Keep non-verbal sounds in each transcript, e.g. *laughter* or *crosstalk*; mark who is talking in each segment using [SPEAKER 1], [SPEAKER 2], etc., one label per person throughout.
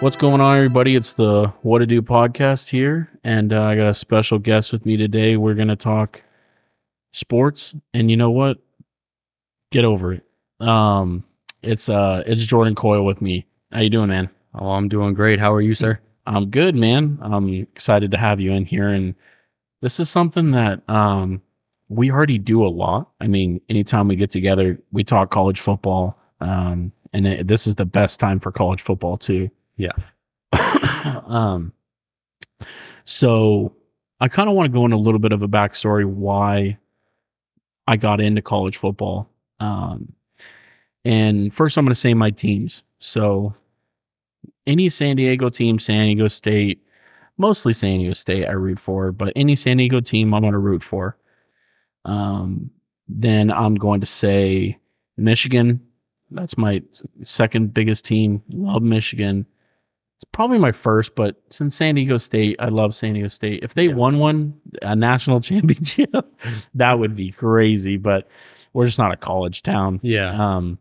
[SPEAKER 1] What's going on, everybody? It's the What to Do podcast here, and uh, I got a special guest with me today. We're going to talk sports, and you know what? Get over it. Um, it's uh, it's Jordan Coyle with me. How you doing, man?
[SPEAKER 2] Oh, I'm doing great. How are you, sir?
[SPEAKER 1] I'm good, man. I'm excited to have you in here, and this is something that um, we already do a lot. I mean, anytime we get together, we talk college football, um, and it, this is the best time for college football too.
[SPEAKER 2] Yeah.
[SPEAKER 1] *coughs* um, so I kind of want to go in a little bit of a backstory why I got into college football. Um, and first, I'm going to say my teams. So any San Diego team, San Diego State, mostly San Diego State, I root for, but any San Diego team, I'm going to root for. Um, then I'm going to say Michigan. That's my s- second biggest team. Love Michigan. It's probably my first, but since San Diego State, I love San Diego State. If they
[SPEAKER 2] Yeah.
[SPEAKER 1] won one, a national *laughs* championship, that would be crazy, but we're just not a college town.
[SPEAKER 2] Yeah.
[SPEAKER 1] Um,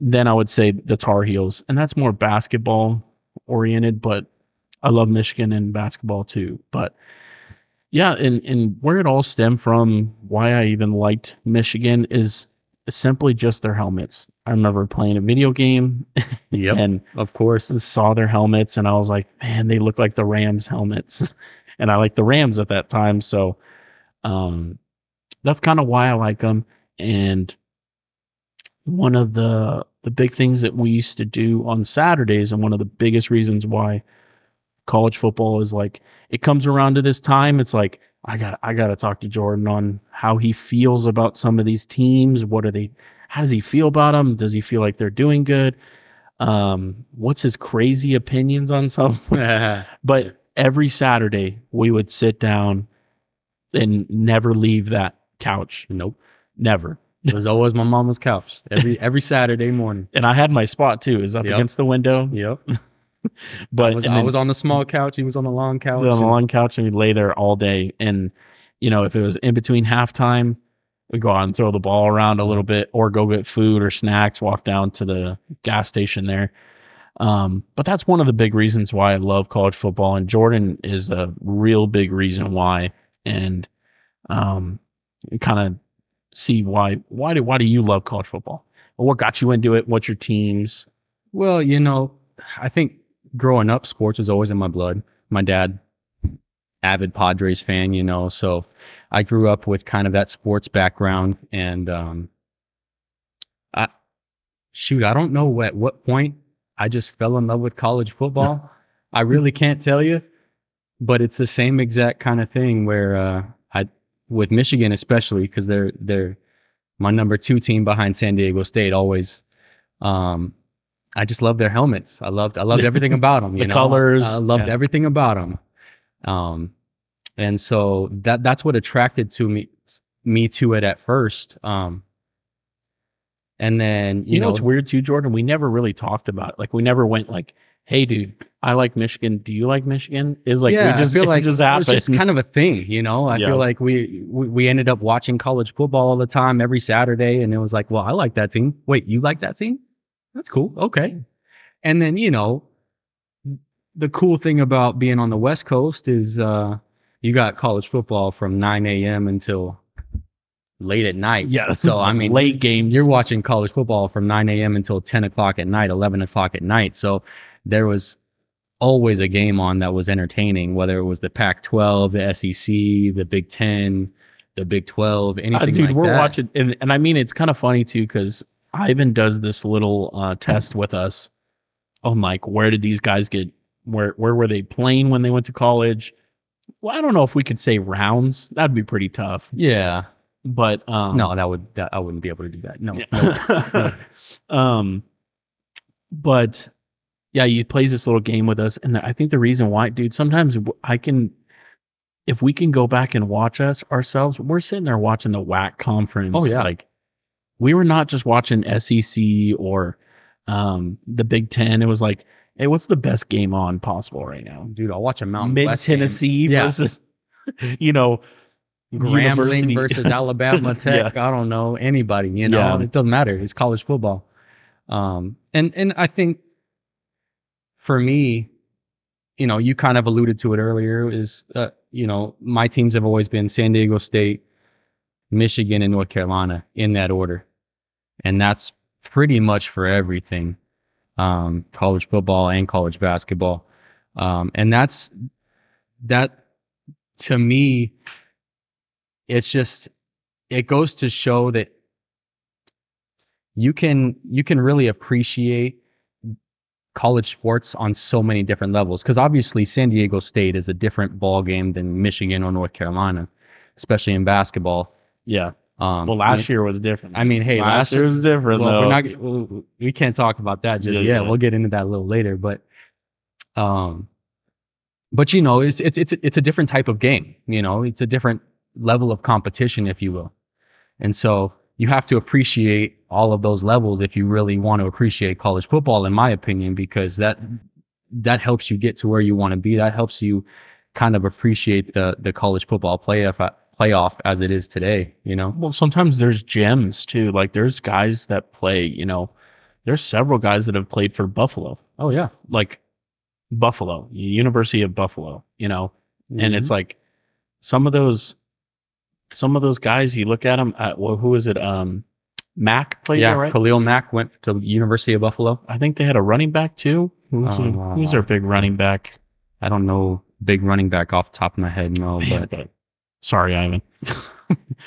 [SPEAKER 1] then I would say the Tar Heels, and that's more basketball oriented, but I love Michigan and basketball too. But yeah, and, and where it all stemmed from, why I even liked Michigan is simply just their helmets. I remember playing a video game
[SPEAKER 2] Yep.
[SPEAKER 1] *laughs* and
[SPEAKER 2] of course.
[SPEAKER 1] saw their helmets, and I was like, man, they look like the Rams helmets. *laughs* and I like the Rams at that time. So um, that's kind of why I like them. And one of the the big things that we used to do on Saturdays, and one of the biggest reasons why college football is like it comes around to this time, it's like I got I got to talk to Jordan on how he feels about some of these teams. What are they? How does he feel about them? Does he feel like they're doing good? Um, what's his crazy opinions on some? *laughs*
[SPEAKER 2] *laughs*
[SPEAKER 1] But every Saturday, we would sit down and never leave that couch.
[SPEAKER 2] nope.
[SPEAKER 1] Never.
[SPEAKER 2] It was always my mama's couch every every Saturday morning.
[SPEAKER 1] And I had my spot too, is up
[SPEAKER 2] Yep.
[SPEAKER 1] against the window.
[SPEAKER 2] Yep.
[SPEAKER 1] But
[SPEAKER 2] I was,
[SPEAKER 1] and
[SPEAKER 2] I
[SPEAKER 1] then
[SPEAKER 2] was on the small couch. He was on the long couch.
[SPEAKER 1] we were on the
[SPEAKER 2] and-
[SPEAKER 1] long couch and we'd lay there all day. And, you know, if it was in between halftime, we'd go out and throw the ball around a little bit or go get food or snacks, walk down to the gas station there. Um, but that's one of the big reasons why I love college football. And Jordan is a real big reason why. And um, kind of see why why do why do you love college football? What got you into it? What's your teams?
[SPEAKER 2] Well, you know, I think growing up, sports was always in my blood. My dad, avid Padres fan, you know, so I grew up with kind of that sports background. And um, I, shoot, I don't know at what point I just fell in love with college football. I really can't tell you, but it's the same exact kind of thing where uh, I, with Michigan especially, because they're they're my number two team behind San Diego State always. Um, I just love their helmets. I loved I loved everything about them. You
[SPEAKER 1] The
[SPEAKER 2] know, Uh,
[SPEAKER 1] colors,
[SPEAKER 2] I loved
[SPEAKER 1] yeah.
[SPEAKER 2] everything about them. Um, and so that that's what attracted to me me to it at first. Um, and then you,
[SPEAKER 1] You, know,
[SPEAKER 2] know
[SPEAKER 1] what's weird too, Jordan? We never really talked about it. like we never went like, hey dude, I like Michigan. Do you like Michigan? Is like we just
[SPEAKER 2] I feel
[SPEAKER 1] it
[SPEAKER 2] like
[SPEAKER 1] just
[SPEAKER 2] it
[SPEAKER 1] happened.
[SPEAKER 2] was just kind of a thing, you know. I
[SPEAKER 1] Yeah.
[SPEAKER 2] feel like we, we we ended up watching college football all the time every Saturday, and it was like, well, I like that team. Wait, you like that team? That's cool. Okay. And then you know, the cool thing about being on the West Coast is uh, you got college football from 9 a.m. until late at night.
[SPEAKER 1] yeah.
[SPEAKER 2] So
[SPEAKER 1] *laughs*
[SPEAKER 2] I mean,
[SPEAKER 1] late games.
[SPEAKER 2] you're watching college football from 9 a.m. until 10 o'clock at night, 11 o'clock at night. So there was always a game on that was entertaining, whether it was the Pac 12, the SEC, the Big 10, the Big 12, anything
[SPEAKER 1] Uh, dude,
[SPEAKER 2] like
[SPEAKER 1] we're
[SPEAKER 2] that.
[SPEAKER 1] watching, and, and I mean, it's kind of funny too because Ivan does this little uh, test with us on like where did these guys get where where were they playing when they went to college? Well, I don't know if we could say rounds. That'd be pretty tough,
[SPEAKER 2] Yeah.
[SPEAKER 1] but um,
[SPEAKER 2] No, that would, that, I wouldn't be able to do that. No. no.
[SPEAKER 1] Yeah. um, but yeah, he plays this little game with us, and I think the reason why, dude, sometimes w- I can, if we can go back and watch us ourselves, we're sitting there watching the WAC conference.
[SPEAKER 2] Oh, yeah.
[SPEAKER 1] like we were not just watching SEC or um, the Big Ten. It was like, hey, what's the best game on possible right now?
[SPEAKER 2] Dude, I'll watch a Mountain
[SPEAKER 1] Mid
[SPEAKER 2] Um, West game.
[SPEAKER 1] Tennessee
[SPEAKER 2] Yeah.
[SPEAKER 1] versus, *laughs* you know,
[SPEAKER 2] Grambling
[SPEAKER 1] University. *laughs*
[SPEAKER 2] versus Alabama Tech. I don't know anybody. You know,
[SPEAKER 1] Yeah.
[SPEAKER 2] it doesn't matter. It's college football. Um, and and I think for me, you know, you kind of alluded to it earlier. Is uh, you know, my teams have always been San Diego State, Michigan, and North Carolina in that order, and that's pretty much for everything, um, college football and college basketball, um, and that's that to me. It's just it goes to show that you can you can really appreciate college sports on so many different levels because obviously San Diego State is a different ball game than Michigan or North Carolina, especially in basketball.
[SPEAKER 1] Yeah.
[SPEAKER 2] Um,
[SPEAKER 1] Well, last year was different.
[SPEAKER 2] I mean, hey,
[SPEAKER 1] last, year was different
[SPEAKER 2] well,
[SPEAKER 1] though.
[SPEAKER 2] we're not, well, we can't talk about that just
[SPEAKER 1] Yeah,
[SPEAKER 2] yet.
[SPEAKER 1] yeah.
[SPEAKER 2] We'll get into that a little later, but um, but you know, it's it's it's it's a different type of game. You know, it's a different level of competition, if you will, and so you have to appreciate all of those levels if you really want to appreciate college football, in my opinion, because that that helps you get to where you want to be. That helps you kind of appreciate the the college football playoff uh, playoff as it is today. You know.
[SPEAKER 1] well, sometimes there's gems too. Like there's guys that play. You know, there's several guys that have played for Buffalo.
[SPEAKER 2] Oh yeah,
[SPEAKER 1] like Buffalo, University of Buffalo, you know, and it's like some of those, some of those guys. You look at them. At, well, who is it? Um, Mac played
[SPEAKER 2] yeah,
[SPEAKER 1] there, right?
[SPEAKER 2] Khalil Mack went to University of Buffalo.
[SPEAKER 1] I think they had a running back too. Who's,
[SPEAKER 2] Oh,
[SPEAKER 1] their-
[SPEAKER 2] wow.
[SPEAKER 1] who's their big running back?
[SPEAKER 2] I don't know big running back off the top of my head, no,
[SPEAKER 1] Man,
[SPEAKER 2] but
[SPEAKER 1] but- sorry, Ivan.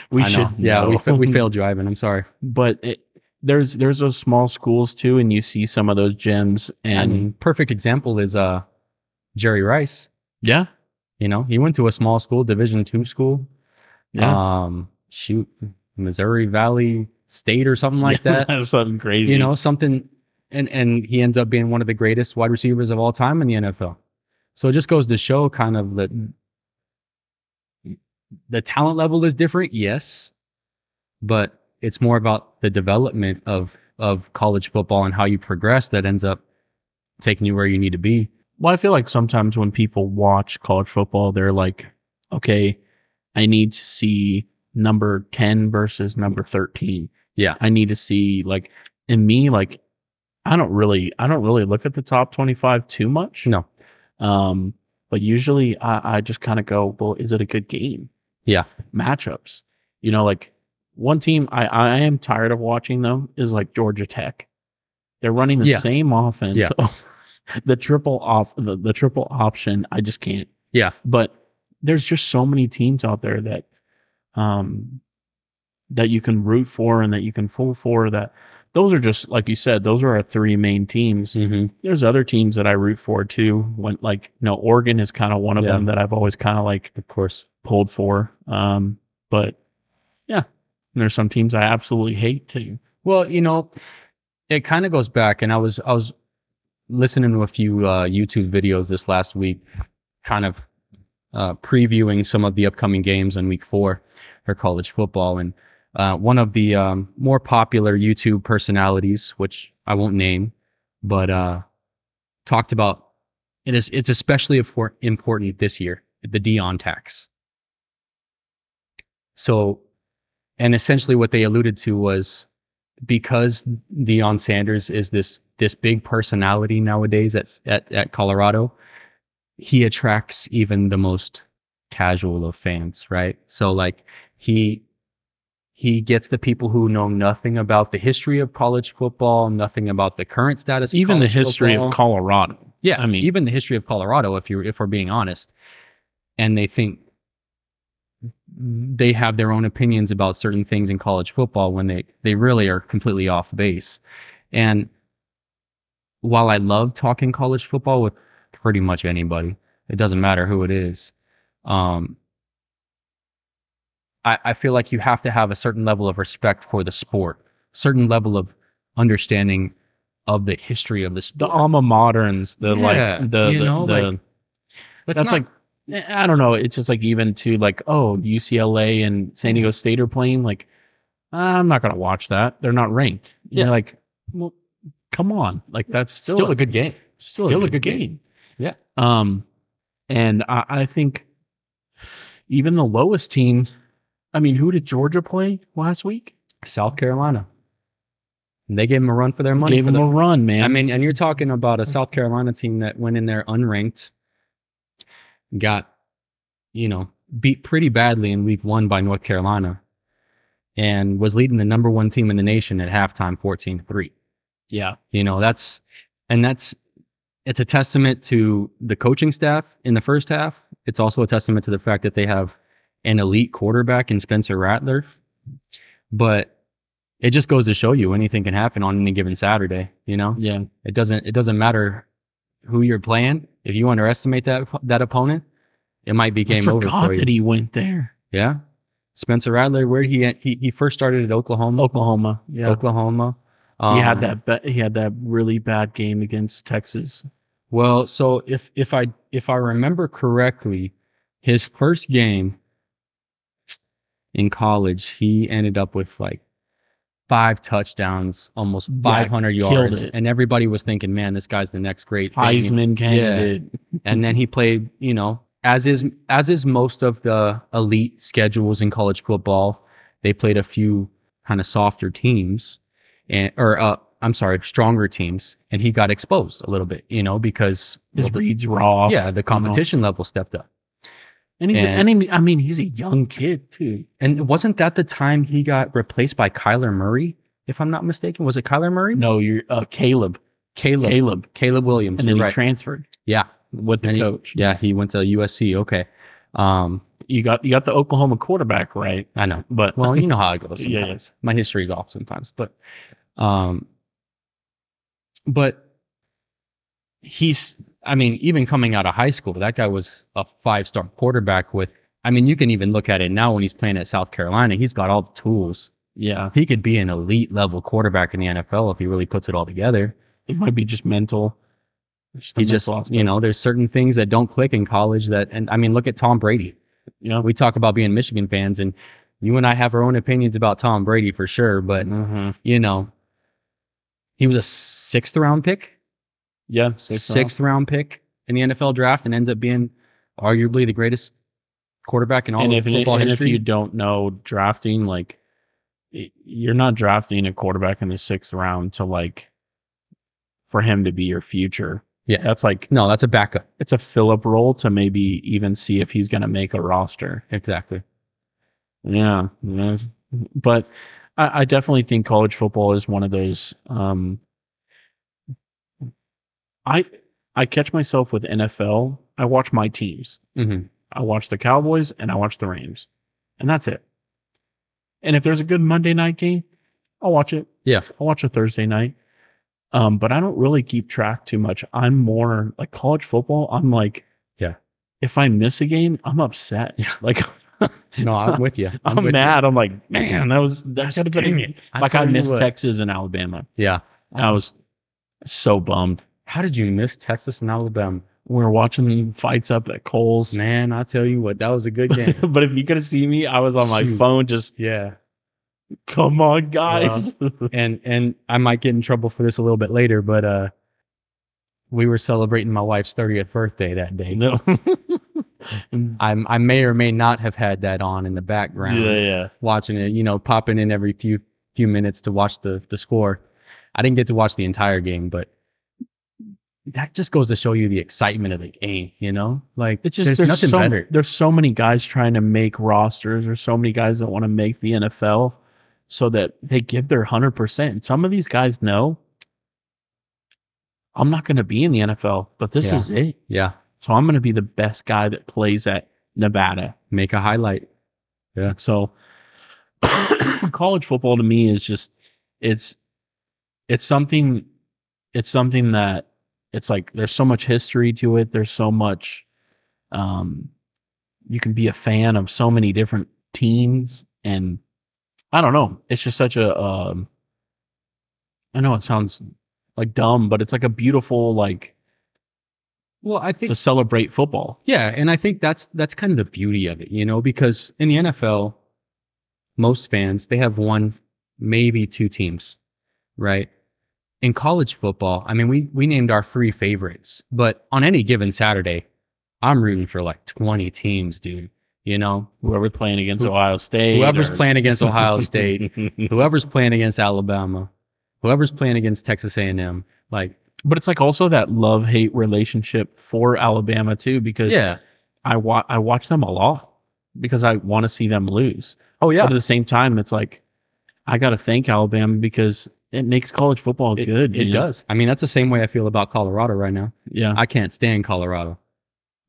[SPEAKER 1] we
[SPEAKER 2] I
[SPEAKER 1] should.
[SPEAKER 2] know. Yeah, we,
[SPEAKER 1] know. *laughs*
[SPEAKER 2] fa- we failed you, Ivan. I'm sorry.
[SPEAKER 1] But it, there's there's those small schools too, and you see some of those gems. And
[SPEAKER 2] And perfect example is uh Jerry Rice.
[SPEAKER 1] yeah,
[SPEAKER 2] You know, he went to a small school, Division two school.
[SPEAKER 1] *laughs* yeah,
[SPEAKER 2] Um, shoot, Missouri Valley State or something
[SPEAKER 1] *laughs*
[SPEAKER 2] like that.
[SPEAKER 1] That's something crazy.
[SPEAKER 2] you know something and and he ends up being one of the greatest wide receivers of all time in the NFL. So it just goes to show kind of that the talent level is different, yes, but it's more about the development of of college football and how you progress that ends up taking you where you need to be.
[SPEAKER 1] Well, I feel like sometimes when people watch college football, they're like, okay, I need to see number 10 versus number 13.
[SPEAKER 2] Yeah.
[SPEAKER 1] I need to see like, and me, like, I don't really, I don't really look at the top 25 too much.
[SPEAKER 2] No.
[SPEAKER 1] Um, but usually I, I just kind of go, well, is it a good game?
[SPEAKER 2] Yeah.
[SPEAKER 1] Matchups, you know, like one team I, I am tired of watching though is like Georgia Tech. They're running the
[SPEAKER 2] Yeah.
[SPEAKER 1] same offense.
[SPEAKER 2] Yeah.
[SPEAKER 1] *laughs* the triple off the, the triple option, I just can't.
[SPEAKER 2] Yeah.
[SPEAKER 1] But there's just so many teams out there that um that you can root for and that you can pull for that those are just like you said, those are our three main teams
[SPEAKER 2] Mm-hmm.
[SPEAKER 1] there's other teams that I root for too. When like you know, Oregon is kind of one of
[SPEAKER 2] Yeah.
[SPEAKER 1] them that I've always kind of like
[SPEAKER 2] Of course.
[SPEAKER 1] pulled for. Um, but yeah, and there's some teams I absolutely hate too.
[SPEAKER 2] Well, you know, it kind of goes back, and I was I was listening to a few uh, YouTube videos this last week, kind of uh, previewing some of the upcoming games in Week Four for college football, and uh, one of the um, more popular YouTube personalities, which I won't name, but uh, talked about it is it's especially for, important this year the Dion tax. So, and essentially what they alluded to was because Deion Sanders is this this big personality nowadays at at, at Colorado, he attracts even the most casual of fans, right? So like he he gets the people who know nothing about the history of college football, nothing about the current status, of
[SPEAKER 1] Even the
[SPEAKER 2] college
[SPEAKER 1] history
[SPEAKER 2] football.
[SPEAKER 1] of Colorado.
[SPEAKER 2] Yeah,
[SPEAKER 1] I
[SPEAKER 2] I
[SPEAKER 1] mean-
[SPEAKER 2] mean, even the history of Colorado, if you if we're being honest, and they think they have their own opinions about certain things in college football when they they really are completely off base. And while I love talking college football with pretty much anybody, it doesn't matter who it is. Um, I, I feel like you have to have a certain level of respect for the sport, certain level of understanding of the history of the
[SPEAKER 1] The
[SPEAKER 2] sport.
[SPEAKER 1] alma materns, the
[SPEAKER 2] Yeah,
[SPEAKER 1] like the,
[SPEAKER 2] you
[SPEAKER 1] the,
[SPEAKER 2] know,
[SPEAKER 1] the-
[SPEAKER 2] like, Let's
[SPEAKER 1] that's
[SPEAKER 2] not-
[SPEAKER 1] like eh, I don't know. It's just like even to like oh UCLA and San Diego State are playing. Like I'm not gonna watch that. They're not ranked.
[SPEAKER 2] Yeah.
[SPEAKER 1] You're like, well, come on. Like that's still, a
[SPEAKER 2] good game.
[SPEAKER 1] still, a good game.
[SPEAKER 2] Yeah.
[SPEAKER 1] Um, and I, I think even the lowest team. I mean, who did Georgia play last week?
[SPEAKER 2] South Carolina. And they gave them a run for their money.
[SPEAKER 1] Gave
[SPEAKER 2] for
[SPEAKER 1] them
[SPEAKER 2] the-
[SPEAKER 1] a run, man.
[SPEAKER 2] I mean, and you're talking about a South Carolina team that went in there unranked, got, you know, beat pretty badly in week one by North Carolina, and was leading the number one team in the nation at halftime 14 3.
[SPEAKER 1] yeah,
[SPEAKER 2] You know, that's, and that's, it's a testament to the coaching staff in the first half. It's also a testament to the fact that they have an elite quarterback in Spencer Rattler. But it just goes to show you anything can happen on any given Saturday, you know?
[SPEAKER 1] yeah.
[SPEAKER 2] It doesn't it doesn't matter who you're playing. If you underestimate that that opponent, it might be
[SPEAKER 1] I
[SPEAKER 2] game over
[SPEAKER 1] forgot
[SPEAKER 2] for you.
[SPEAKER 1] that he went there.
[SPEAKER 2] yeah. Spencer Rattler, where he he he first started at Oklahoma.
[SPEAKER 1] Oklahoma. Oh, Yeah.
[SPEAKER 2] Oklahoma. Um,
[SPEAKER 1] he had that. Be- he had that really bad game against Texas.
[SPEAKER 2] Well, so if if I if I remember correctly, his first game in college, he ended up with like five touchdowns, almost
[SPEAKER 1] Yeah,
[SPEAKER 2] 500
[SPEAKER 1] killed
[SPEAKER 2] yards,
[SPEAKER 1] it.
[SPEAKER 2] and everybody was thinking, "Man, this guy's the next great thing.
[SPEAKER 1] Heisman candidate.
[SPEAKER 2] and then he played you know as is as is most of the elite schedules in college football they played a few kind of softer teams and or uh, i'm sorry stronger teams and he got exposed a little bit you know because
[SPEAKER 1] His
[SPEAKER 2] well, the-
[SPEAKER 1] reads were off.
[SPEAKER 2] yeah the
[SPEAKER 1] you know.
[SPEAKER 2] competition level stepped up
[SPEAKER 1] And he's.
[SPEAKER 2] and-
[SPEAKER 1] And, he, I mean, he's a young kid too.
[SPEAKER 2] and wasn't that the time he got replaced by kyler murray if i'm not mistaken was it kyler murray
[SPEAKER 1] No, you're uh, Caleb.
[SPEAKER 2] caleb caleb,
[SPEAKER 1] Caleb.
[SPEAKER 2] williams
[SPEAKER 1] And then
[SPEAKER 2] you're
[SPEAKER 1] he
[SPEAKER 2] right.
[SPEAKER 1] transferred
[SPEAKER 2] yeah
[SPEAKER 1] with the
[SPEAKER 2] And he-
[SPEAKER 1] coach.
[SPEAKER 2] yeah he went to usc okay um
[SPEAKER 1] You got you got the Oklahoma quarterback right,
[SPEAKER 2] i know
[SPEAKER 1] but
[SPEAKER 2] Well, you know how it goes
[SPEAKER 1] Yeah, yeah.
[SPEAKER 2] sometimes. My history is off sometimes, but um but he's I mean, even coming out of high school, that guy was a five-star quarterback with I mean, you can even look at it now when he's playing at South Carolina. He's got all the tools.
[SPEAKER 1] *laughs* yeah,
[SPEAKER 2] He could be an elite level quarterback in the NFL if he really puts it all together.
[SPEAKER 1] it might be just mental. Just the
[SPEAKER 2] He just,
[SPEAKER 1] mental aspect,
[SPEAKER 2] you know, there's certain things that don't click in college that, and I mean, look at Tom Brady.
[SPEAKER 1] you know.
[SPEAKER 2] We talk about being Michigan fans, and you and I have our own opinions about Tom Brady for sure, but
[SPEAKER 1] hmm
[SPEAKER 2] you know, he was a sixth round pick,
[SPEAKER 1] Yeah, round.
[SPEAKER 2] sixth, round pick in the NFL draft, and ends up being arguably the greatest quarterback in all
[SPEAKER 1] and
[SPEAKER 2] of
[SPEAKER 1] if, it-
[SPEAKER 2] football
[SPEAKER 1] and if
[SPEAKER 2] history.
[SPEAKER 1] you don't know drafting, like y- you're not drafting a quarterback in the sixth round to like for him to be your future.
[SPEAKER 2] Yeah.
[SPEAKER 1] that's like
[SPEAKER 2] no, that's a backup.
[SPEAKER 1] it's a fill up role to maybe even see if he's going to make a roster.
[SPEAKER 2] Exactly.
[SPEAKER 1] Yeah, yeah. but I, I definitely think college football is one of those. Um, I I catch myself with NFL. I watch my teams.
[SPEAKER 2] Mm-hmm.
[SPEAKER 1] I watch the Cowboys and I watch the Rams. And that's it. And if there's a good Monday night game, I'll watch it.
[SPEAKER 2] Yeah.
[SPEAKER 1] I'll watch a Thursday night. Um, but I don't really keep track too much. I'm more like college football. I'm like,
[SPEAKER 2] Yeah.
[SPEAKER 1] If I miss a game, I'm upset.
[SPEAKER 2] Yeah.
[SPEAKER 1] *laughs* Like
[SPEAKER 2] No, I'm with you.
[SPEAKER 1] *laughs* I'm,
[SPEAKER 2] with you.
[SPEAKER 1] mad. I'm like, man, that was that should have been
[SPEAKER 2] Dang
[SPEAKER 1] it.
[SPEAKER 2] I
[SPEAKER 1] Like I
[SPEAKER 2] tell you
[SPEAKER 1] missed
[SPEAKER 2] what. Uh-huh.
[SPEAKER 1] Texas and Alabama.
[SPEAKER 2] Yeah.
[SPEAKER 1] I was so bummed.
[SPEAKER 2] How did you miss Texas and Alabama?
[SPEAKER 1] We were watching the fights up at Cole's.
[SPEAKER 2] Man, I tell you what, that was a good game.
[SPEAKER 1] *laughs* but if you could have seen me, I was on my
[SPEAKER 2] Shoot. Uh-huh.
[SPEAKER 1] phone just
[SPEAKER 2] yeah.
[SPEAKER 1] Come on, guys.
[SPEAKER 2] And and I might get in trouble for this a little bit later, but uh we were celebrating my wife's 30th birthday that
[SPEAKER 1] *laughs*
[SPEAKER 2] day.
[SPEAKER 1] no.
[SPEAKER 2] I'm, I may or may not have had that on in the
[SPEAKER 1] yeah,
[SPEAKER 2] background.
[SPEAKER 1] yeah.
[SPEAKER 2] watching it, you know, popping in every few few minutes to watch the the score. I didn't get to watch the entire game, but that just goes to show you the excitement of the game, you know? Like
[SPEAKER 1] It's just there's,
[SPEAKER 2] nothing
[SPEAKER 1] so,
[SPEAKER 2] better.
[SPEAKER 1] There's so many guys trying to make rosters. There's so many guys that want to make the NFL so that they give their hundred percent. Some of these guys know I'm not gonna be in the NFL, but this
[SPEAKER 2] Yeah.
[SPEAKER 1] is it.
[SPEAKER 2] Yeah.
[SPEAKER 1] So I'm gonna be the best guy that plays at Nevada.
[SPEAKER 2] Make a highlight.
[SPEAKER 1] So *coughs* college football to me is just it's it's something it's something that it's like there's so much history to it. There's so much um you can be a fan of so many different teams and I don't know. It's just such a um I know it sounds like dumb, but it's like a beautiful like
[SPEAKER 2] Well, I think
[SPEAKER 1] to celebrate football.
[SPEAKER 2] Yeah, and I think that's that's kind of the beauty of it, you know, because in the NFL, most fans they have one, maybe two teams, right? In college football, I mean, we we named our three favorites, but on any given Saturday, I'm rooting for like 20 teams, dude. You know,
[SPEAKER 1] Whoever playing against *laughs*
[SPEAKER 2] Who-
[SPEAKER 1] Ohio State.
[SPEAKER 2] whoever's
[SPEAKER 1] or-
[SPEAKER 2] *laughs* playing against Ohio State, whoever's playing against Alabama, whoever's playing against Texas A&M, like
[SPEAKER 1] But it's like also that love hate relationship for Alabama too, because
[SPEAKER 2] yeah,
[SPEAKER 1] I wa- I watch them a lot because I want to see them lose.
[SPEAKER 2] oh
[SPEAKER 1] But at the same time, it's like I got to thank Alabama because it makes college football
[SPEAKER 2] it,
[SPEAKER 1] good.
[SPEAKER 2] it
[SPEAKER 1] you know?
[SPEAKER 2] does. I mean, that's the same way I feel about Colorado right now.
[SPEAKER 1] Yeah.
[SPEAKER 2] I can't stand Colorado,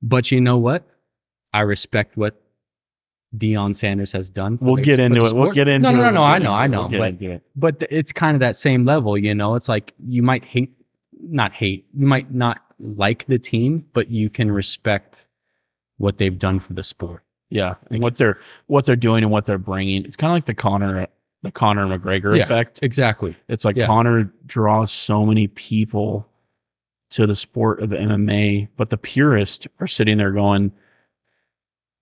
[SPEAKER 2] but you know what? I respect what Deion Sanders has done. for
[SPEAKER 1] We'll
[SPEAKER 2] the-
[SPEAKER 1] get
[SPEAKER 2] for the
[SPEAKER 1] into it. We'll
[SPEAKER 2] sport.
[SPEAKER 1] get into
[SPEAKER 2] no,
[SPEAKER 1] it.
[SPEAKER 2] no, no, no.
[SPEAKER 1] We'll
[SPEAKER 2] I
[SPEAKER 1] get
[SPEAKER 2] know,
[SPEAKER 1] into
[SPEAKER 2] I
[SPEAKER 1] it.
[SPEAKER 2] know,
[SPEAKER 1] We'll get
[SPEAKER 2] but
[SPEAKER 1] into it.
[SPEAKER 2] but th- it's kind of that same level, you know. It's like you might hate, not hate, you might not like the team, but you can respect what they've done for the sport.
[SPEAKER 1] Yeah,
[SPEAKER 2] Like
[SPEAKER 1] and what
[SPEAKER 2] it's-
[SPEAKER 1] they're what they're doing and what they're bringing. It's kind of like the Connor the Connor McGregor
[SPEAKER 2] Yeah.
[SPEAKER 1] effect.
[SPEAKER 2] Exactly.
[SPEAKER 1] It's like
[SPEAKER 2] Yeah.
[SPEAKER 1] Connor draws so many people to the sport of MMA, but the purists are sitting there going,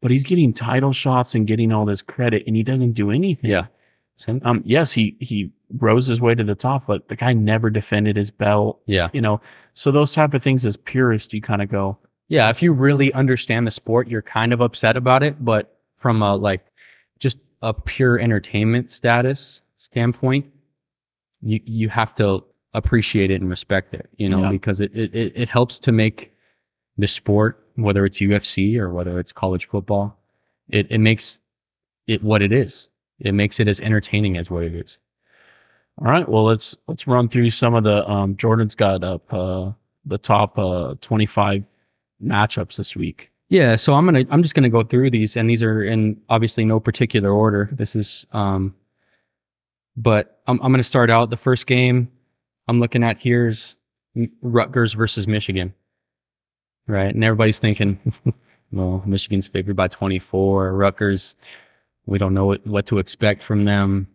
[SPEAKER 1] "But he's getting title shots and getting all this credit, and he doesn't do anything."
[SPEAKER 2] Yeah.
[SPEAKER 1] Um. Yes, he he rose his way to the top, but the guy never defended his belt.
[SPEAKER 2] Yeah.
[SPEAKER 1] You know, so those type of things as purist, you kind of go,
[SPEAKER 2] Yeah. If you really understand the sport, you're kind of upset about it, but from a like just a pure entertainment status standpoint, you you have to appreciate it and respect it, you know,
[SPEAKER 1] Yeah.
[SPEAKER 2] because it, it it it helps to make the sport, whether it's UFC or whether it's college football, it it makes it what it is. It makes it as entertaining as what it is.
[SPEAKER 1] All right. Well, let's let's run through some of the um, Jordan's got up uh, the top uh, twenty five matchups this week.
[SPEAKER 2] Yeah, so I'm gonna I'm just gonna go through these, and these are in obviously no particular order. This is um, but I'm I'm gonna start out the first game I'm looking at here is Rutgers versus Michigan, right? And everybody's thinking, *laughs* well, Michigan's favored by 24. Rutgers, we don't know what, what to expect from them.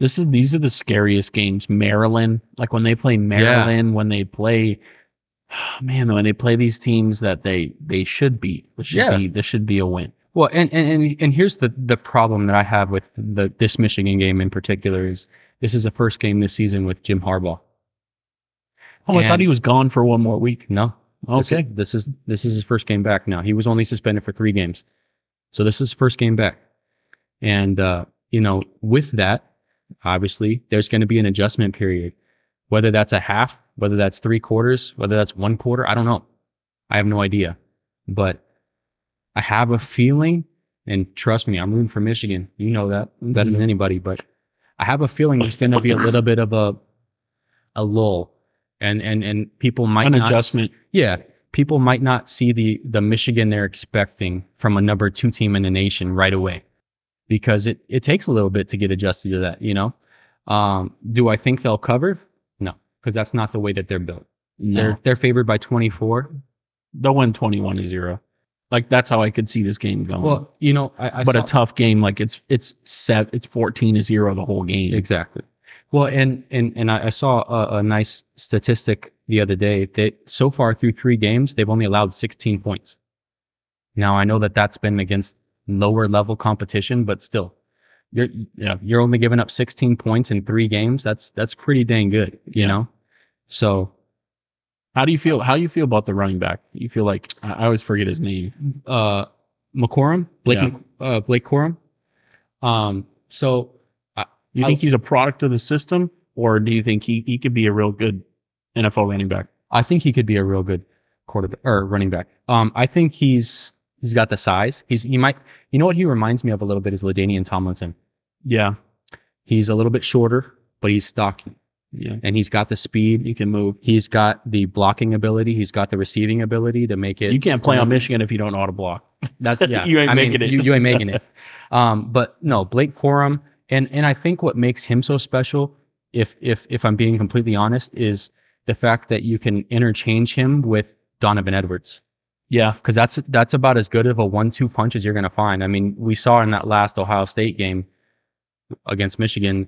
[SPEAKER 1] This is these are the scariest games. Maryland, like when they play Maryland, when they play, *sighs* man, when they play these teams that they they should beat. This should
[SPEAKER 2] Yeah.
[SPEAKER 1] be this should be a win.
[SPEAKER 2] Well, and and and, and here's the the problem that I have with the this Michigan game in particular is this is the first game this season with Jim Harbaugh.
[SPEAKER 1] Oh, I thought
[SPEAKER 2] And-
[SPEAKER 1] he was gone for one more week.
[SPEAKER 2] No,
[SPEAKER 1] Okay,
[SPEAKER 2] This is, this is this is his first game back now. He was only suspended for three games, so this is his first game back. And uh, you know, with that, obviously, there's going to be an adjustment period. Whether that's a half, whether that's three quarters, whether that's one quarter, I don't know. I have no idea. But I have a feeling, and trust me, I'm rooting for Michigan. You know that better
[SPEAKER 1] Mhm.
[SPEAKER 2] than anybody. But I have a feeling there's going to be a little bit of a a lull, and and and people might
[SPEAKER 1] an
[SPEAKER 2] not s-
[SPEAKER 1] adjustment.
[SPEAKER 2] yeah, people might not see the the Michigan they're expecting from a number two team in the nation right away, because it it takes a little bit to get adjusted to that. You know, um, do I think they'll cover? No, because that's not the way that they're built.
[SPEAKER 1] No,
[SPEAKER 2] They're they're favored by twenty four.
[SPEAKER 1] they'll win twenty one to zero. Like that's how I could see this game going.
[SPEAKER 2] Well, you know, I, I
[SPEAKER 1] but a
[SPEAKER 2] saw-
[SPEAKER 1] tough game, like it's it's set, it's fourteen to zero the whole game.
[SPEAKER 2] Exactly. Well, and and and I, I saw a, a nice statistic the other day that so far through three games they've only allowed 16 points. Now I know that that's been against lower level competition, but still, you're
[SPEAKER 1] Yeah.
[SPEAKER 2] you're only giving up 16 points in three games. That's that's pretty dang good, you
[SPEAKER 1] Yeah.
[SPEAKER 2] know. So
[SPEAKER 1] How do you feel? How do you feel about the running back? You feel like I I always forget his name.
[SPEAKER 2] uh McCorum, Blake
[SPEAKER 1] Yeah.
[SPEAKER 2] Mc- uh, Blake Corum. Um, so
[SPEAKER 1] You
[SPEAKER 2] I-
[SPEAKER 1] think he's a product of the system, or do you think he, he could be a real good NFL running back?
[SPEAKER 2] I think he could be a real good quarterback or running back. Um, I think he's he's got the size. He's he might you know what he reminds me of a little bit is Ladainian Tomlinson.
[SPEAKER 1] Yeah,
[SPEAKER 2] He's a little bit shorter, but he's stocky
[SPEAKER 1] yeah.
[SPEAKER 2] and he's got the speed.
[SPEAKER 1] You can move.
[SPEAKER 2] He's got the blocking ability. He's got the receiving ability to make it.
[SPEAKER 1] You can't play on Michigan if you don't know how to block.
[SPEAKER 2] That's
[SPEAKER 1] *laughs*
[SPEAKER 2] yeah.
[SPEAKER 1] You ain't
[SPEAKER 2] I mean,
[SPEAKER 1] making it.
[SPEAKER 2] You, you ain't making it. *laughs* Um, but no, Blake Corum, and and I think what makes him so special, if if if I'm being completely honest, is the fact that you can interchange him with Donovan Edwards.
[SPEAKER 1] Yeah,
[SPEAKER 2] because that's that's about as good of a one-two punch as you're going to find. I mean, we saw in that last Ohio State game against Michigan,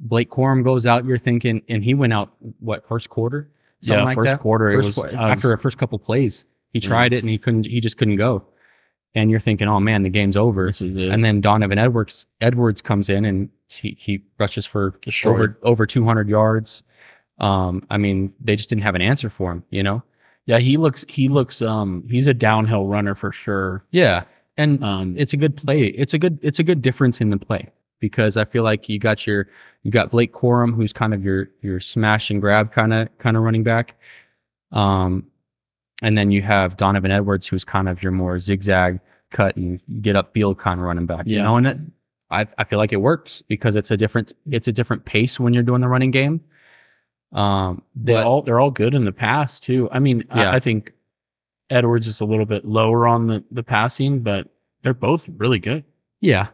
[SPEAKER 2] Blake Corum goes out. You're thinking, and he went out what first quarter? Something
[SPEAKER 1] yeah.
[SPEAKER 2] like
[SPEAKER 1] first
[SPEAKER 2] that?
[SPEAKER 1] quarter,
[SPEAKER 2] First
[SPEAKER 1] it was,
[SPEAKER 2] qu-
[SPEAKER 1] I was-
[SPEAKER 2] after a first couple plays, he
[SPEAKER 1] Yeah.
[SPEAKER 2] tried it and he couldn't. He just couldn't go. And you're thinking, oh man, the game's over.
[SPEAKER 1] this is it.
[SPEAKER 2] And then Donovan Edwards Edwards comes in and he he rushes for
[SPEAKER 1] Destroyed.
[SPEAKER 2] over over 200 yards. Um, I mean, they just didn't have an answer for him, you know.
[SPEAKER 1] yeah, he looks he looks um he's a downhill runner for sure.
[SPEAKER 2] Yeah, and
[SPEAKER 1] Um,
[SPEAKER 2] it's a good play. It's a good it's a good difference in the play. because I feel like you got your you got Blake Corum, who's kind of your your smash and grab kind of kind of running back, um, and then you have Donovan Edwards, who's kind of your more zigzag cut and get up field kind of running back. You
[SPEAKER 1] Yeah.
[SPEAKER 2] know, and it, I I feel like it works because it's a different it's a different pace when you're doing the running game. Um,
[SPEAKER 1] They
[SPEAKER 2] but-
[SPEAKER 1] all they're all good in the pass too. I mean,
[SPEAKER 2] Yeah.
[SPEAKER 1] I, I think Edwards is a little bit lower on the the passing, but they're both really good.
[SPEAKER 2] Yeah,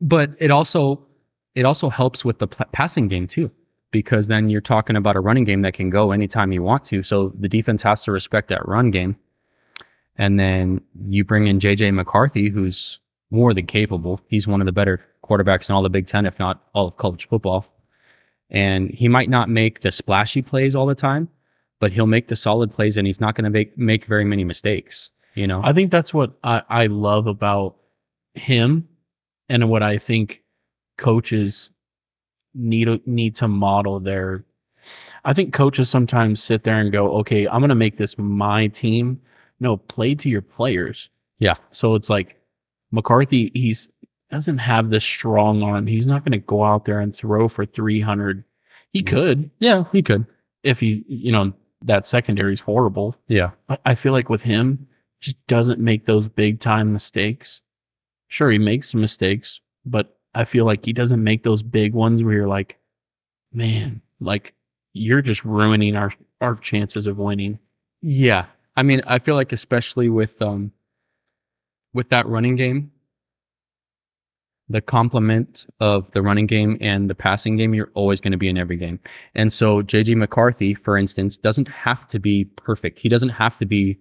[SPEAKER 2] but it also it also helps with the pl- passing game too, because then you're talking about a running game that can go anytime you want to. So the defense has to respect that run game, and then you bring in JJ McCarthy, who's more than capable. He's one of the better quarterbacks in all the Big Ten, if not all of college football. And he might not make the splashy plays all the time, but he'll make the solid plays, and he's not going to make make very many mistakes. You know,
[SPEAKER 1] I think that's what I, I love about him, and what I think coaches need need to model their. I think coaches sometimes sit there and go, "Okay, I'm going to make this my team." No, play to your players.
[SPEAKER 2] Yeah.
[SPEAKER 1] So it's like McCarthy. He's doesn't have the strong arm. He's not going to go out there and throw for 300. He could
[SPEAKER 2] Mm-hmm. yeah, he could.
[SPEAKER 1] if he, you know, that secondary is horrible.
[SPEAKER 2] Yeah.
[SPEAKER 1] I- I feel like with him, just doesn't make those big time mistakes. Sure, he makes some mistakes, but I feel like he doesn't make those big ones where you're like, man, like you're just ruining our our chances of winning.
[SPEAKER 2] Yeah. I mean, I feel like especially with um with that running game, the complement of the running game and the passing game, you're always going to be in every game. And so JJ McCarthy, for instance, doesn't have to be perfect. He doesn't have to be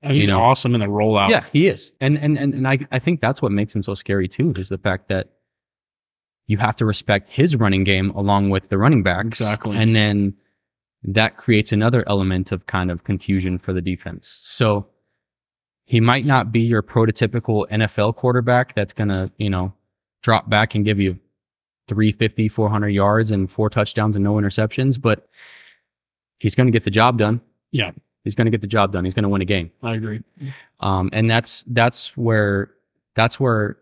[SPEAKER 1] He's
[SPEAKER 2] know.
[SPEAKER 1] awesome in the rollout.
[SPEAKER 2] yeah, he is. And and and, and I, I think that's what makes him so scary too, is the fact that you have to respect his running game along with the running backs.
[SPEAKER 1] Exactly.
[SPEAKER 2] And then that creates another element of kind of confusion for the defense. So he might not be your prototypical NFL quarterback that's gonna, you know, drop back and give you 350, 400 yards and four touchdowns and no interceptions, but he's going to get the job done.
[SPEAKER 1] Yeah.
[SPEAKER 2] He's going to get the job done. He's going to win a game
[SPEAKER 1] I agree.
[SPEAKER 2] um, and that's that's where that's where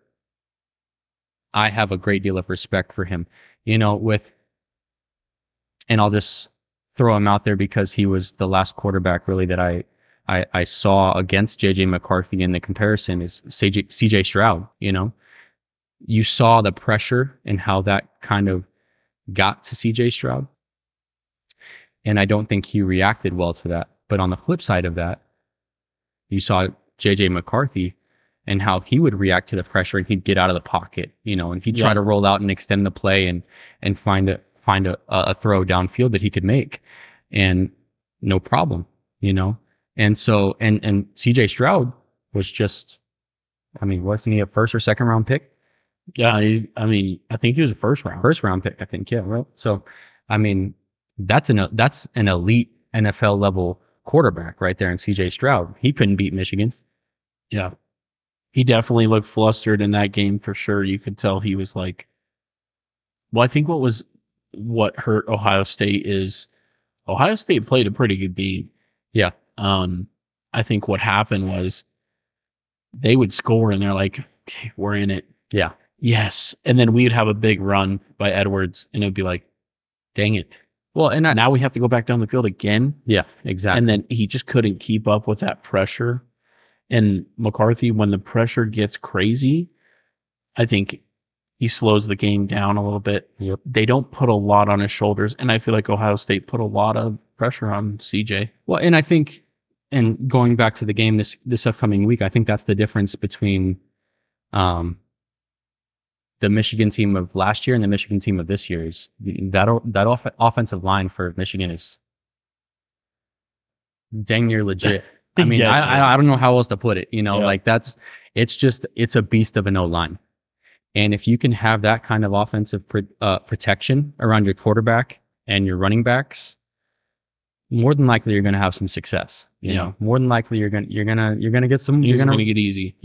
[SPEAKER 2] I have a great deal of respect for him. You know, with and I'll just throw him out there because he was the last quarterback really that I I, I saw against JJ McCarthy in the comparison is CJ, CJ Stroud. You know, you saw the pressure and how that kind of got to CJ Stroud. And I don't think he reacted well to that. But on the flip side of that, you saw JJ McCarthy and how he would react to the pressure and he'd get out of the pocket, you know, and he'd try
[SPEAKER 1] Yeah.
[SPEAKER 2] to roll out and extend the play and and find a find a, a a throw downfield that he could make. And no problem, you know. And so and and CJ Stroud was just I mean, wasn't he a first or second round pick?
[SPEAKER 1] Yeah, he, I mean, I think he was a first round.
[SPEAKER 2] first round pick, I think. Yeah, right. So, I mean, that's an that's an elite NFL level quarterback right there in CJ Stroud. He couldn't beat Michigan.
[SPEAKER 1] Yeah. He definitely looked flustered in that game for sure. You could tell he was like, well, I think what was what hurt Ohio State is Ohio State played a pretty good game.
[SPEAKER 2] Yeah.
[SPEAKER 1] Um, I think what happened was they would score and they're like, okay, we're in it.
[SPEAKER 2] Yeah.
[SPEAKER 1] Yes. And then we'd have a big run by Edwards and it'd be like, dang it.
[SPEAKER 2] Well, and I,
[SPEAKER 1] Now we have to go back down the field again
[SPEAKER 2] yeah, exactly.
[SPEAKER 1] and then he just couldn't keep up with that pressure. And McCarthy, when the pressure gets crazy, I think he slows the game down a little bit.
[SPEAKER 2] Yep.
[SPEAKER 1] They don't put a lot on his shoulders, and I feel like Ohio State put a lot of pressure on CJ.
[SPEAKER 2] Well, and I think, and going back to the game this this upcoming week, I think that's the difference between, um, the Michigan team of last year and the Michigan team of this year is that o- that off- offensive line for Michigan is dang
[SPEAKER 1] *laughs*
[SPEAKER 2] near legit. I mean,
[SPEAKER 1] Yeah.
[SPEAKER 2] I, I I don't know how else to put it. You know,
[SPEAKER 1] Yeah.
[SPEAKER 2] like that's it's just it's a beast of an O line. And if you can have that kind of offensive pr- uh, protection around your quarterback and your running backs, more than likely you're going to have some success. You
[SPEAKER 1] Yeah.
[SPEAKER 2] know, more than likely you're going to you're going to you're going to get some.
[SPEAKER 1] He's
[SPEAKER 2] You're
[SPEAKER 1] going
[SPEAKER 2] going
[SPEAKER 1] to
[SPEAKER 2] to.
[SPEAKER 1] get easy.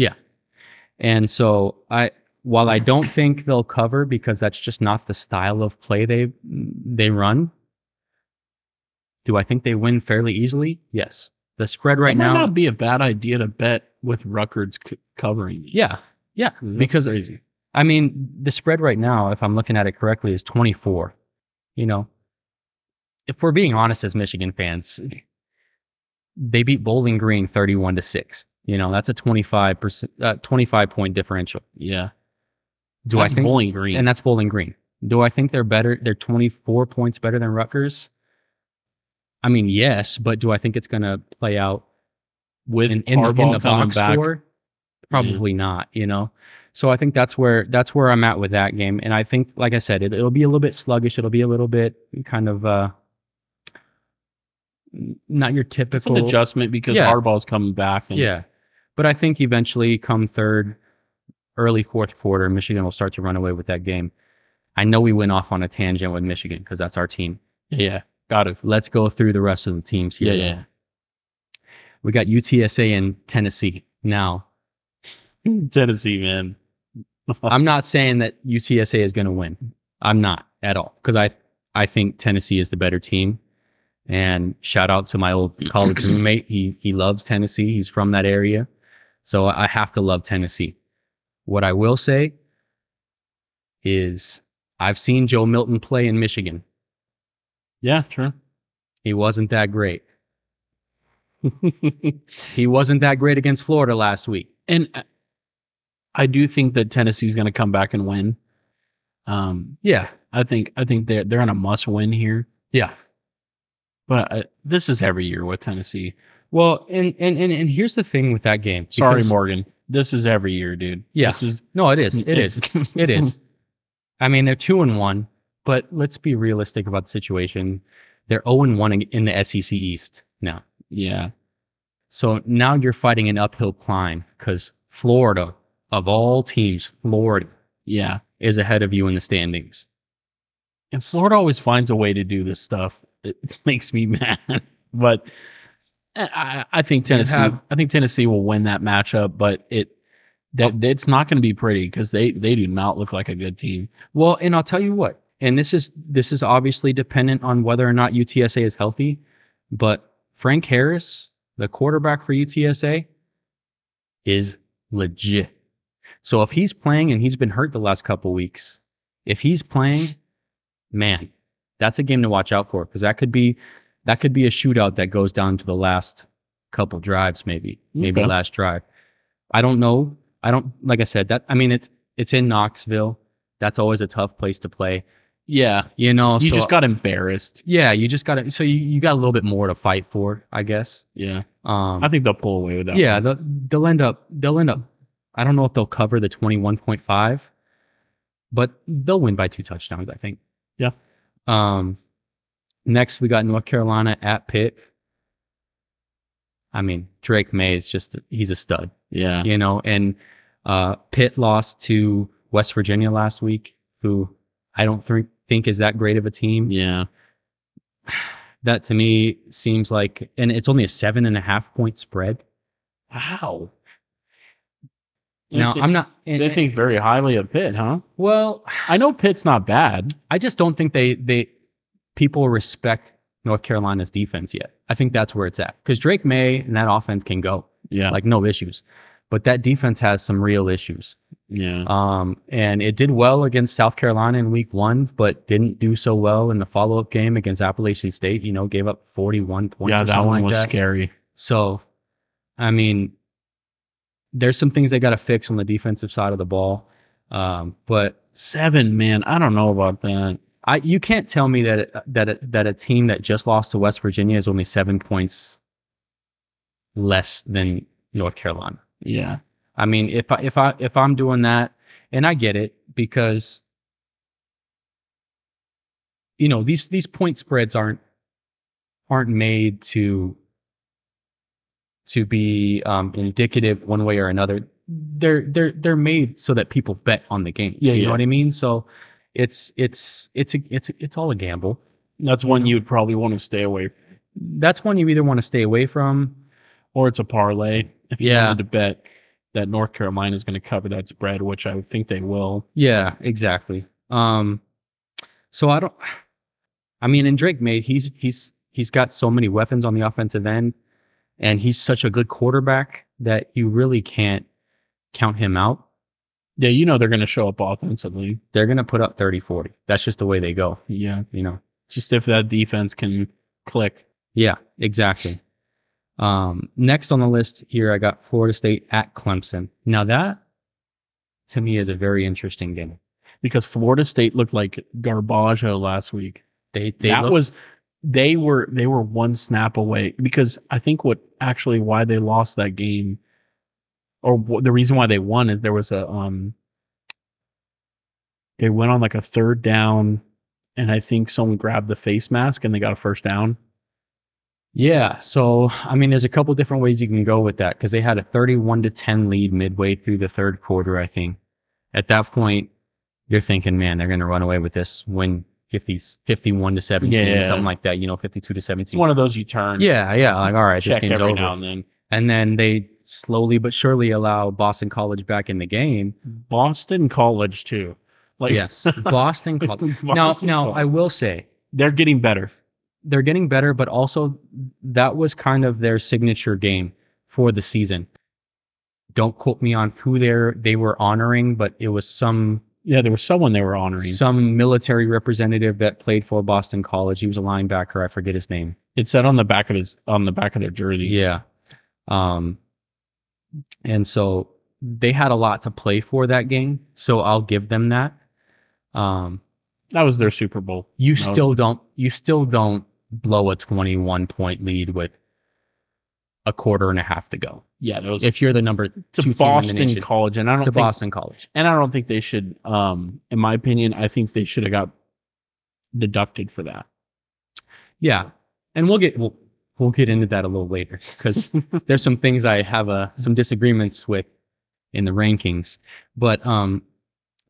[SPEAKER 2] And so I, while I don't think they'll cover because that's just not the style of play they they run. Do I think they win fairly easily? Yes. The spread right
[SPEAKER 1] It might
[SPEAKER 2] now.
[SPEAKER 1] not be a bad idea to bet with Rucker's c- covering.
[SPEAKER 2] Yeah.
[SPEAKER 1] That's
[SPEAKER 2] because-
[SPEAKER 1] crazy.
[SPEAKER 2] I mean, the spread right now, if I'm looking at it correctly, is 24. You know, if we're being honest as Michigan fans, they beat Bowling Green 31 to 6. You know, that's a 25%, uh, 25 point differential.
[SPEAKER 1] Yeah.
[SPEAKER 2] Do
[SPEAKER 1] That's
[SPEAKER 2] I think
[SPEAKER 1] Bowling Green?
[SPEAKER 2] and that's Bowling Green. Do I think they're better? They're 24 points better than Rutgers. I mean, yes, but do I think it's going to play out
[SPEAKER 1] with
[SPEAKER 2] in, in, the, in
[SPEAKER 1] Harbaugh
[SPEAKER 2] the
[SPEAKER 1] coming
[SPEAKER 2] box score? Probably not. You know, so I think that's where that's where I'm at with that game, and I think, like I said, it, it'll be a little bit sluggish. It'll be a little bit kind of uh n- not your
[SPEAKER 1] It's an
[SPEAKER 2] typical
[SPEAKER 1] adjustment because
[SPEAKER 2] Yeah.
[SPEAKER 1] Harbaugh's coming back. And
[SPEAKER 2] yeah. But I think eventually, come third, early fourth quarter, Michigan will start to run away with that game. I know we went off on a tangent with Michigan because that's our team.
[SPEAKER 1] Yeah. Got it.
[SPEAKER 2] Let's go through the rest of the teams
[SPEAKER 1] Yeah.
[SPEAKER 2] here.
[SPEAKER 1] Yeah.
[SPEAKER 2] We got UTSA and Tennessee. Now,
[SPEAKER 1] Tennessee, man. *laughs*
[SPEAKER 2] I'm not saying that UTSA is going to win. I'm not at all because I, I think Tennessee is the better team. And shout out to my old *clears throat* college roommate. He, he loves Tennessee. He's from that area. So I have to love Tennessee. What I will say is I've seen Joe Milton play in Michigan.
[SPEAKER 1] yeah. True.
[SPEAKER 2] He wasn't that *laughs* great. He wasn't that great against Florida last week.
[SPEAKER 1] and I- I do think that Tennessee's going to come back and win. Um,
[SPEAKER 2] Yeah.
[SPEAKER 1] I think I think they're they're on a must win here.
[SPEAKER 2] Yeah.
[SPEAKER 1] But I, this is every year with Tennessee.
[SPEAKER 2] Well, and, and, and, and here's the thing with that game.
[SPEAKER 1] Sorry,
[SPEAKER 2] because- Mm-hmm.
[SPEAKER 1] Morgan. This is every year, dude.
[SPEAKER 2] Yeah.
[SPEAKER 1] This is
[SPEAKER 2] No, it is.
[SPEAKER 1] *laughs*
[SPEAKER 2] It is. It
[SPEAKER 1] Mm-hmm.
[SPEAKER 2] is. I mean, they're two and one, but let's be realistic about the situation. They're 0 and 1 in- in the SEC East now.
[SPEAKER 1] yeah.
[SPEAKER 2] So now you're fighting an uphill climb because Florida, of all teams, Florida
[SPEAKER 1] Yeah.
[SPEAKER 2] is ahead of you in the standings.
[SPEAKER 1] And Florida always finds a way to do this stuff. It, *laughs* makes me mad. But eh, I, I I think
[SPEAKER 2] You
[SPEAKER 1] Tennessee.
[SPEAKER 2] have-
[SPEAKER 1] I think Tennessee will win that matchup. But it that it's not going to be pretty because they they do not look like a good team.
[SPEAKER 2] Well, and I'll tell you what, and this is this is obviously dependent on whether or not UTSA is healthy, but Frank Harris, the quarterback for UTSA, is legit. So if he's playing and he's been hurt the last couple weeks, if he's playing, man, that's a game to watch out for because that could be that could be a shootout that goes down to the last couple drives, maybe maybe
[SPEAKER 1] Okay.
[SPEAKER 2] last drive. I don't know. I don't like I said that. I mean, it's it's in Knoxville. That's always a tough place to play.
[SPEAKER 1] Yeah. uh,
[SPEAKER 2] You know,
[SPEAKER 1] You
[SPEAKER 2] so-
[SPEAKER 1] just got embarrassed.
[SPEAKER 2] yeah, you just got to. So you, you got a little bit more to fight for, I guess.
[SPEAKER 1] Yeah.
[SPEAKER 2] Um,
[SPEAKER 1] I think they'll pull away with that.
[SPEAKER 2] yeah,
[SPEAKER 1] one.
[SPEAKER 2] they'll, they'll end up. They'll end up. I don't know if they'll cover the twenty-one point five, but they'll win by two touchdowns. I think.
[SPEAKER 1] Yeah.
[SPEAKER 2] Um, next we got North Carolina at Pitt. I mean, Drake May is just—he's a stud,
[SPEAKER 1] Yeah.
[SPEAKER 2] you know. And uh, Pitt lost to West Virginia last week, who I don't think think is that great of a team
[SPEAKER 1] Yeah.
[SPEAKER 2] that to me seems like and it's only a seven and a half point spread
[SPEAKER 1] Wow.
[SPEAKER 2] now i'm not
[SPEAKER 1] They think very highly of Pitt, huh?
[SPEAKER 2] well
[SPEAKER 1] I know Pitt's not bad.
[SPEAKER 2] i just don't think they they people respect north carolina's defense yet i think that's where it's at because drake may and that offense can go
[SPEAKER 1] Yeah.
[SPEAKER 2] like no issues but that defense has some real issues
[SPEAKER 1] yeah.
[SPEAKER 2] um, and it did well against south carolina in week one but didn't do so well in the follow-up game against appalachian state you know gave up 41 points
[SPEAKER 1] Yeah,
[SPEAKER 2] or
[SPEAKER 1] that
[SPEAKER 2] something
[SPEAKER 1] one
[SPEAKER 2] like
[SPEAKER 1] was
[SPEAKER 2] that.
[SPEAKER 1] scary.
[SPEAKER 2] So, I mean, there's some things they got to fix on the defensive side of the ball. Um, but
[SPEAKER 1] Seven, man. I don't know about that.
[SPEAKER 2] I, you can't tell me that that a, that a team that just lost to West Virginia is only seven points less than North Carolina.
[SPEAKER 1] Yeah.
[SPEAKER 2] I mean, if I if I if I'm doing that, and I get it because you know these these point spreads aren't aren't made to to be um, indicative one way or another. They're they're they're made so that people bet on the games.
[SPEAKER 1] Yeah,
[SPEAKER 2] you
[SPEAKER 1] yeah.
[SPEAKER 2] know what I mean. So it's it's it's a, it's it's all a gamble.
[SPEAKER 1] That's one you would probably want to stay away from.
[SPEAKER 2] That's one you either want to stay away from.
[SPEAKER 1] Or it's a parlay. If you
[SPEAKER 2] Yeah.
[SPEAKER 1] wanted to bet that North Carolina is going to cover that spread, which I would think they will.
[SPEAKER 2] Yeah, exactly. Um, so I don't. I mean, and Drake made he's he's he's got so many weapons on the offensive end, and he's such a good quarterback that you really can't count him out.
[SPEAKER 1] Yeah, you know they're going to show up offensively.
[SPEAKER 2] They're going to put up 30, 40. That's just the way they go,
[SPEAKER 1] Yeah,
[SPEAKER 2] you know?
[SPEAKER 1] just if that defense can click.
[SPEAKER 2] Yeah, exactly. Um, next on the list here, I got Florida State at Clemson. Now, that to me is a very interesting game.
[SPEAKER 1] Because Florida State looked like garbaggio last week.
[SPEAKER 2] They, they
[SPEAKER 1] that
[SPEAKER 2] look-
[SPEAKER 1] was they were they were one snap away because I think what actually why they lost that game or wh- the reason why they won is there was a um they went on like a third down and I think someone grabbed the face mask and they got a first down.
[SPEAKER 2] Yeah. So, I mean, there's a couple different ways you can go with that because they had a 31 to 10 lead midway through the third quarter, I think. At that point, you're thinking, man, they're going to run away with this, win 50, 51 to 17,
[SPEAKER 1] Yeah.
[SPEAKER 2] something like that, you know, 52 to
[SPEAKER 1] It's
[SPEAKER 2] 17.
[SPEAKER 1] one of those you turn.
[SPEAKER 2] yeah. Yeah. Like, all right, this
[SPEAKER 1] check
[SPEAKER 2] game's
[SPEAKER 1] every
[SPEAKER 2] over.
[SPEAKER 1] now and then.
[SPEAKER 2] And then they slowly but surely allow Boston College back in the game.
[SPEAKER 1] Boston College too. Like *laughs*
[SPEAKER 2] yes. Boston College. Now,
[SPEAKER 1] Boston
[SPEAKER 2] now,
[SPEAKER 1] College.
[SPEAKER 2] I will say,
[SPEAKER 1] they're getting better.
[SPEAKER 2] they're getting better, but also that was kind of their signature game for the season. Don't quote me on who they they were honoring, but it was some
[SPEAKER 1] Yeah, there was someone they were honoring.
[SPEAKER 2] some military representative that played for Boston College. He was a linebacker. I forget his name.
[SPEAKER 1] It said on the back of his on the back of their jerseys.
[SPEAKER 2] Yeah. Um, and so they had a lot to play for that game. So I'll give them that. Um,
[SPEAKER 1] That was their Super Bowl.
[SPEAKER 2] you
[SPEAKER 1] No.
[SPEAKER 2] still don't you still don't blow a 21 point lead with a quarter and a half to go
[SPEAKER 1] Yeah, that was
[SPEAKER 2] if you're the number two team
[SPEAKER 1] to
[SPEAKER 2] in the
[SPEAKER 1] Boston
[SPEAKER 2] nation.
[SPEAKER 1] College, and I don't
[SPEAKER 2] to
[SPEAKER 1] think,
[SPEAKER 2] Boston College.
[SPEAKER 1] and I don't think they should. Um, in my opinion, I think they should have got deducted for that.
[SPEAKER 2] Yeah, and we'll get we'll, we'll get into that a little later
[SPEAKER 1] *laughs*
[SPEAKER 2] because there's some things I have uh, some disagreements with in the rankings, but um,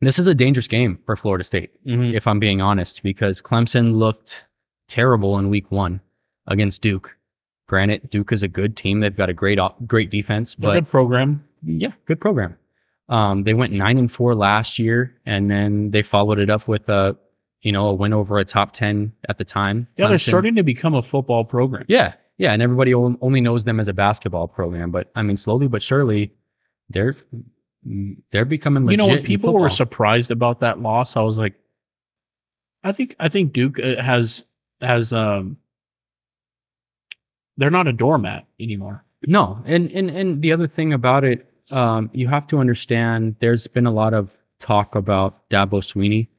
[SPEAKER 2] this is a dangerous game for Florida State. if I'm being honest, because Clemson looked terrible in week one against Duke. Granted, Duke is a good team. They've got a great, op- great defense,
[SPEAKER 1] But,
[SPEAKER 2] but
[SPEAKER 1] good program.
[SPEAKER 2] yeah, good program. Um, they went nine and four last year, and then they followed it up with a, you know, a win over a top ten at the time.
[SPEAKER 1] Yeah, they're
[SPEAKER 2] Clemson-
[SPEAKER 1] starting to become a football program.
[SPEAKER 2] Yeah, yeah, and everybody on- only knows them as a basketball program, but I mean, slowly but surely, they're they're becoming.
[SPEAKER 1] you
[SPEAKER 2] Legit
[SPEAKER 1] know, when
[SPEAKER 2] in
[SPEAKER 1] people were
[SPEAKER 2] football.
[SPEAKER 1] surprised about that loss, I was like, I think I think Duke uh, has has um, they're not a doormat anymore.
[SPEAKER 2] No, and and and the other thing about it, um, you have to understand. There's been a lot of talk about Dabo Sweeney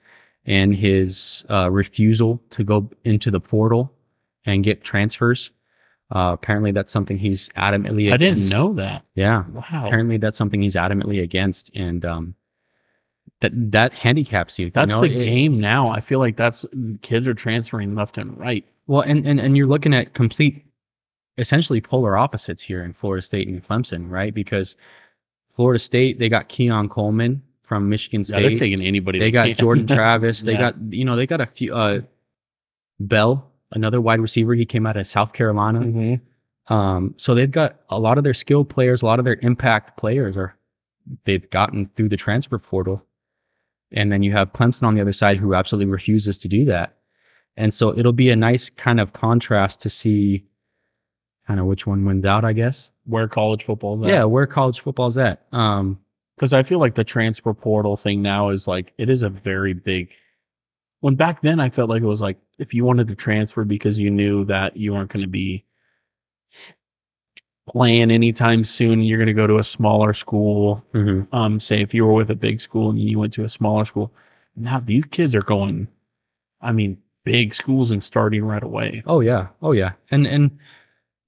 [SPEAKER 2] and his uh, refusal to go into the portal and get transfers. Uh, apparently, that's something he's adamantly.
[SPEAKER 1] I didn't
[SPEAKER 2] against.
[SPEAKER 1] know Oh. that.
[SPEAKER 2] Yeah,
[SPEAKER 1] Wow,
[SPEAKER 2] apparently that's something he's adamantly against, and um, that that handicaps you. you
[SPEAKER 1] that's
[SPEAKER 2] know?
[SPEAKER 1] the
[SPEAKER 2] It-
[SPEAKER 1] game now. I feel like that's kids are transferring left and right.
[SPEAKER 2] Well, and, and and you're looking at complete, essentially polar opposites here in Florida State and Clemson, right? Because Florida State they got Keon Coleman from Michigan
[SPEAKER 1] Yeah, they're
[SPEAKER 2] State.
[SPEAKER 1] taking anybody.
[SPEAKER 2] they got
[SPEAKER 1] can. *laughs*
[SPEAKER 2] Jordan Travis. They
[SPEAKER 1] Yeah.
[SPEAKER 2] got you know they got a few. Uh, Bell, another wide receiver, he came out of South Carolina.
[SPEAKER 1] Mhm.
[SPEAKER 2] Um, so they've got a lot of their skill players, a lot of their impact players are they've gotten through the transfer portal. And then you have Clemson on the other side who absolutely refuses to do that. And so it'll be a nice kind of contrast to see kind of which one wins out, I guess.
[SPEAKER 1] where college football is
[SPEAKER 2] Yeah, where college football's at. Um,
[SPEAKER 1] because i feel like the transfer portal thing now is like it is a very big when back then i felt like it was like if you wanted to transfer because you knew that you weren't going to be playing anytime soon you're going to go to a smaller school um say if you were with a big school and you went to a smaller school now these kids are going i mean big schools and starting right away
[SPEAKER 2] Oh yeah, oh yeah, and and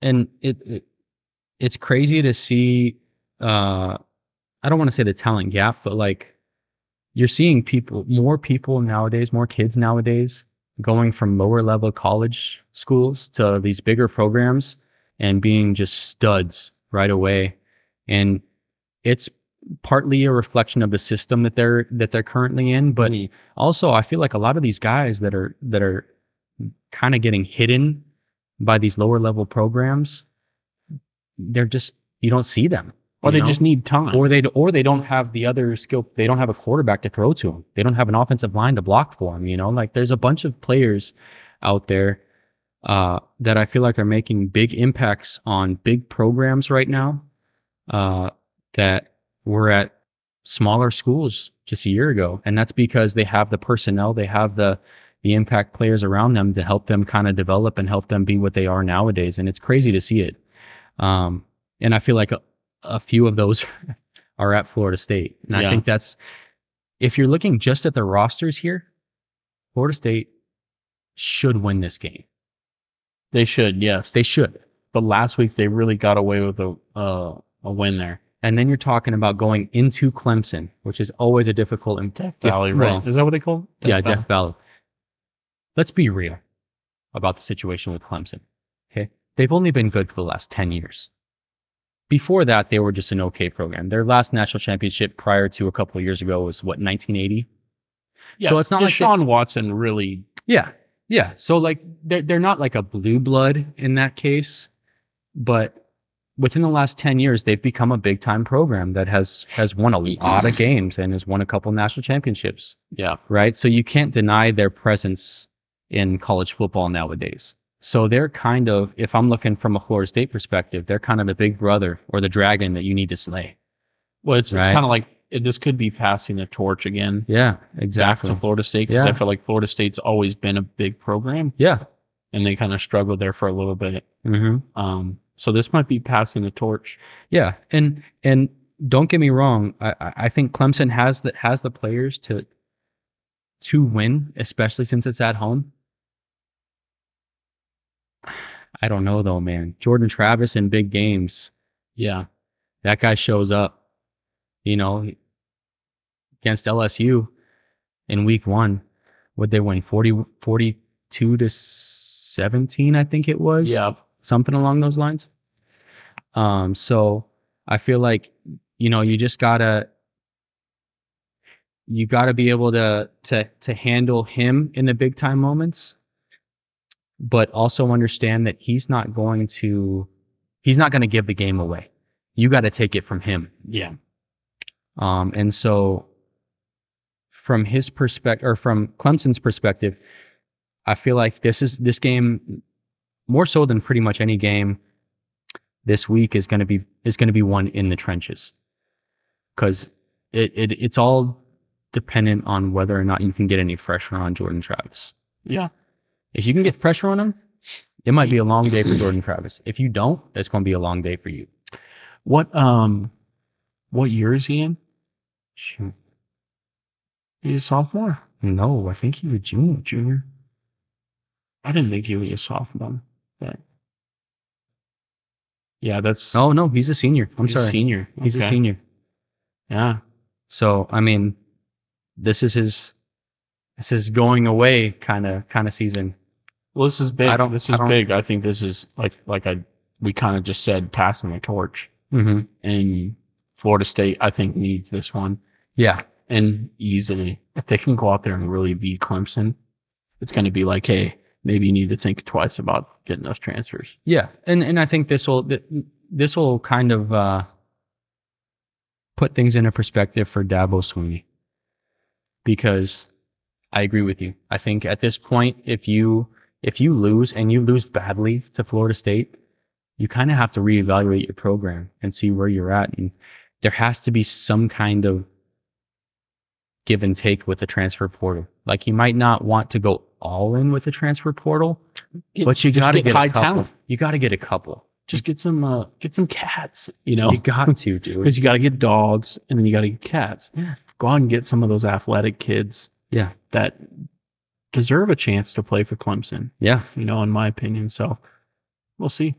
[SPEAKER 2] and it, it it's crazy to see. Uh, I don't want to say the talent gap, but like you're seeing people, more people nowadays, more kids nowadays going from lower level college schools to these bigger programs and being just studs right away, and it's partly a reflection of the system that they're that they're currently in, but
[SPEAKER 1] Mm-hmm.
[SPEAKER 2] also i feel like a lot of these guys that are that are kind of getting hidden by these lower level programs they're just you don't see them
[SPEAKER 1] or they
[SPEAKER 2] you know?
[SPEAKER 1] just need time
[SPEAKER 2] or they or they don't have the other skill they don't have a quarterback to throw to them they don't have an offensive line to block for them you know like there's a bunch of players out there uh, that i feel like are making big impacts on big programs right now uh, that were at smaller schools just a year ago, and that's because they have the personnel, they have the the impact players around them to help them kind of develop and help them be what they are nowadays. And it's crazy to see it. Um, and I feel like a, a few of those *laughs* are at Florida State, and
[SPEAKER 1] Yeah.
[SPEAKER 2] I think that's if you're looking just at the rosters here, Florida State should win this game.
[SPEAKER 1] They should, yes.
[SPEAKER 2] They should.
[SPEAKER 1] But last week they really got away with a uh, a win there.
[SPEAKER 2] And then you're talking about going into Clemson, which is always a difficult and
[SPEAKER 1] Death
[SPEAKER 2] If-
[SPEAKER 1] Valley, right?
[SPEAKER 2] well,
[SPEAKER 1] Is that what they call it?
[SPEAKER 2] yeah,
[SPEAKER 1] Valley.
[SPEAKER 2] Death Valley. Let's be real about the situation with Clemson. Okay. They've only been good for the last 10 years. Before that, they were just an okay program. Their last national championship prior to a couple of years ago was what, 1980?
[SPEAKER 1] Yeah,
[SPEAKER 2] So it's not like they-
[SPEAKER 1] Deshaun Watson really.
[SPEAKER 2] Yeah. Yeah. So like they're they're not like a blue blood in that case, but within the last ten years they've become a big time program that has has won a lot of games and has won a couple national championships.
[SPEAKER 1] Yeah,
[SPEAKER 2] Right. So you can't deny their presence in college football nowadays. So they're kind of, if I'm looking from a Florida State perspective, they're kind of the big brother or the dragon that you need to slay.
[SPEAKER 1] well, it's, it's
[SPEAKER 2] Right.
[SPEAKER 1] kind of like it, this could be passing the torch again
[SPEAKER 2] Yeah,
[SPEAKER 1] back to Florida State because
[SPEAKER 2] Yeah.
[SPEAKER 1] I feel like Florida State's always been a big program
[SPEAKER 2] Yeah.
[SPEAKER 1] and they kind of struggled there for a little bit.
[SPEAKER 2] Mm-hmm.
[SPEAKER 1] Um, so this might be passing the torch.
[SPEAKER 2] Yeah, and and don't get me wrong, I I I think Clemson has the has the players to to win, especially since it's at home. *sighs* I don't know though, man. Jordan Travis in big games,
[SPEAKER 1] Yeah,
[SPEAKER 2] that guy shows up, you know, against LSU in week one. Would they win 40, 42 to 17, I think it was
[SPEAKER 1] yeah,
[SPEAKER 2] something along those lines. Um, so I feel like you know you just gotta you gotta be able to to to handle him in the big time moments, but also understand that he's not going to he's not going to give the game away. You got to take it from him.
[SPEAKER 1] yeah,
[SPEAKER 2] Um, and so, from his perspective, or from Clemson's perspective, I feel like this is this game more so than pretty much any game this week is going to be is going to be one in the trenches because it, it it's all dependent on whether or not you can get any pressure on Jordan Travis.
[SPEAKER 1] yeah.
[SPEAKER 2] If you can get pressure on him, it might be a long
[SPEAKER 1] *clears throat*
[SPEAKER 2] day for Jordan Travis. If you don't, it's going to be a long day for you.
[SPEAKER 1] What um, what year is he in?
[SPEAKER 2] Shoot.
[SPEAKER 1] He's a sophomore.
[SPEAKER 2] No, I think he's a junior. Junior.
[SPEAKER 1] I didn't think he was a sophomore. But yeah, that's
[SPEAKER 2] Oh no, he's a senior. I'm
[SPEAKER 1] he's a
[SPEAKER 2] sorry.
[SPEAKER 1] senior.
[SPEAKER 2] He's a
[SPEAKER 1] Okay.
[SPEAKER 2] senior.
[SPEAKER 1] Yeah,
[SPEAKER 2] So I mean, this is his this is going away kind of kind of season.
[SPEAKER 1] Well, this is big.
[SPEAKER 2] I don't-
[SPEAKER 1] this
[SPEAKER 2] I
[SPEAKER 1] is
[SPEAKER 2] don't-
[SPEAKER 1] big. I think this is like like I we kind of just said passing the torch,
[SPEAKER 2] Mm-hmm.
[SPEAKER 1] and Florida State I think needs this one
[SPEAKER 2] Yeah.
[SPEAKER 1] and easily. If they can go out there and really beat Clemson, it's going to be like, hey, maybe you need to think twice about getting those transfers.
[SPEAKER 2] Yeah. And and I think this will th- this will kind of uh, put things into perspective for Dabo Sweeney because I agree with you. I think at this point, if you if you lose and you lose badly to Florida State, you kind of have to reevaluate your program and see where you're at, and there has to be some kind of give and take with the transfer portal. Like you might not want to go all in with the transfer portal,
[SPEAKER 1] Get-
[SPEAKER 2] but you
[SPEAKER 1] just
[SPEAKER 2] got to
[SPEAKER 1] get
[SPEAKER 2] get,
[SPEAKER 1] high
[SPEAKER 2] a couple.
[SPEAKER 1] talent.
[SPEAKER 2] You got to get a couple.
[SPEAKER 1] Just get some uh, get some cats, you know,
[SPEAKER 2] You got to, dude. *laughs*
[SPEAKER 1] because you got to get dogs and then you got to get cats.
[SPEAKER 2] Yeah.
[SPEAKER 1] Go out and get some of those athletic kids.
[SPEAKER 2] Yeah.
[SPEAKER 1] that deserve a chance to play for Clemson.
[SPEAKER 2] Yeah,
[SPEAKER 1] you know, in my opinion. So we'll see.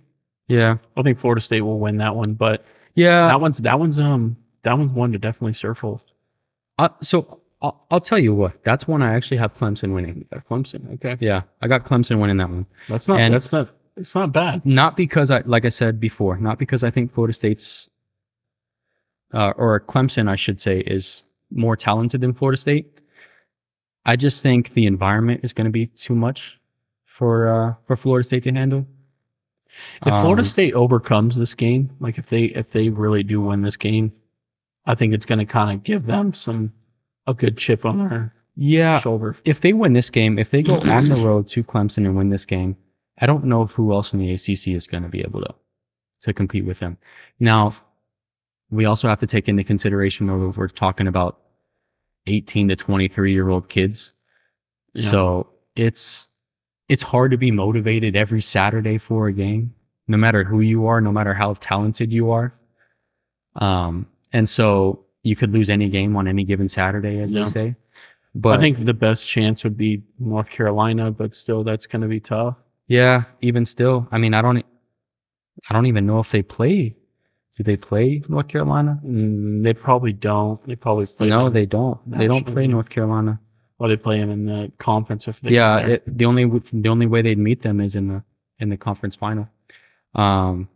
[SPEAKER 2] yeah,
[SPEAKER 1] I think Florida State will win that one, but
[SPEAKER 2] yeah.
[SPEAKER 1] that one's that one's um that one's one to definitely surf with.
[SPEAKER 2] Uh, so I'll, I'll tell you what. That's one I actually have Clemson winning.
[SPEAKER 1] Clemson. Okay,
[SPEAKER 2] Yeah, I got Clemson winning that one.
[SPEAKER 1] that's not
[SPEAKER 2] And-
[SPEAKER 1] that's not it's not bad.
[SPEAKER 2] Not because I, like I said before, not because I think Florida State's uh, or Clemson, I should say, is more talented than Florida State. I just think the environment is going to be too much for uh, for Florida State to handle.
[SPEAKER 1] If Florida
[SPEAKER 2] Um,
[SPEAKER 1] State overcomes this game, like if they if they really do win this game, I think it's going to kind of give them some a good chip on their
[SPEAKER 2] yeah,
[SPEAKER 1] shoulder.
[SPEAKER 2] if they win this game, if they go
[SPEAKER 1] Mm-hmm.
[SPEAKER 2] on the road to Clemson and win this game, I don't know who else in the ACC is going to be able to to compete with them. Now, we also have to take into consideration when we're talking about 18 to 23 year old kids.
[SPEAKER 1] Yeah.
[SPEAKER 2] So it's it's hard to be motivated every Saturday for a game, no matter who you are, no matter how talented you are. Um, and so you could lose any game on any given Saturday, as
[SPEAKER 1] Yeah.
[SPEAKER 2] they say. But
[SPEAKER 1] I think the best chance would be North Carolina, but still, that's going to be tough.
[SPEAKER 2] yeah, even still, I mean, I don't, e, I don't even know if they play. Do they play North Carolina?
[SPEAKER 1] Mm, they probably don't. They probably play.
[SPEAKER 2] no,
[SPEAKER 1] them-
[SPEAKER 2] they don't. They don't
[SPEAKER 1] National
[SPEAKER 2] play
[SPEAKER 1] game.
[SPEAKER 2] North Carolina.
[SPEAKER 1] well, they play them in the conference if they.
[SPEAKER 2] yeah,
[SPEAKER 1] they're-
[SPEAKER 2] it, the only w- the only way they'd meet them is in the in the conference final. Um,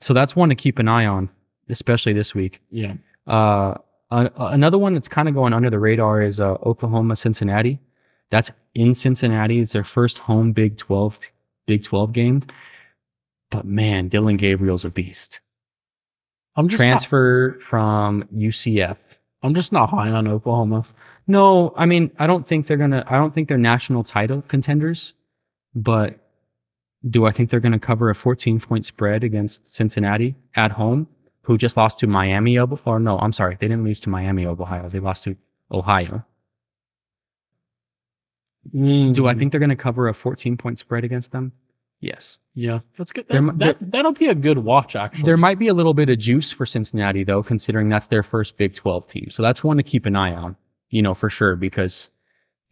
[SPEAKER 2] so that's one to keep an eye on, especially this week.
[SPEAKER 1] yeah.
[SPEAKER 2] Uh, a- another one that's kind of going under the radar is uh, Oklahoma Cincinnati. That's in Cincinnati. It's their first home Big Twelve Big Twelve game. But man, Dylan Gabriel's a beast.
[SPEAKER 1] I'm just not,
[SPEAKER 2] Transfer from UCF.
[SPEAKER 1] I'm just not high on Oklahoma.
[SPEAKER 2] No, I mean, I don't think they're gonna. I don't think they're national title contenders, but do I think they're gonna cover a 14 point spread against Cincinnati at home, who just lost to Miami of or no, I'm sorry, they didn't lose to Miami of Ohio. They lost to Ohio. Mm, Do I
[SPEAKER 1] Mm-hmm. Mm,
[SPEAKER 2] think they're gonna cover a 14 point spread against them? Yes.
[SPEAKER 1] Yeah, that's good.
[SPEAKER 2] There
[SPEAKER 1] That,
[SPEAKER 2] mi- there-
[SPEAKER 1] that, that'll be a good watch actually.
[SPEAKER 2] There might be a little bit of juice for Cincinnati though, considering that's their first Big 12 team. So that's one to keep an eye on, you know, for sure, because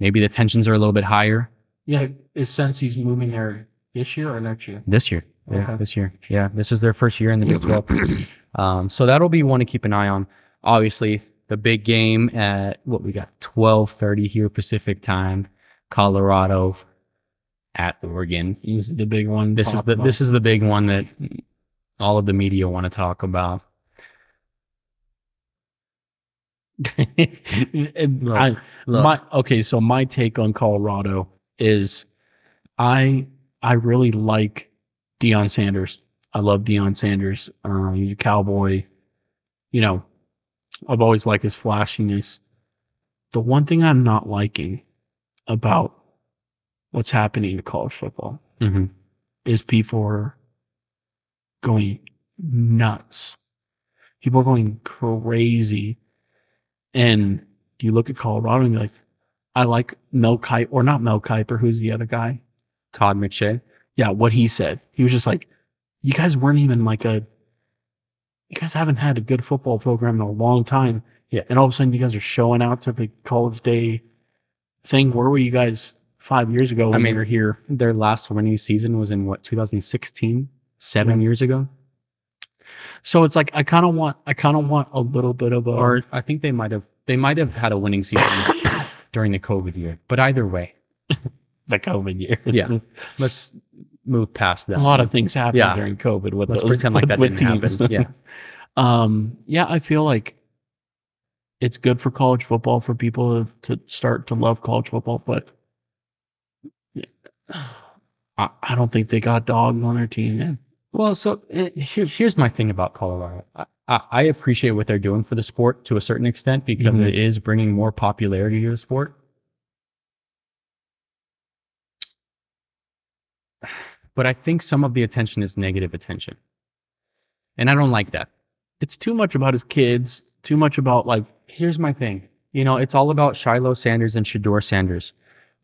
[SPEAKER 2] maybe the tensions are a little bit higher.
[SPEAKER 1] yeah, is since he's moving there this year or next *laughs* year?
[SPEAKER 2] This year. Yeah,
[SPEAKER 1] Okay.
[SPEAKER 2] this year. Yeah, this is their first year in the Big 12. um, so that'll be one to keep an eye on. Obviously, the big game at what we got 12:30 here Pacific time, Colorado at Oregon.
[SPEAKER 1] He's the big one.
[SPEAKER 2] This is the this is the big one that all of the media want to talk about. Look,
[SPEAKER 1] I,
[SPEAKER 2] look.
[SPEAKER 1] My okay, so my take on Colorado is, I I really like Deion Sanders. I love Deion Sanders. Um, he's a cowboy. You know, I've always liked his flashiness. The one thing I'm not liking about what's happening to college football
[SPEAKER 2] Mhm.
[SPEAKER 1] is people are going nuts. People are going crazy. And you look at Colorado and you're like, I like Mel Kiper, or not Mel Kiper, who's the other guy?
[SPEAKER 2] Todd McShay.
[SPEAKER 1] Yeah, what he said. He was just like, you guys weren't even like a, you guys haven't had a good football program in a long time. Yeah. And all of a sudden you guys are showing out to the college day thing. Where were you guys five years ago when
[SPEAKER 2] mean,
[SPEAKER 1] you were here?
[SPEAKER 2] Their last winning season was in what 2016, 7 years ago.
[SPEAKER 1] So it's like, I kind of want, I kind of want a little bit of a,
[SPEAKER 2] or I think they might have they might have had a winning season *coughs* during the COVID year. But either way,
[SPEAKER 1] the COVID *laughs* year.
[SPEAKER 2] Yeah. let's move past
[SPEAKER 1] a
[SPEAKER 2] that.
[SPEAKER 1] lot of things happened
[SPEAKER 2] Yeah.
[SPEAKER 1] during COVID with
[SPEAKER 2] let's
[SPEAKER 1] those,
[SPEAKER 2] pretend like that
[SPEAKER 1] with
[SPEAKER 2] didn't happen.
[SPEAKER 1] teams.
[SPEAKER 2] Yeah,
[SPEAKER 1] *laughs* um, yeah, I feel like it's good for college football for people to start to love college football, but *sighs* I, I don't think they got dogged on their team. Man.
[SPEAKER 2] Well, so eh, here, here's my thing about Colorado. I, I I appreciate what they're doing for the sport to a certain extent because
[SPEAKER 1] Mhm.
[SPEAKER 2] it is bringing more popularity to the sport. But I think some of the attention is negative attention. And I don't like that.
[SPEAKER 1] It's too much about his kids, too much about like,
[SPEAKER 2] Here's my thing. You know, it's all about Shiloh Sanders and Shador Sanders.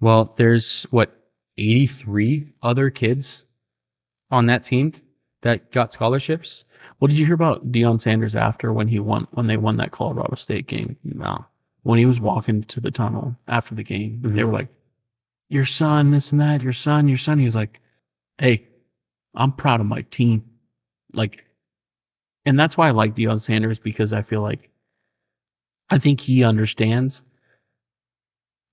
[SPEAKER 2] Well, there's what, 83 other kids on that team that got scholarships?
[SPEAKER 1] what did you hear about Deion Sanders after when he won, when they won that Colorado State game?
[SPEAKER 2] No.
[SPEAKER 1] when he was walking to the tunnel after the game,
[SPEAKER 2] Mhm.
[SPEAKER 1] they were like, Your son, this and that, your son, your son. He was like, Hey, I'm proud of my team. Like, and that's why I like Deion Sanders because I feel like I think he understands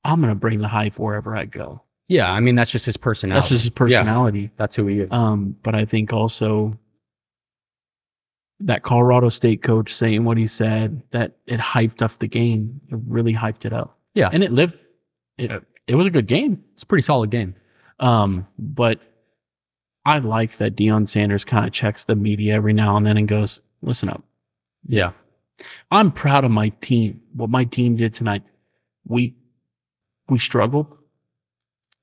[SPEAKER 1] I'm going to bring the hype wherever I go.
[SPEAKER 2] Yeah, I mean that's just his personality.
[SPEAKER 1] That's just his personality.
[SPEAKER 2] that's who he is.
[SPEAKER 1] Um, but I think also that Colorado State coach saying what he said, that it hyped up the game. It really hyped it up.
[SPEAKER 2] Yeah.
[SPEAKER 1] And it lived it, it was a good game.
[SPEAKER 2] it's a pretty solid game.
[SPEAKER 1] Um, but I like that Deion Sanders kind of checks the media every now and then and goes, Listen up,
[SPEAKER 2] Yeah,
[SPEAKER 1] I'm proud of my team. What my team did tonight. We we struggled,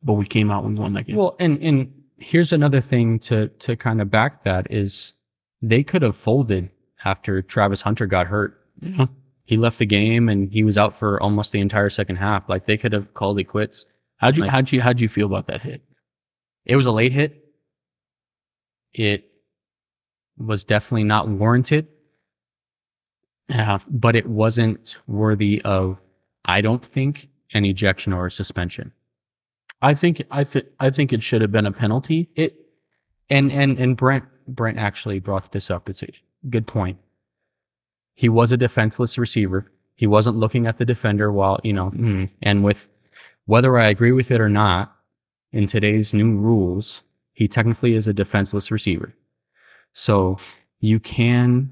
[SPEAKER 1] but we came out and won that game.
[SPEAKER 2] Well, and and here's another thing to to kind of back that is they could have folded after Travis Hunter got hurt.
[SPEAKER 1] Yeah.
[SPEAKER 2] He left the game and he was out for almost the entire second half. Like they could have called it quits.
[SPEAKER 1] How'd you
[SPEAKER 2] Like-
[SPEAKER 1] how'd you how'd you feel about that hit?
[SPEAKER 2] It was a late hit. It was definitely not warranted, Uh,
[SPEAKER 1] Yeah.
[SPEAKER 2] but it wasn't worthy of, I don't think, an ejection or a suspension.
[SPEAKER 1] I think I th- I think it should have been a penalty.
[SPEAKER 2] it and and and Brent Brent actually brought this up. It's a good point. He was a defenseless receiver. He wasn't looking at the defender while, you know, hmm.
[SPEAKER 1] Mm.
[SPEAKER 2] and with whether I agree with it or not, in today's new rules, he technically is a defenseless receiver. So you can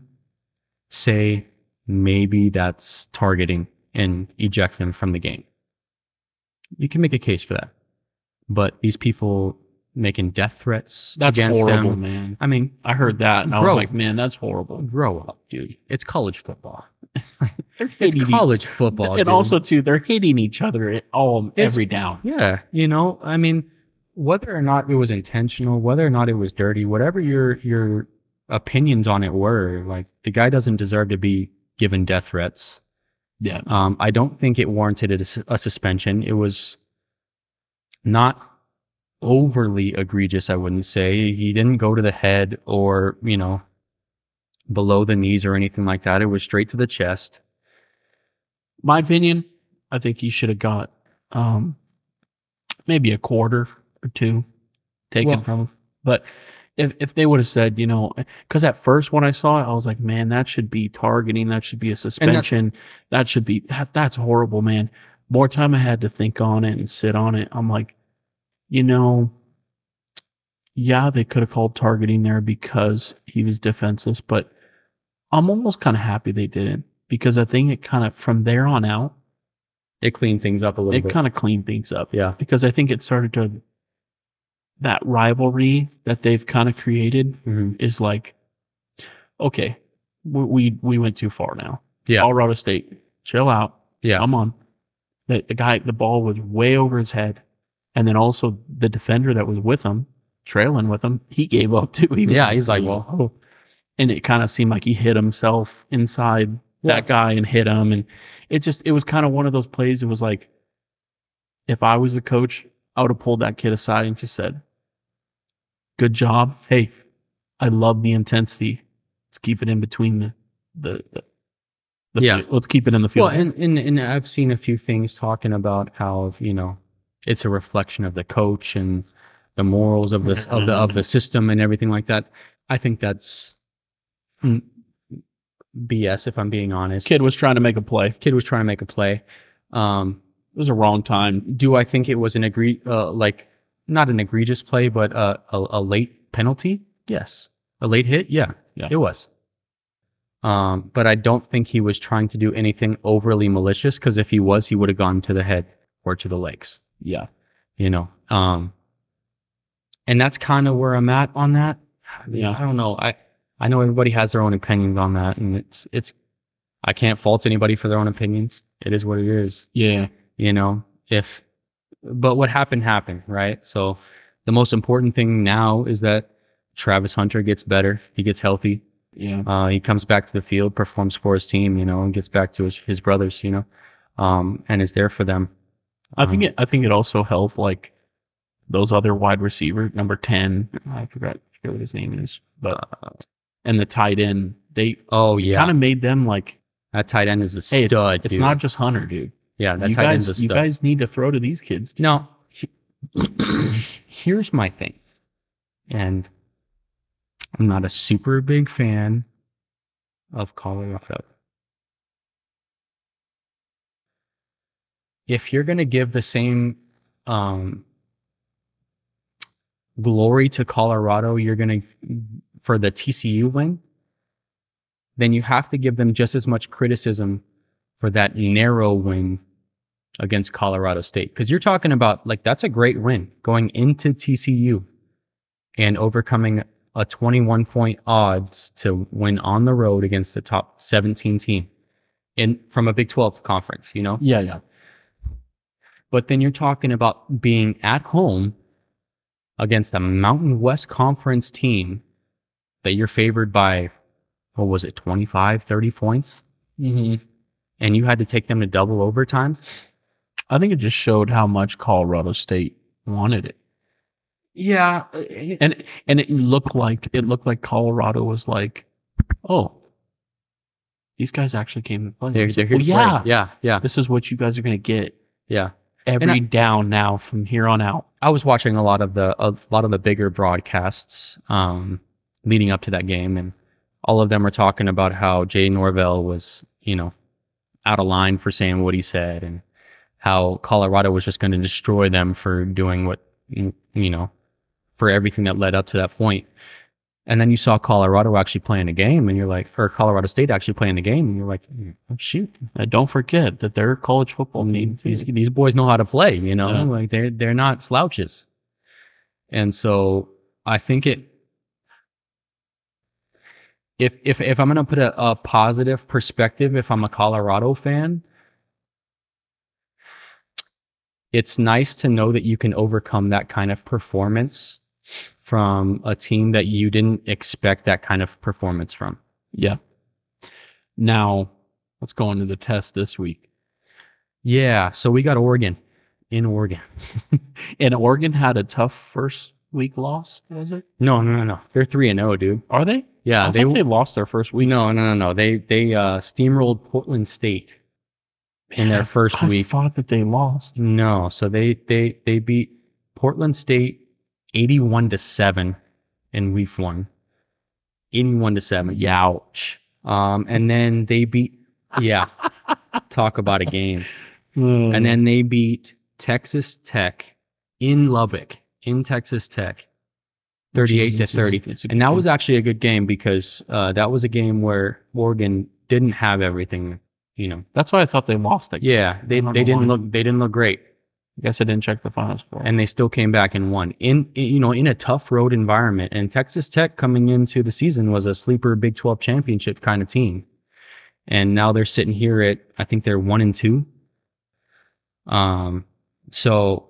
[SPEAKER 2] say maybe that's targeting and eject him from the game. You can make a case for that. But these people making death threats
[SPEAKER 1] That's
[SPEAKER 2] against
[SPEAKER 1] horrible,
[SPEAKER 2] them.
[SPEAKER 1] man.
[SPEAKER 2] I mean,
[SPEAKER 1] I heard that and I
[SPEAKER 2] Bro.
[SPEAKER 1] was like, man, that's horrible.
[SPEAKER 2] grow up, dude. It's college football. It's
[SPEAKER 1] Hating each-
[SPEAKER 2] college football.
[SPEAKER 1] and
[SPEAKER 2] dude.
[SPEAKER 1] also too, they're hating each other at all
[SPEAKER 2] It's-
[SPEAKER 1] every down.
[SPEAKER 2] Yeah, you know, I mean, whether or not it was intentional, whether or not it was dirty, whatever your your opinions on it were, like the guy doesn't deserve to be given death threats.
[SPEAKER 1] Yeah.
[SPEAKER 2] Um, I don't think it warranted a, s- a suspension. It was not overly egregious, I wouldn't say. He didn't go to the head or, you know, below the knees or anything like that. It was straight to the chest.
[SPEAKER 1] My opinion, I think he should have got um maybe a quarter or two taken
[SPEAKER 2] Well-
[SPEAKER 1] from him. But if if they would have said, you know, because at first when I saw it, I was like, man, that should be targeting, that should be a suspension, that, should be that that's horrible, man. More time I had to think on it and sit on it, I'm like, you know, yeah, they could have called targeting there because he was defenseless, but I'm almost kind of happy they didn't because I think it kind of from there on out,
[SPEAKER 2] It cleaned things up a little
[SPEAKER 1] it
[SPEAKER 2] bit.
[SPEAKER 1] kind of cleaned things up
[SPEAKER 2] yeah.
[SPEAKER 1] because I think it started to that rivalry that they've kind of created
[SPEAKER 2] Mhm.
[SPEAKER 1] is like, okay, we, we we went too far now.
[SPEAKER 2] Yeah.
[SPEAKER 1] Colorado State, chill out.
[SPEAKER 2] Yeah.
[SPEAKER 1] I'm on. The, the guy, the ball was way over his head, and then also the defender that was with him, trailing with him, he gave up too. He was
[SPEAKER 2] Yeah, he's like, well,
[SPEAKER 1] "Oh." and it kind of seemed like he hit himself inside
[SPEAKER 2] Yeah.
[SPEAKER 1] that guy and hit him, and it just it was kind of one of those plays. It was like, if I was the coach, I would have pulled that kid aside and just said, "Good job, hey, I love the intensity. Let's keep it in between the the, the, the
[SPEAKER 2] Yeah.
[SPEAKER 1] field. Let's keep it in the field.
[SPEAKER 2] Well, and, and and I've seen a few things talking about how you know it's a reflection of the coach and the morals of this of the of the system and everything like that. I think that's mm, BS. If I'm being honest,
[SPEAKER 1] kid was trying to make a play. It
[SPEAKER 2] kid was trying to make a play. Um,
[SPEAKER 1] was a wrong time.
[SPEAKER 2] do I think it was an agree uh, like not an egregious play, but uh, a a late penalty? Yes, a late hit. Yeah,
[SPEAKER 1] Yeah.
[SPEAKER 2] it was. Um, but I don't think he was trying to do anything overly malicious because if he was, he would have gone to the head or to the legs.
[SPEAKER 1] Yeah.
[SPEAKER 2] You know. Um, and that's kind of where I'm at on that. I mean,
[SPEAKER 1] Yeah.
[SPEAKER 2] I don't know. I I know everybody has their own opinions on that, and it's it's I can't fault anybody for their own opinions. It is what it is
[SPEAKER 1] Yeah.
[SPEAKER 2] you know if but what happened happened right so the most important thing now is that travis hunter gets better he gets healthy
[SPEAKER 1] Yeah.
[SPEAKER 2] uh, he comes back to the field performs for his team you know and gets back to his, his brothers you know um, and is there for them
[SPEAKER 1] I think
[SPEAKER 2] Um,
[SPEAKER 1] it I think it also helped like those other wide receiver, number ten. I forgot, forget what his name is. But and the tight end, they
[SPEAKER 2] Uh, oh yeah
[SPEAKER 1] kind of made them like
[SPEAKER 2] that tight end is a
[SPEAKER 1] hey, it's,
[SPEAKER 2] stud
[SPEAKER 1] it's
[SPEAKER 2] dude.
[SPEAKER 1] not just Hunter, dude.
[SPEAKER 2] yeah that
[SPEAKER 1] you
[SPEAKER 2] tight end's a
[SPEAKER 1] guys
[SPEAKER 2] stud
[SPEAKER 1] you guys need to throw to these kids. too.
[SPEAKER 2] Now, he- here's my thing, and I'm not a super big fan of calling a foul. If you're gonna give the same um, glory to Colorado, you're gonna for the TCU win, then you have to give them just as much criticism for that narrow win against Colorado State. Because you're talking about like that's a great win going into TCU and overcoming a 21 point odds to win on the road against the top 17 team in from a Big 12 conference, you know?
[SPEAKER 1] Yeah, yeah.
[SPEAKER 2] But then you're talking about being at home against a Mountain West Conference team that you're favored by what was it, 25, 30 points? Mm-hmm. And you had to take them to double overtime?
[SPEAKER 1] I think it just showed how much Colorado State wanted it.
[SPEAKER 2] Yeah.
[SPEAKER 1] and and it looked like it looked like Colorado was like, oh, these guys actually came to play.
[SPEAKER 2] They're,
[SPEAKER 1] It's
[SPEAKER 2] they're
[SPEAKER 1] like,
[SPEAKER 2] here
[SPEAKER 1] "Well,
[SPEAKER 2] to play.
[SPEAKER 1] yeah,
[SPEAKER 2] Yeah. Yeah.
[SPEAKER 1] this is what you guys are gonna get
[SPEAKER 2] Yeah.
[SPEAKER 1] every
[SPEAKER 2] I-
[SPEAKER 1] down now from here on out.
[SPEAKER 2] I was watching a lot of the a lot of the bigger broadcasts um, leading up to that game, and all of them were talking about how Jay Norvell was, you know, out of line for saying what he said, and how Colorado was just going to destroy them for doing what you know for everything that led up to that point. And then you saw Colorado actually playing a game, and you're like, or Colorado State actually playing the game, and you're like, "Hmm, oh, shoot,
[SPEAKER 1] And don't forget that their college football team
[SPEAKER 2] these these boys know how to play, you know,
[SPEAKER 1] Mm-hmm. Yeah.
[SPEAKER 2] like they're they're not slouches. And so I think it if if if I'm gonna put a, a positive perspective, if I'm a Colorado fan, it's nice to know that you can overcome that kind of performance from a team that you didn't expect that kind of performance from.
[SPEAKER 1] Yeah. Now let's go into the test this week.
[SPEAKER 2] Yeah, so we got Oregon in Oregon.
[SPEAKER 1] And Oregon had a tough first week loss. Was it?
[SPEAKER 2] No, no, no, no. They're three and zero, dude.
[SPEAKER 1] Are they?
[SPEAKER 2] Yeah,
[SPEAKER 1] I
[SPEAKER 2] they,
[SPEAKER 1] thought they lost their first
[SPEAKER 2] we
[SPEAKER 1] week.
[SPEAKER 2] no no no no they they uh, steamrolled Portland State in their first
[SPEAKER 1] I
[SPEAKER 2] week.
[SPEAKER 1] thought that they lost.
[SPEAKER 2] no, so they they they beat Portland State eighty one to seven in week one. Eighty one to seven. Youch. Um, and then they beat yeah. talk about a game.
[SPEAKER 1] Mm.
[SPEAKER 2] And then they beat Texas Tech in Lubbock in Texas Tech, thirty eight to thirty. And that was actually a good game because uh, that was a game where Oregon didn't have everything. You know,
[SPEAKER 1] that's why I thought they lost it.
[SPEAKER 2] yeah, they
[SPEAKER 1] don't
[SPEAKER 2] they
[SPEAKER 1] know
[SPEAKER 2] didn't
[SPEAKER 1] why.
[SPEAKER 2] look they didn't look great,
[SPEAKER 1] I guess I didn't check the final score.
[SPEAKER 2] and they still came back and won in in- you know in a tough road environment. And Texas Tech coming into the season was a sleeper Big Twelve championship kind of team, and now they're sitting here at I think they're one and two. Um, so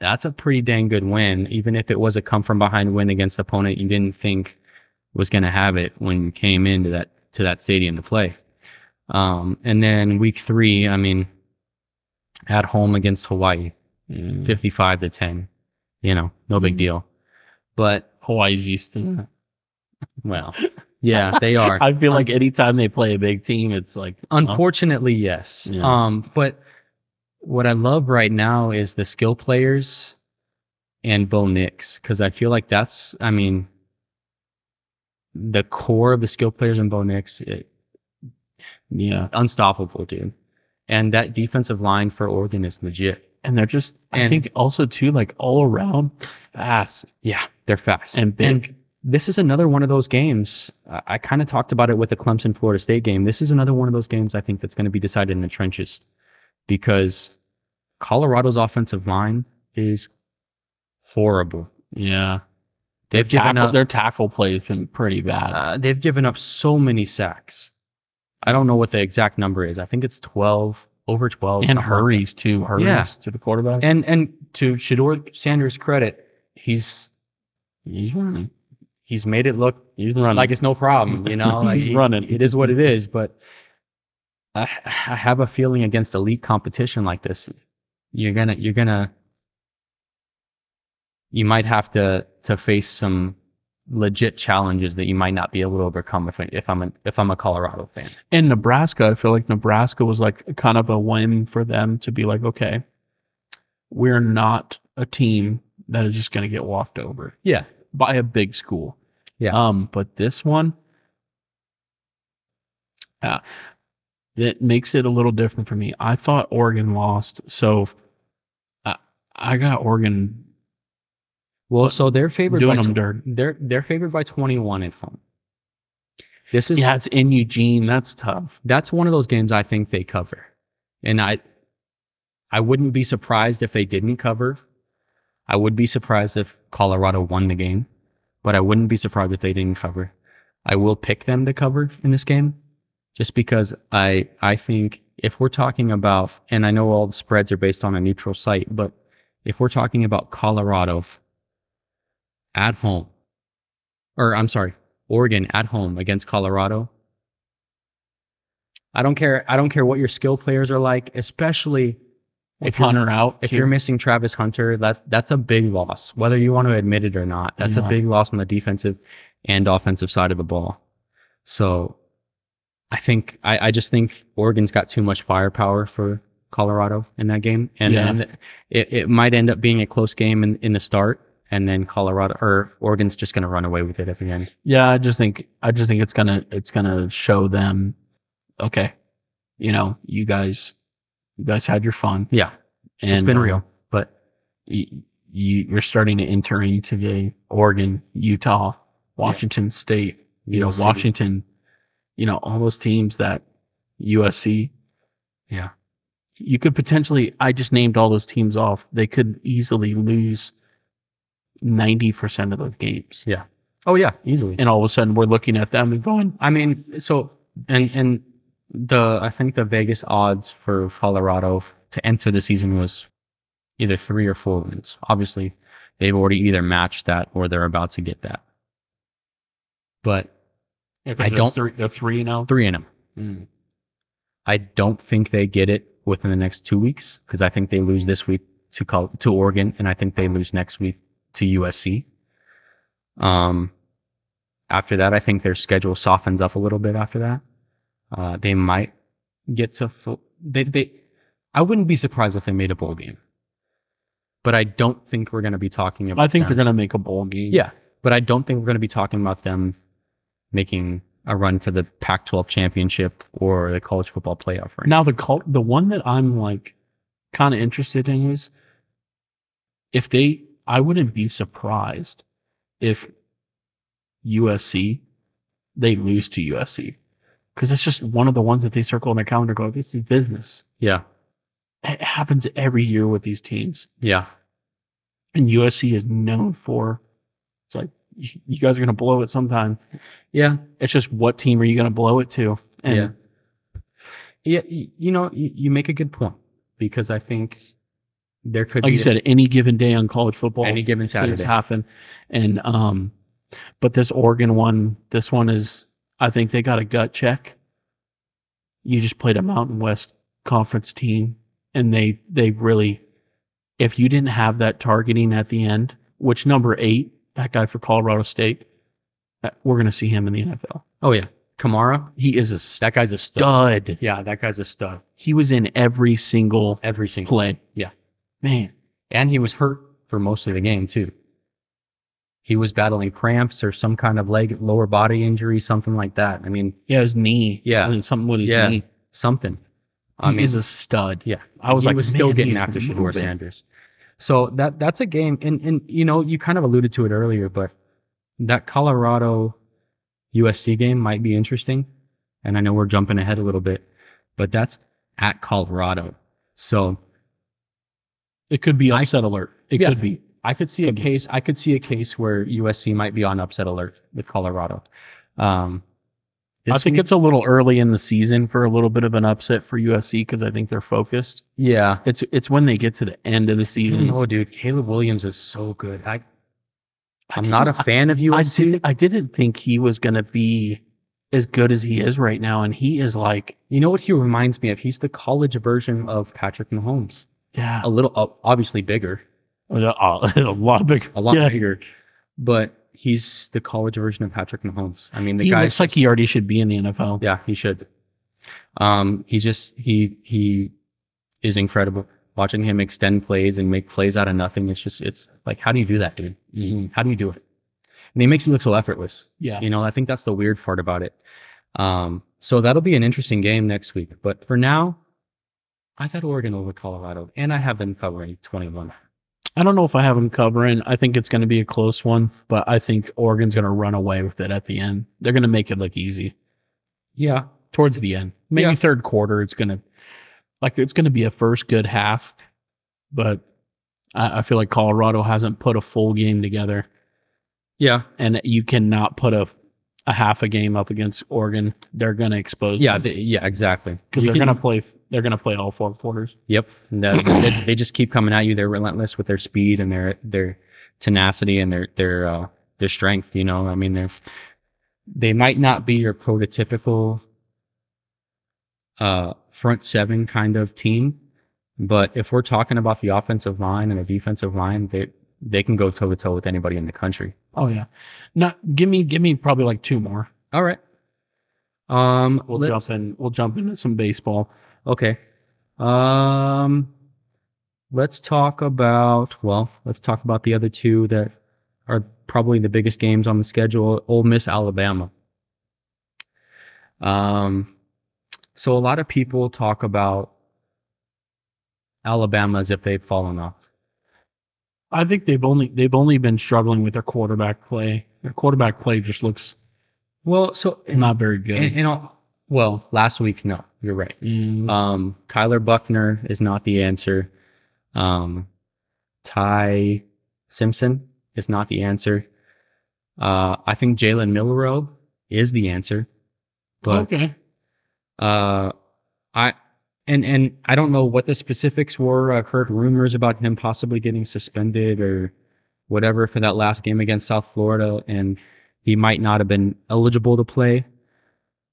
[SPEAKER 2] that's a pretty dang good win, even if it was a come from behind win against opponent you didn't think was going to have it when you came into that to that stadium to play. Um, and then week three, I mean, at home against Hawaii,
[SPEAKER 1] Mm.
[SPEAKER 2] fifty-five to ten, you know, no big
[SPEAKER 1] Mhm.
[SPEAKER 2] deal. But
[SPEAKER 1] Hawaii's Houston.
[SPEAKER 2] well, yeah, they are.
[SPEAKER 1] *laughs* I feel like anytime they play a big team, it's like
[SPEAKER 2] Unfortunately, yes.
[SPEAKER 1] Yeah.
[SPEAKER 2] Um, but what I love right now is the skill players and Bo Nix because I feel like that's, I mean, the core of the skill players and Bo Nix, it,
[SPEAKER 1] yeah.
[SPEAKER 2] unstoppable, dude. And that defensive line for Oregon is legit.
[SPEAKER 1] And they're just, I
[SPEAKER 2] And-
[SPEAKER 1] think also too, like all around fast
[SPEAKER 2] Yeah, they're fast
[SPEAKER 1] and big.
[SPEAKER 2] this is another one of those games. I, I kind of talked about it with the Clemson Florida State game. This is another one of those games I think that's going to be decided in the trenches because Colorado's offensive line is horrible.
[SPEAKER 1] yeah.
[SPEAKER 2] They've given
[SPEAKER 1] Tackle,
[SPEAKER 2] up,
[SPEAKER 1] their tackle play has been pretty bad.
[SPEAKER 2] uh, they've given up so many sacks. I don't know what the exact number is. I think it's 12, over 12.
[SPEAKER 1] and
[SPEAKER 2] something like
[SPEAKER 1] hurries too. Hurries
[SPEAKER 2] Yeah.
[SPEAKER 1] to the quarterback.
[SPEAKER 2] that. And and to Shador Sanders' credit, he's
[SPEAKER 1] he's running.
[SPEAKER 2] he's made it look
[SPEAKER 1] He's running.
[SPEAKER 2] like it's no problem, you *laughs* know. Like
[SPEAKER 1] He's
[SPEAKER 2] it-
[SPEAKER 1] running.
[SPEAKER 2] It is what it is, but I, I have a feeling against elite competition like this, you're gonna you're gonna you might have to to face some legit challenges that you might not be able to overcome if I- if I'm a, if I'm a Colorado fan.
[SPEAKER 1] in Nebraska, I feel like Nebraska was like kind of a win for them to be like, okay, we're not a team that is just going to get walked over
[SPEAKER 2] Yeah,
[SPEAKER 1] by a big school.
[SPEAKER 2] Yeah.
[SPEAKER 1] Um, but this one, uh, that makes it a little different for me. I thought Oregon lost, so I, I got Oregon
[SPEAKER 2] Well, so they're favored
[SPEAKER 1] doing
[SPEAKER 2] by
[SPEAKER 1] them
[SPEAKER 2] tw-
[SPEAKER 1] dirty.
[SPEAKER 2] they're they're favored by 21 at home. This is
[SPEAKER 1] Yeah, it's in Eugene. That's tough.
[SPEAKER 2] that's one of those games I think they cover. And I I wouldn't be surprised if they didn't cover. I would be surprised if Colorado won the game, but I wouldn't be surprised if they didn't cover. I will pick them to cover in this game just because I I think if we're talking about and I know all the spreads are based on a neutral site, but if we're talking about Colorado f- at home or I'm sorry, Oregon at home against Colorado. I don't care. I don't care what your skill players are like, especially
[SPEAKER 1] If
[SPEAKER 2] if
[SPEAKER 1] Hunter
[SPEAKER 2] you're,
[SPEAKER 1] out,
[SPEAKER 2] if
[SPEAKER 1] too.
[SPEAKER 2] you're missing Travis Hunter. That's that's a big loss, whether you want to admit it or not. That's
[SPEAKER 1] Yeah.
[SPEAKER 2] a big loss on the defensive and offensive side of the ball. So, I think I, I just think Oregon's got too much firepower for Colorado in that game, and
[SPEAKER 1] Yeah.
[SPEAKER 2] then it, it might end up being a close game in, in the start, and then Colorado or Oregon's just going to run away with it at the end.
[SPEAKER 1] Yeah, I just think I just think it's gonna it's gonna show them, okay, you know, you guys, you guys had your fun.
[SPEAKER 2] Yeah,
[SPEAKER 1] And
[SPEAKER 2] it's been
[SPEAKER 1] uh,
[SPEAKER 2] real, but
[SPEAKER 1] y- you, you're starting to enter into the Oregon, Utah, Washington State, you know,
[SPEAKER 2] USC.
[SPEAKER 1] Washington, you know, all those teams that USC.
[SPEAKER 2] Yeah.
[SPEAKER 1] You could potentially, I just named all those teams off. They could easily lose 90% of those games.
[SPEAKER 2] oh yeah, easily.
[SPEAKER 1] And all of a sudden we're looking at them and going,
[SPEAKER 2] I mean, so and and the I think the Vegas odds for Colorado to enter the season was either three or four wins. Obviously, they've already either matched that or they're about to get that. But I
[SPEAKER 1] they're
[SPEAKER 2] don't-
[SPEAKER 1] three, they're three now.
[SPEAKER 2] three in them.
[SPEAKER 1] Mm.
[SPEAKER 2] I don't think they get it within the next two weeks because I think they lose this week to Col- to Oregon, and I think they lose next week to USC. Um, after that, I think their schedule softens up a little bit. After that, uh, they might get to full, they they. I wouldn't be surprised if they made a bowl game, but I don't think we're going to be talking about.
[SPEAKER 1] I think they're
[SPEAKER 2] them-
[SPEAKER 1] going to make a bowl game.
[SPEAKER 2] yeah, but I don't think we're going to be talking about them making a run to the Pac-12 championship or the college football playoff. Right
[SPEAKER 1] Now the cult, the one that I'm like kind of interested in is if they. I wouldn't be surprised if USC they lose to USC because it's just one of the ones that they circle on their calendar. Go, this is business.
[SPEAKER 2] Yeah,
[SPEAKER 1] It happens every year with these teams,
[SPEAKER 2] yeah,
[SPEAKER 1] and USC is known for. It's like you you guys are going to blow it sometime.
[SPEAKER 2] yeah,
[SPEAKER 1] It's just what team are you going to blow it to? And
[SPEAKER 2] yeah. Yeah, y- you know, you, you make a good point because I think there could,
[SPEAKER 1] like
[SPEAKER 2] be
[SPEAKER 1] you said, any given day on college football,
[SPEAKER 2] any given
[SPEAKER 1] things
[SPEAKER 2] Saturday.
[SPEAKER 1] happen. And um, but this Oregon one, this one is, I think they got a gut check. You just played a Mountain West conference team, and they they really, if you didn't have that targeting at the end, which number eight, that guy for Colorado State, that- we're gonna see him in the NFL.
[SPEAKER 2] Oh yeah, Kamara,
[SPEAKER 1] He is a
[SPEAKER 2] that guy's a stud.
[SPEAKER 1] stud.
[SPEAKER 2] Yeah, that guy's a stud.
[SPEAKER 1] He was in every single
[SPEAKER 2] Every single,
[SPEAKER 1] play.
[SPEAKER 2] Yeah.
[SPEAKER 1] man.
[SPEAKER 2] and he was hurt for most of the game too. He was battling cramps or some kind of leg, lower body injury, something like that. I mean,
[SPEAKER 1] Yeah, his knee.
[SPEAKER 2] Yeah.
[SPEAKER 1] I mean, something with his
[SPEAKER 2] Yeah.
[SPEAKER 1] knee.
[SPEAKER 2] something.
[SPEAKER 1] He
[SPEAKER 2] I mean,
[SPEAKER 1] is a stud.
[SPEAKER 2] Yeah.
[SPEAKER 1] I was
[SPEAKER 2] he
[SPEAKER 1] like,
[SPEAKER 2] was still
[SPEAKER 1] "Man,
[SPEAKER 2] getting
[SPEAKER 1] he's
[SPEAKER 2] after Shador
[SPEAKER 1] moving."
[SPEAKER 2] Sanders. So that that's a game, and and you know you kind of alluded to it earlier, but that Colorado USC game might be interesting, and I know we're jumping ahead a little bit, but that's at Colorado, so
[SPEAKER 1] It could be upset alert. It
[SPEAKER 2] Yeah.
[SPEAKER 1] could be.
[SPEAKER 2] I could see a case. I could see a case where USC might be on upset alert with Colorado. Um,
[SPEAKER 1] I
[SPEAKER 2] this
[SPEAKER 1] think
[SPEAKER 2] week-
[SPEAKER 1] it's a little early in the season for a little bit of an upset for USC because I think they're focused.
[SPEAKER 2] yeah.
[SPEAKER 1] It's it's when they get to the end of the season.
[SPEAKER 2] Oh, dude, Caleb Williams is so good. I
[SPEAKER 1] I
[SPEAKER 2] I'm not a
[SPEAKER 1] didn't-
[SPEAKER 2] fan of
[SPEAKER 1] I, I,
[SPEAKER 2] USC.
[SPEAKER 1] did, I didn't think he was going to be as good as he is right now, and he is like,
[SPEAKER 2] You know what he reminds me of? He's the college version of Patrick Mahomes.
[SPEAKER 1] yeah,
[SPEAKER 2] A little, uh, obviously bigger,
[SPEAKER 1] a, a- a lot *laughs* bigger.
[SPEAKER 2] a lot
[SPEAKER 1] Yeah.
[SPEAKER 2] bigger, but he's the college version of Patrick Mahomes. I mean, the
[SPEAKER 1] He
[SPEAKER 2] guy
[SPEAKER 1] looks like he already should be in the NFL.
[SPEAKER 2] Yeah, he should. Um, he's just he he is incredible. Watching him extend plays and make plays out of nothing, it's just it's like, how do you do that, dude? Mm-hmm.
[SPEAKER 1] Mhm.
[SPEAKER 2] How do you do it? And he makes it look so effortless.
[SPEAKER 1] Yeah.
[SPEAKER 2] You know, I think that's the weird part about it. Um, so that'll be an interesting game next week. But for now, I said Oregon over Colorado, and I have them covering 21.
[SPEAKER 1] I don't know if I have him covering. I think it's going to be a close one, but I think Oregon's going to run away with it at the end. They're going to make it look easy
[SPEAKER 2] Yeah.
[SPEAKER 1] towards the end. Maybe
[SPEAKER 2] Yeah.
[SPEAKER 1] third quarter, it's going to like it's going to be a first good half, but I, I feel like Colorado hasn't put a full game together,
[SPEAKER 2] Yeah.
[SPEAKER 1] and you cannot put a a half a game up against Oregon. They're going to expose.
[SPEAKER 2] Yeah. They, yeah, exactly.
[SPEAKER 1] because
[SPEAKER 2] You
[SPEAKER 1] they're
[SPEAKER 2] can-
[SPEAKER 1] going to play. They're going to play all four quarters.
[SPEAKER 2] Yep. And that- they, they just keep coming at you. They're relentless with their speed and their their tenacity and their their uh, their strength. You know, I mean, they're they might not be your prototypical uh, front seven kind of team, but if we're talking about the offensive line and the defensive line, they they can go toe to toe with anybody in the country.
[SPEAKER 1] Oh yeah. Not give me give me probably like two more.
[SPEAKER 2] All right. Um,
[SPEAKER 1] We'll
[SPEAKER 2] let's-
[SPEAKER 1] jump in. We'll jump into some baseball.
[SPEAKER 2] Okay. Um, let's talk about well, let's talk about the other two that are probably the biggest games on the schedule. Ole Miss, Alabama. Um, so a lot of people talk about Alabama as if they've fallen off.
[SPEAKER 1] I think they've only they've only been struggling with their quarterback play. Their quarterback play just looks
[SPEAKER 2] Well, so
[SPEAKER 1] not very good.
[SPEAKER 2] and, and all, well, last week, no, you're right.
[SPEAKER 1] Mm,
[SPEAKER 2] Um, Tyler Buckner is not the answer. Um, Ty Simpson is not the answer. Uh, I think Jalen Milrow is the answer, but
[SPEAKER 1] okay.
[SPEAKER 2] uh, I and and I don't know what the specifics were. I've heard rumors about him possibly getting suspended or whatever for that last game against South Florida, and he might not have been eligible to play.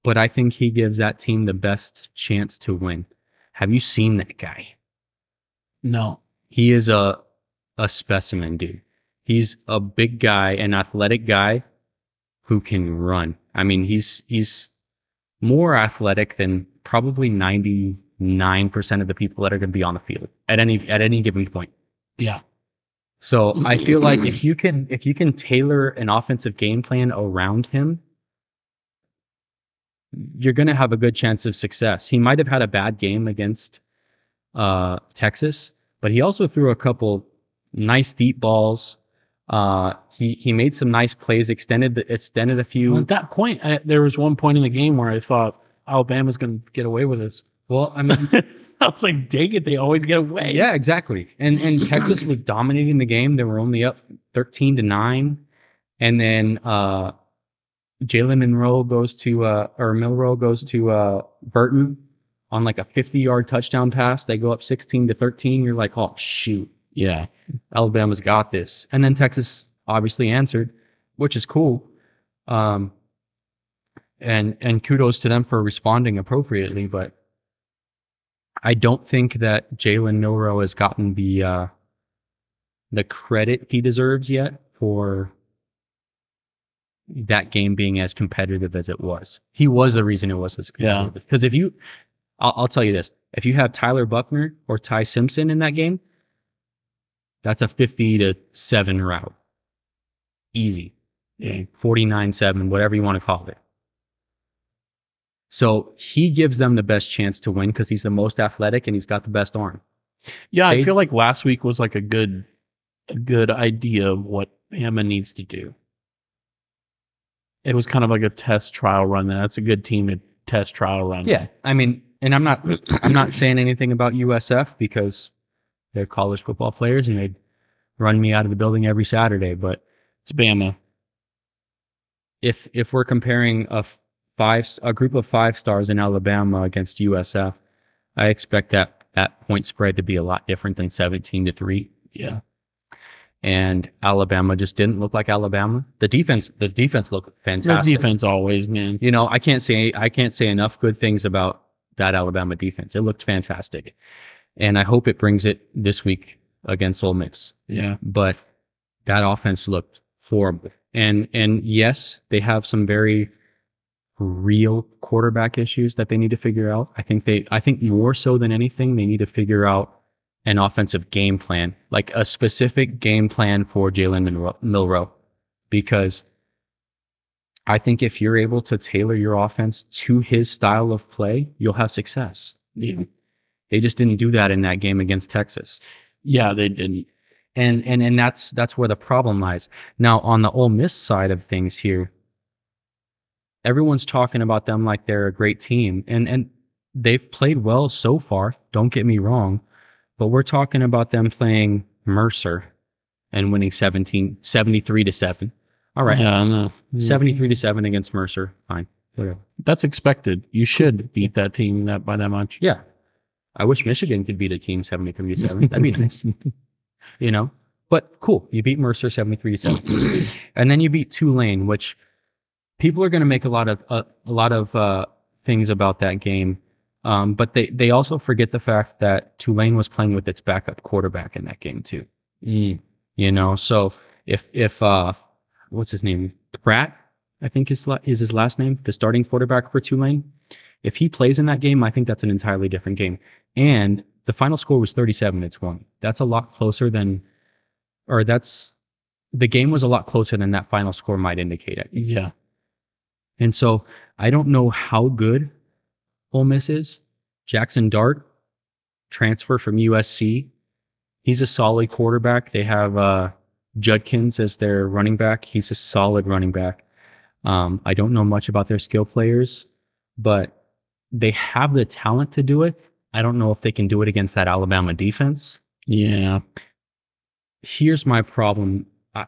[SPEAKER 2] But I think he gives that team the best chance to win. Have you seen that guy?
[SPEAKER 1] No.
[SPEAKER 2] He is a a specimen, dude. He's a big guy, an athletic guy who can run. I mean, he's he's more athletic than probably ninety nine percent of the people that are going to be on the field at any at any given point.
[SPEAKER 1] Yeah.
[SPEAKER 2] So I feel like if you can if you can tailor an offensive game plan around him, you're going to have a good chance of success. He might have had a bad game against uh, Texas, but he also threw a couple nice deep balls. Uh, he he made some nice plays, extended the, extended a few.
[SPEAKER 1] At that point, I, there was one point in the game where I thought Alabama's going to get away with this.
[SPEAKER 2] Well, I mean,
[SPEAKER 1] I was like, dang it, they always get away.
[SPEAKER 2] yeah, exactly. And and Texas was dominating the game. They were only up thirteen to nine, and then uh, Jalen Monroe goes to uh, or Milrow goes to uh, Burton on like a fifty-yard touchdown pass. They go up sixteen to thirteen. You're like, oh shoot,
[SPEAKER 1] Yeah.
[SPEAKER 2] Alabama's got this. And then Texas obviously answered, which is cool. Um, and and kudos to them for responding appropriately, but I don't think that Jalen Milrow has gotten the uh, the credit he deserves yet for that game being as competitive as it was. He was the reason it was as
[SPEAKER 1] Yeah.
[SPEAKER 2] competitive. Because if you, I'll, I'll tell you this: if you have Tyler Buckner or Ty Simpson in that game, that's a fifty to seven route, easy.
[SPEAKER 1] Yeah.
[SPEAKER 2] 49 7, whatever you want to call it. So he gives them the best chance to win because he's the most athletic and he's got the best arm.
[SPEAKER 1] Yeah, I
[SPEAKER 2] They-
[SPEAKER 1] feel like last week was like a good, a good idea of what Bama needs to do. It was kind of like a test trial run. That's a good team to test trial run.
[SPEAKER 2] I mean, and I'm not I'm not saying anything about USF because they're college football players and they run me out of the building every Saturday. But
[SPEAKER 1] it's Bama.
[SPEAKER 2] if if we're comparing a f- five a group of five stars in Alabama against USF, I expect that that point spread to be a lot different than 17 to 3.
[SPEAKER 1] Yeah,
[SPEAKER 2] and Alabama just didn't look like Alabama. The defense, the defense looked
[SPEAKER 1] their
[SPEAKER 2] fantastic.
[SPEAKER 1] defense always, man.
[SPEAKER 2] You know, I can't say I can't say enough good things about that Alabama defense. It looked fantastic, and I hope it brings it this week against Ole Miss.
[SPEAKER 1] Yeah,
[SPEAKER 2] But that offense looked horrible, and and yes, they have some very real quarterback issues that they need to figure out. I think they, I think more so than anything, they need to figure out an offensive game plan, like a specific game plan for Jalen Monroe- Milrow, because I think if you're able to tailor your offense to his style of play, you'll have success.
[SPEAKER 1] yeah,
[SPEAKER 2] They just didn't do that in that game against Texas
[SPEAKER 1] yeah. They didn't.
[SPEAKER 2] and and and that's that's where the problem lies. Now on the Ole Miss side of things here, everyone's talking about them like they're a great team, and and they've played well so far. Don't get me wrong, but we're talking about them playing Mercer and winning 17, 73 to seven. All right,
[SPEAKER 1] Yeah, I know.
[SPEAKER 2] seventy three to seven against Mercer. Fine, whatever.
[SPEAKER 1] That's expected. You should beat that team that by that much.
[SPEAKER 2] Yeah, I wish Michigan could beat a team seventy three to
[SPEAKER 1] *laughs*
[SPEAKER 2] seven. That'd be nice. you know. But cool, you beat Mercer seventy three seven, and then you beat Tulane, which people are going to make a lot of uh, a lot of uh, things about that game, um, but they they also forget the fact that Tulane was playing with its backup quarterback in that game too. You know, so if if uh, what's his name Pratt, I think is la- is his last name, the starting quarterback for Tulane. If he plays in that game, I think that's an entirely different game. And the final score was 37 to 20. That's a lot closer than, or that's the game was a lot closer than that final score might indicate. I think.
[SPEAKER 1] Yeah.
[SPEAKER 2] And so I don't know how good Ole Miss is. Jackson Dart, transfer from USC, he's a solid quarterback. They have uh, Judkins as their running back. He's a solid running back. Um, I don't know much about their skill players, but they have the talent to do it. I don't know if they can do it against that Alabama defense
[SPEAKER 1] Yeah.
[SPEAKER 2] here's my problem. I,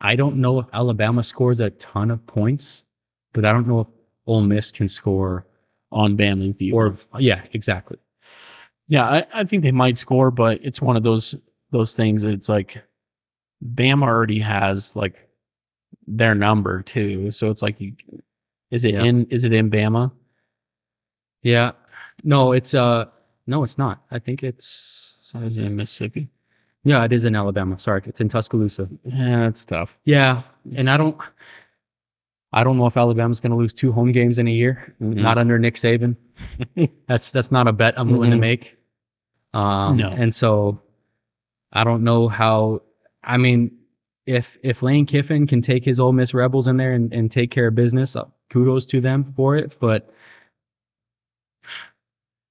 [SPEAKER 2] I don't know if Alabama scores a ton of points, but I don't know if Ole Miss can score.
[SPEAKER 1] On Bama Field.
[SPEAKER 2] Or yeah, exactly.
[SPEAKER 1] Yeah, I, I think they might score, but it's one of those those things. that It's like Bama already has like their number too, so it's like, you, is it
[SPEAKER 2] Yeah.
[SPEAKER 1] in is it in Bama?
[SPEAKER 2] Yeah, no, it's uh, no, it's not. I think it's
[SPEAKER 1] So is it in Mississippi?
[SPEAKER 2] yeah, it is in Alabama. Sorry, it's in Tuscaloosa.
[SPEAKER 1] Yeah, that's tough.
[SPEAKER 2] Yeah, and I don't, I don't know if Alabama's going to lose two home games in a year.
[SPEAKER 1] Mhm.
[SPEAKER 2] Not under Nick Saban. that's that's not a bet I'm willing
[SPEAKER 1] Mhm.
[SPEAKER 2] to make. Um,
[SPEAKER 1] No.
[SPEAKER 2] And so, I don't know how. I mean, if if Lane Kiffin can take his Ole Miss Rebels in there and, and take care of business, uh, kudos to them for it. But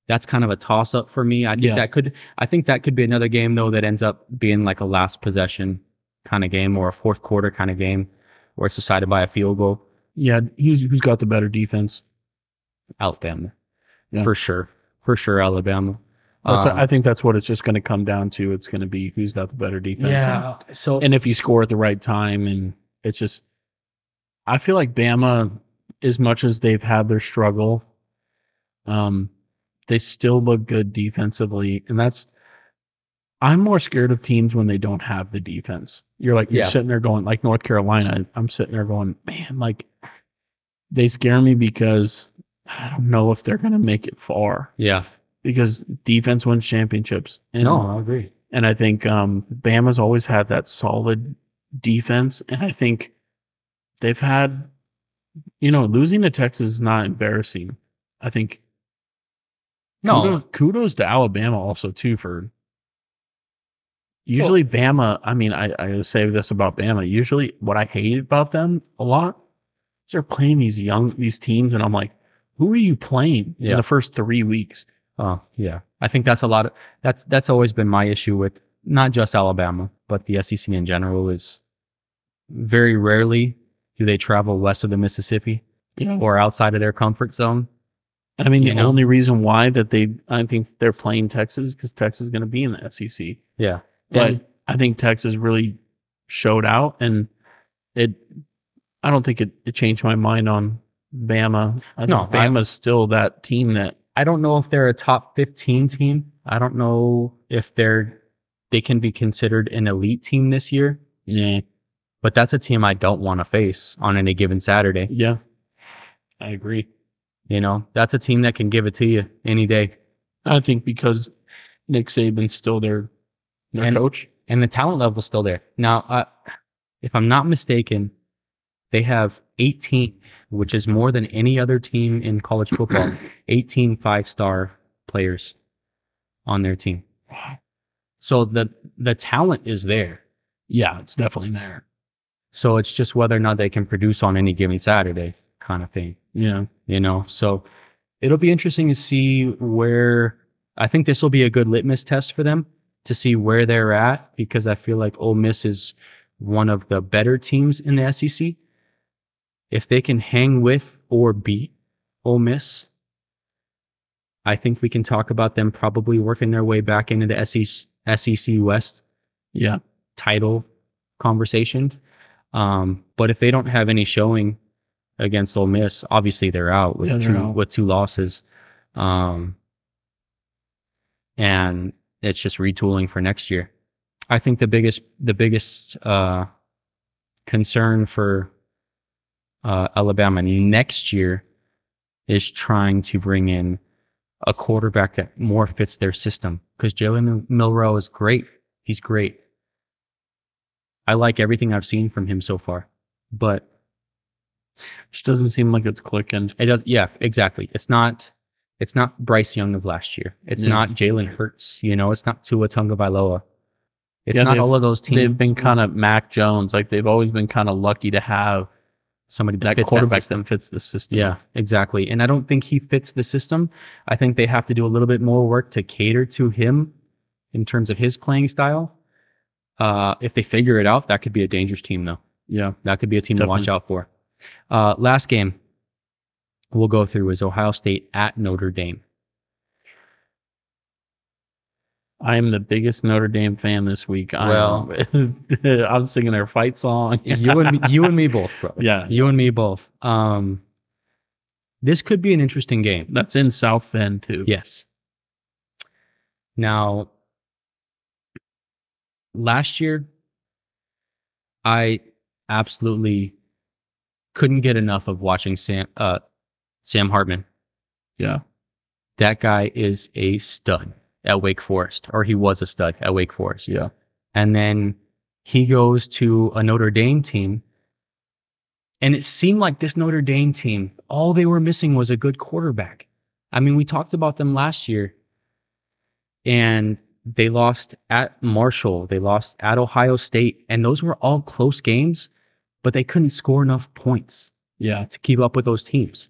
[SPEAKER 2] that's kind of a toss up for me. I think
[SPEAKER 1] Yeah.
[SPEAKER 2] that could. I think that could be another game though that ends up being like a last possession kind of game or a fourth quarter kind of game where it's decided by a field goal.
[SPEAKER 1] yeah, who's who's got the better defense?
[SPEAKER 2] Alabama,
[SPEAKER 1] Yeah.
[SPEAKER 2] for sure, for sure, Alabama.
[SPEAKER 1] That's,
[SPEAKER 2] Um,
[SPEAKER 1] I think that's what it's just going to come down to. It's going to be who's got the better defense.
[SPEAKER 2] yeah. So
[SPEAKER 1] and if you score at the right time and it's just i feel like bama as much as they've had their struggle um they still look good defensively and that's i'm more scared of teams when they don't have the defense you're like you're
[SPEAKER 2] Yeah.
[SPEAKER 1] sitting there going like north carolina i'm sitting there going man like they scare me because i don't know if they're going to make it far
[SPEAKER 2] yeah,
[SPEAKER 1] because defense wins championships and
[SPEAKER 2] I agree.
[SPEAKER 1] and I think um, Bama's always had that solid defense. And I think they've had, you know, losing to Texas is not embarrassing. I think
[SPEAKER 2] No.
[SPEAKER 1] kudos, kudos to Alabama also, too, for usually Bama. I mean, I, I say this about Bama. Usually what I hate about them a lot is they're playing these young, these teams. And I'm like, who are you playing in
[SPEAKER 2] Yeah.
[SPEAKER 1] the first three weeks?
[SPEAKER 2] Oh yeah, I think that's a lot of that's that's always been my issue with not just Alabama but the SEC in general is very rarely do they travel west of the Mississippi
[SPEAKER 1] Yeah.
[SPEAKER 2] or outside of their comfort zone.
[SPEAKER 1] I mean,
[SPEAKER 2] You
[SPEAKER 1] the
[SPEAKER 2] know?
[SPEAKER 1] only reason why that they, I think they're playing Texas because Texas is going to be in the SEC.
[SPEAKER 2] Yeah,
[SPEAKER 1] But
[SPEAKER 2] And-
[SPEAKER 1] I think Texas really showed out, and it. I don't think it, it changed my mind on Bama. I
[SPEAKER 2] No, I-
[SPEAKER 1] think Bama's still that team that.
[SPEAKER 2] I don't know if they're a top 15 team. I don't know if they're they can be considered an elite team this year,
[SPEAKER 1] Yeah,
[SPEAKER 2] but that's a team I don't want to face on any given Saturday.
[SPEAKER 1] yeah, I agree.
[SPEAKER 2] You know, that's a team that can give it to you any day.
[SPEAKER 1] I think because Nick Saban's still their their
[SPEAKER 2] And-
[SPEAKER 1] coach.
[SPEAKER 2] and the talent level's still there. Now, uh, if I'm not mistaken, they have 18, which is more than any other team in college football, 18 five star players on their team. So the the talent is there.
[SPEAKER 1] Yeah, it's definitely there.
[SPEAKER 2] So it's just whether or not they can produce on any given Saturday, kind of thing
[SPEAKER 1] Yeah,
[SPEAKER 2] you know so it'll be interesting to see where i think this will be a good litmus test for them to see where they're at because i feel like Ole Miss is one of the better teams in the SEC if they can hang with or beat Ole Miss i think we can talk about them probably working their way back into the E SEC SEC West
[SPEAKER 1] yeah,
[SPEAKER 2] title conversation um, but if they don't have any showing against Ole Miss, obviously they're out with
[SPEAKER 1] Yeah, they're
[SPEAKER 2] two
[SPEAKER 1] out.
[SPEAKER 2] with two losses. Um, and it's just retooling for next year. I think the biggest the biggest uh, concern for uh, Alabama next year is trying to bring in a quarterback that more fits their system because Jalen Milrow is great. He's great. I like everything I've seen from him so far, but
[SPEAKER 1] Just doesn't seem like it's clicking.
[SPEAKER 2] it does. Yeah, exactly. It's not. It's not Bryce Young of last year. It's
[SPEAKER 1] Yeah.
[SPEAKER 2] not Jalen Hurts. You know, it's not Tua Tagovailoa. It's
[SPEAKER 1] Yeah,
[SPEAKER 2] not
[SPEAKER 1] they've-
[SPEAKER 2] all of those teams.
[SPEAKER 1] They've been kind of Mac Jones. Like they've always been kind of lucky to have
[SPEAKER 2] somebody
[SPEAKER 1] that
[SPEAKER 2] fits
[SPEAKER 1] quarterback
[SPEAKER 2] system.
[SPEAKER 1] that fits the system.
[SPEAKER 2] Yeah, exactly. And I don't think he fits the system. I think they have to do a little bit more work to cater to him in terms of his playing style. Uh, if they figure it out, that could be a dangerous team, though.
[SPEAKER 1] Yeah.
[SPEAKER 2] That could be a team to watch
[SPEAKER 1] Definitely.
[SPEAKER 2] out for. Uh, last game we'll go through is Ohio State at Notre Dame.
[SPEAKER 1] I am the biggest Notre Dame fan this week. I
[SPEAKER 2] Well-
[SPEAKER 1] am- *laughs* I'm singing their fight song.
[SPEAKER 2] You and me, you and me both, *laughs* bro.
[SPEAKER 1] yeah.
[SPEAKER 2] You and me both. Um, this could be an interesting game.
[SPEAKER 1] *laughs* That's in South Bend too.
[SPEAKER 2] Yes. Now, last year, I absolutely couldn't get enough of watching Sam uh, Sam Hartman.
[SPEAKER 1] Yeah.
[SPEAKER 2] That guy is a stud at Wake Forest, or he was a stud at Wake Forest.
[SPEAKER 1] Yeah.
[SPEAKER 2] And then he goes to a Notre Dame team. And it seemed like this Notre Dame team, all they were missing was a good quarterback. I mean, we talked about them last year, and they lost at Marshall, they lost at Ohio State, and those were all close games, but they couldn't score enough points
[SPEAKER 1] Yeah.
[SPEAKER 2] uh, to keep up with those teams.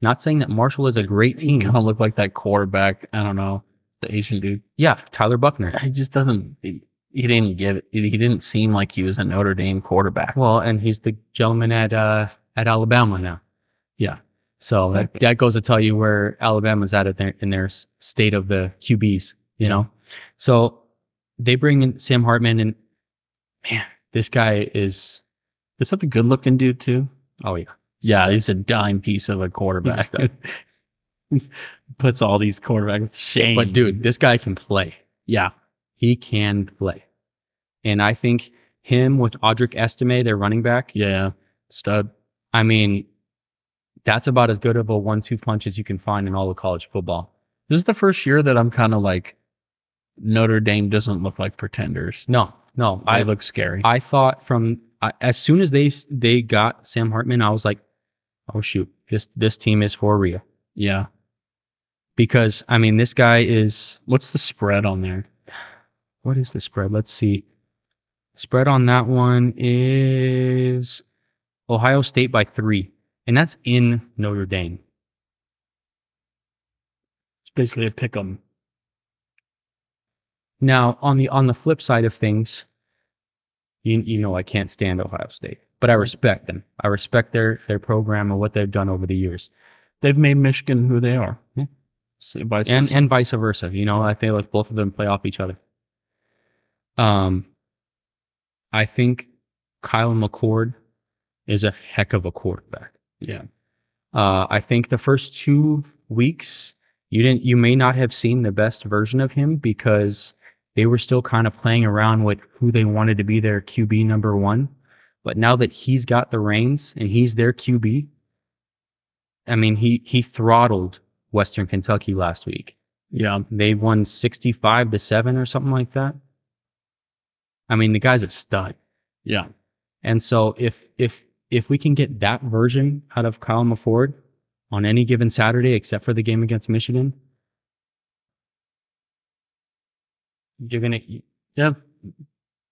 [SPEAKER 2] Not saying that Marshall is a great
[SPEAKER 1] He
[SPEAKER 2] team. *laughs*
[SPEAKER 1] kind of looked like that quarterback. I don't know. The Asian dude.
[SPEAKER 2] Yeah, Tyler Buckner.
[SPEAKER 1] He just doesn't. He, he didn't give it. He didn't seem like he was a Notre Dame quarterback.
[SPEAKER 2] Well, and he's the gentleman at uh, at Alabama now. Yeah. So that, that goes to tell you where Alabama's at in their, in their s- state of the QBs, you know? So they bring in Sam Hartman, and man, this guy is,
[SPEAKER 1] Is that the good looking dude too?
[SPEAKER 2] oh, yeah.
[SPEAKER 1] Yeah, he's a dime piece of a *laughs* quarterback. *laughs* Puts all these quarterbacks to shame.
[SPEAKER 2] But dude, this guy can play.
[SPEAKER 1] yeah,
[SPEAKER 2] He can play. And I think him with Audric Estime, their running back,
[SPEAKER 1] yeah, stud.
[SPEAKER 2] I mean, that's about as good of a one two punch as you can find in all of college football.
[SPEAKER 1] This is the first year that I'm kind of like Notre Dame doesn't look like pretenders.
[SPEAKER 2] No, no.
[SPEAKER 1] I look scary.
[SPEAKER 2] I thought from I, as soon as they s- they got Sam Hartman, I was like, oh shoot, this this team is for real
[SPEAKER 1] yeah.
[SPEAKER 2] because I mean this guy is
[SPEAKER 1] What's the spread on there?
[SPEAKER 2] what is the spread? Let's see. Spread on that one is Ohio State by three, and that's in Notre Dame.
[SPEAKER 1] It's basically a pick 'em.
[SPEAKER 2] Now on the on the flip side of things, you you know I can't stand Ohio State, but I respect them. I respect their their program and what they've done over the years.
[SPEAKER 1] They've made Michigan who they are.
[SPEAKER 2] Yeah.
[SPEAKER 1] So by
[SPEAKER 2] and and vice versa. You know, I feel like both of them play off each other. Um, I think Kyle McCord is a heck of a quarterback.
[SPEAKER 1] yeah,
[SPEAKER 2] Uh, I think the first two weeks you didn't, you may not have seen the best version of him because they were still kind of playing around with who they wanted to be their QB number one. But now that he's got the reins and he's their QB, I mean, he he throttled Western Kentucky last week
[SPEAKER 1] yeah.
[SPEAKER 2] they won 65 to 7 or something like that i mean the guy's a stud
[SPEAKER 1] Yeah.
[SPEAKER 2] and so if if if we can get that version out of kyle mcford on any given saturday except for the game against michigan you're gonna
[SPEAKER 1] Yeah.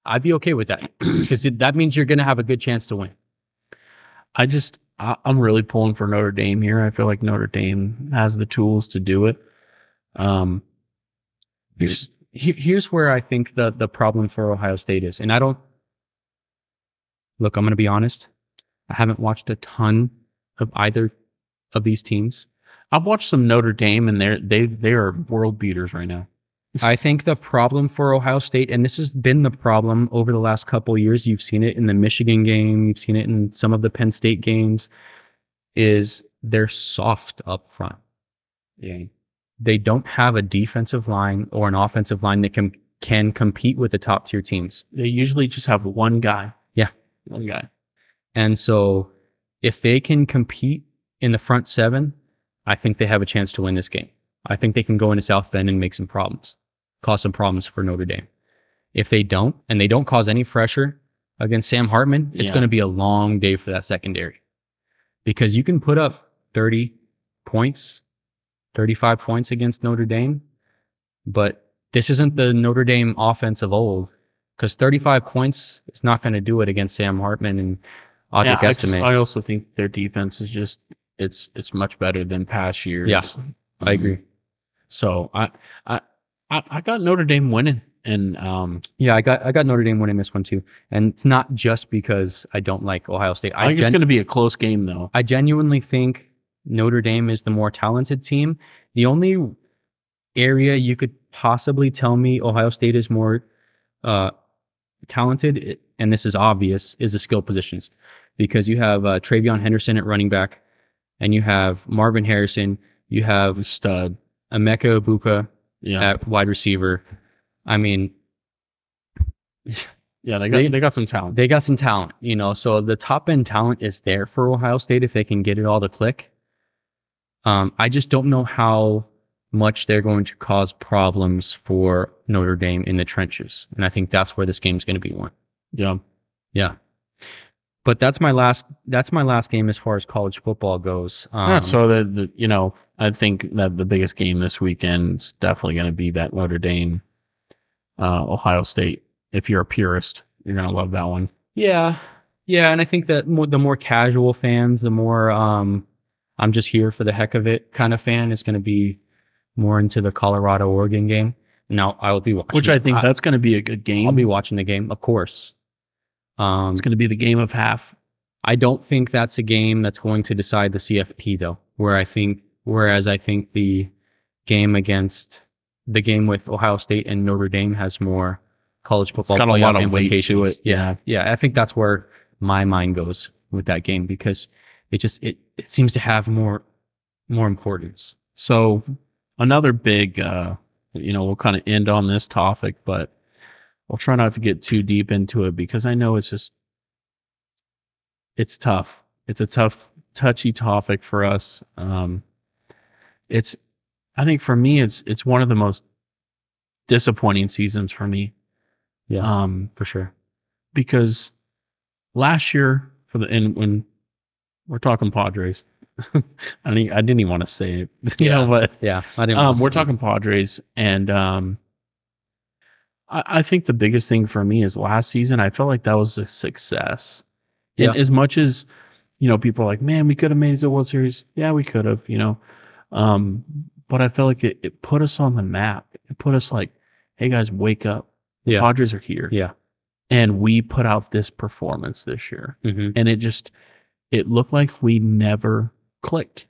[SPEAKER 2] i'd be okay with that *clears throat* because that means you're gonna have a good chance to win
[SPEAKER 1] I just I, I'm really pulling for Notre Dame here. I feel like Notre Dame has the tools to do it. Um,
[SPEAKER 2] Here's- Here- here's where I think the the problem for Ohio State is, and I don't look. I'm going to be honest. I haven't watched a ton of either of these teams.
[SPEAKER 1] I've watched some Notre Dame, and they're they they are world beaters right now.
[SPEAKER 2] I think the problem for Ohio State, and this has been the problem over the last couple of years, you've seen it in the Michigan game, you've seen it in some of the Penn State games, is they're soft up front.
[SPEAKER 1] Yeah,
[SPEAKER 2] They don't have a defensive line or an offensive line that can can compete with the top tier teams.
[SPEAKER 1] they usually just have one guy.
[SPEAKER 2] Yeah.
[SPEAKER 1] one guy.
[SPEAKER 2] And so if they can compete in the front seven, I think they have a chance to win this game. I think they can go into South Bend and make some problems, cause some problems for Notre Dame. If they don't, and they don't cause any pressure against Sam Hartman, it's
[SPEAKER 1] Yeah.
[SPEAKER 2] going to be a long day for that secondary because you can put up 30 points, 35 points against Notre Dame, but this isn't the Notre Dame offense of old because 35 points is not going to do it against Sam Hartman and
[SPEAKER 1] Yeah,
[SPEAKER 2] Audric
[SPEAKER 1] I, just-
[SPEAKER 2] Estimate.
[SPEAKER 1] I also think their defense is just it's it's much better than past years.
[SPEAKER 2] Yeah. I agree.
[SPEAKER 1] So I I I, I got Notre Dame winning, and um,
[SPEAKER 2] Yeah, I got I got Notre Dame winning this one too, and it's not just because I don't like Ohio State.
[SPEAKER 1] I
[SPEAKER 2] I
[SPEAKER 1] think it's
[SPEAKER 2] gen-
[SPEAKER 1] going to be a close game though.
[SPEAKER 2] I genuinely think Notre Dame is the more talented team. The only area you could possibly tell me Ohio State is more uh, talented, i- and this is obvious, is the skill positions, because you have uh, Travion Henderson at running back, and you have Marvin Harrison, you have
[SPEAKER 1] Stud.
[SPEAKER 2] Emeka Ibuka
[SPEAKER 1] Yeah,
[SPEAKER 2] at wide receiver. I mean,
[SPEAKER 1] yeah. They got
[SPEAKER 2] they-
[SPEAKER 1] they, got some talent.
[SPEAKER 2] they got some talent, you know. So the top end talent is there for Ohio State if they can get it all to click. Um, I just don't know how much they're going to cause problems for Notre Dame in the trenches, and I think that's where this game's going to be won.
[SPEAKER 1] yeah,
[SPEAKER 2] um, Yeah, but that's my last. That's my last game as far as college football goes. Um,
[SPEAKER 1] Yeah, so the, the you know I think that the biggest game this weekend is definitely going to be that Notre Dame, uh, Ohio State. If you're a purist, you're going to love that one.
[SPEAKER 2] Yeah, yeah, and I think that more, the more casual fans, the more um, I'm just here for the heck of it kind of fan is going to be more into the Colorado Oregon game. Now I will be watching,
[SPEAKER 1] Which I think that's going to be a good game.
[SPEAKER 2] I'll be watching the game, of course. Um,
[SPEAKER 1] it's going to be the game of half.
[SPEAKER 2] I don't think that's a game that's going to decide the CFP though. Where I think, whereas I think the game against the game with Ohio State and Notre Dame has more college football
[SPEAKER 1] It's got a
[SPEAKER 2] playoff
[SPEAKER 1] lot of weight to
[SPEAKER 2] implications.
[SPEAKER 1] it. Yeah,
[SPEAKER 2] yeah, I think that's where my mind goes with that game because it just it, it seems to have more more importance.
[SPEAKER 1] So another big, uh, you know, we'll kind of end on this topic, but I'll try not to get too deep into it because I know it's just, it's tough. It's a tough, touchy topic for us. Um, it's, I think for me, it's it's one of the most disappointing seasons for me.
[SPEAKER 2] Yeah,
[SPEAKER 1] Um,
[SPEAKER 2] for sure.
[SPEAKER 1] because last year for the and when we're talking Padres, I mean I didn't even want to say it, *laughs* you know, but
[SPEAKER 2] Yeah, I didn't.
[SPEAKER 1] um,
[SPEAKER 2] watch
[SPEAKER 1] we're
[SPEAKER 2] the game.
[SPEAKER 1] talking Padres, and um, I, I think the biggest thing for me is last season. I felt like that was a success. And
[SPEAKER 2] Yeah.
[SPEAKER 1] as much as you know, people are like, "Man, we could have made it to the World Series." Yeah, we could have. You know, um, but I felt like it, it put us on the map. It put us like, "Hey guys, wake up! The
[SPEAKER 2] Yeah.
[SPEAKER 1] Padres are here."
[SPEAKER 2] Yeah.
[SPEAKER 1] And we put out this performance this year,
[SPEAKER 2] Mhm.
[SPEAKER 1] and it just it looked like we never clicked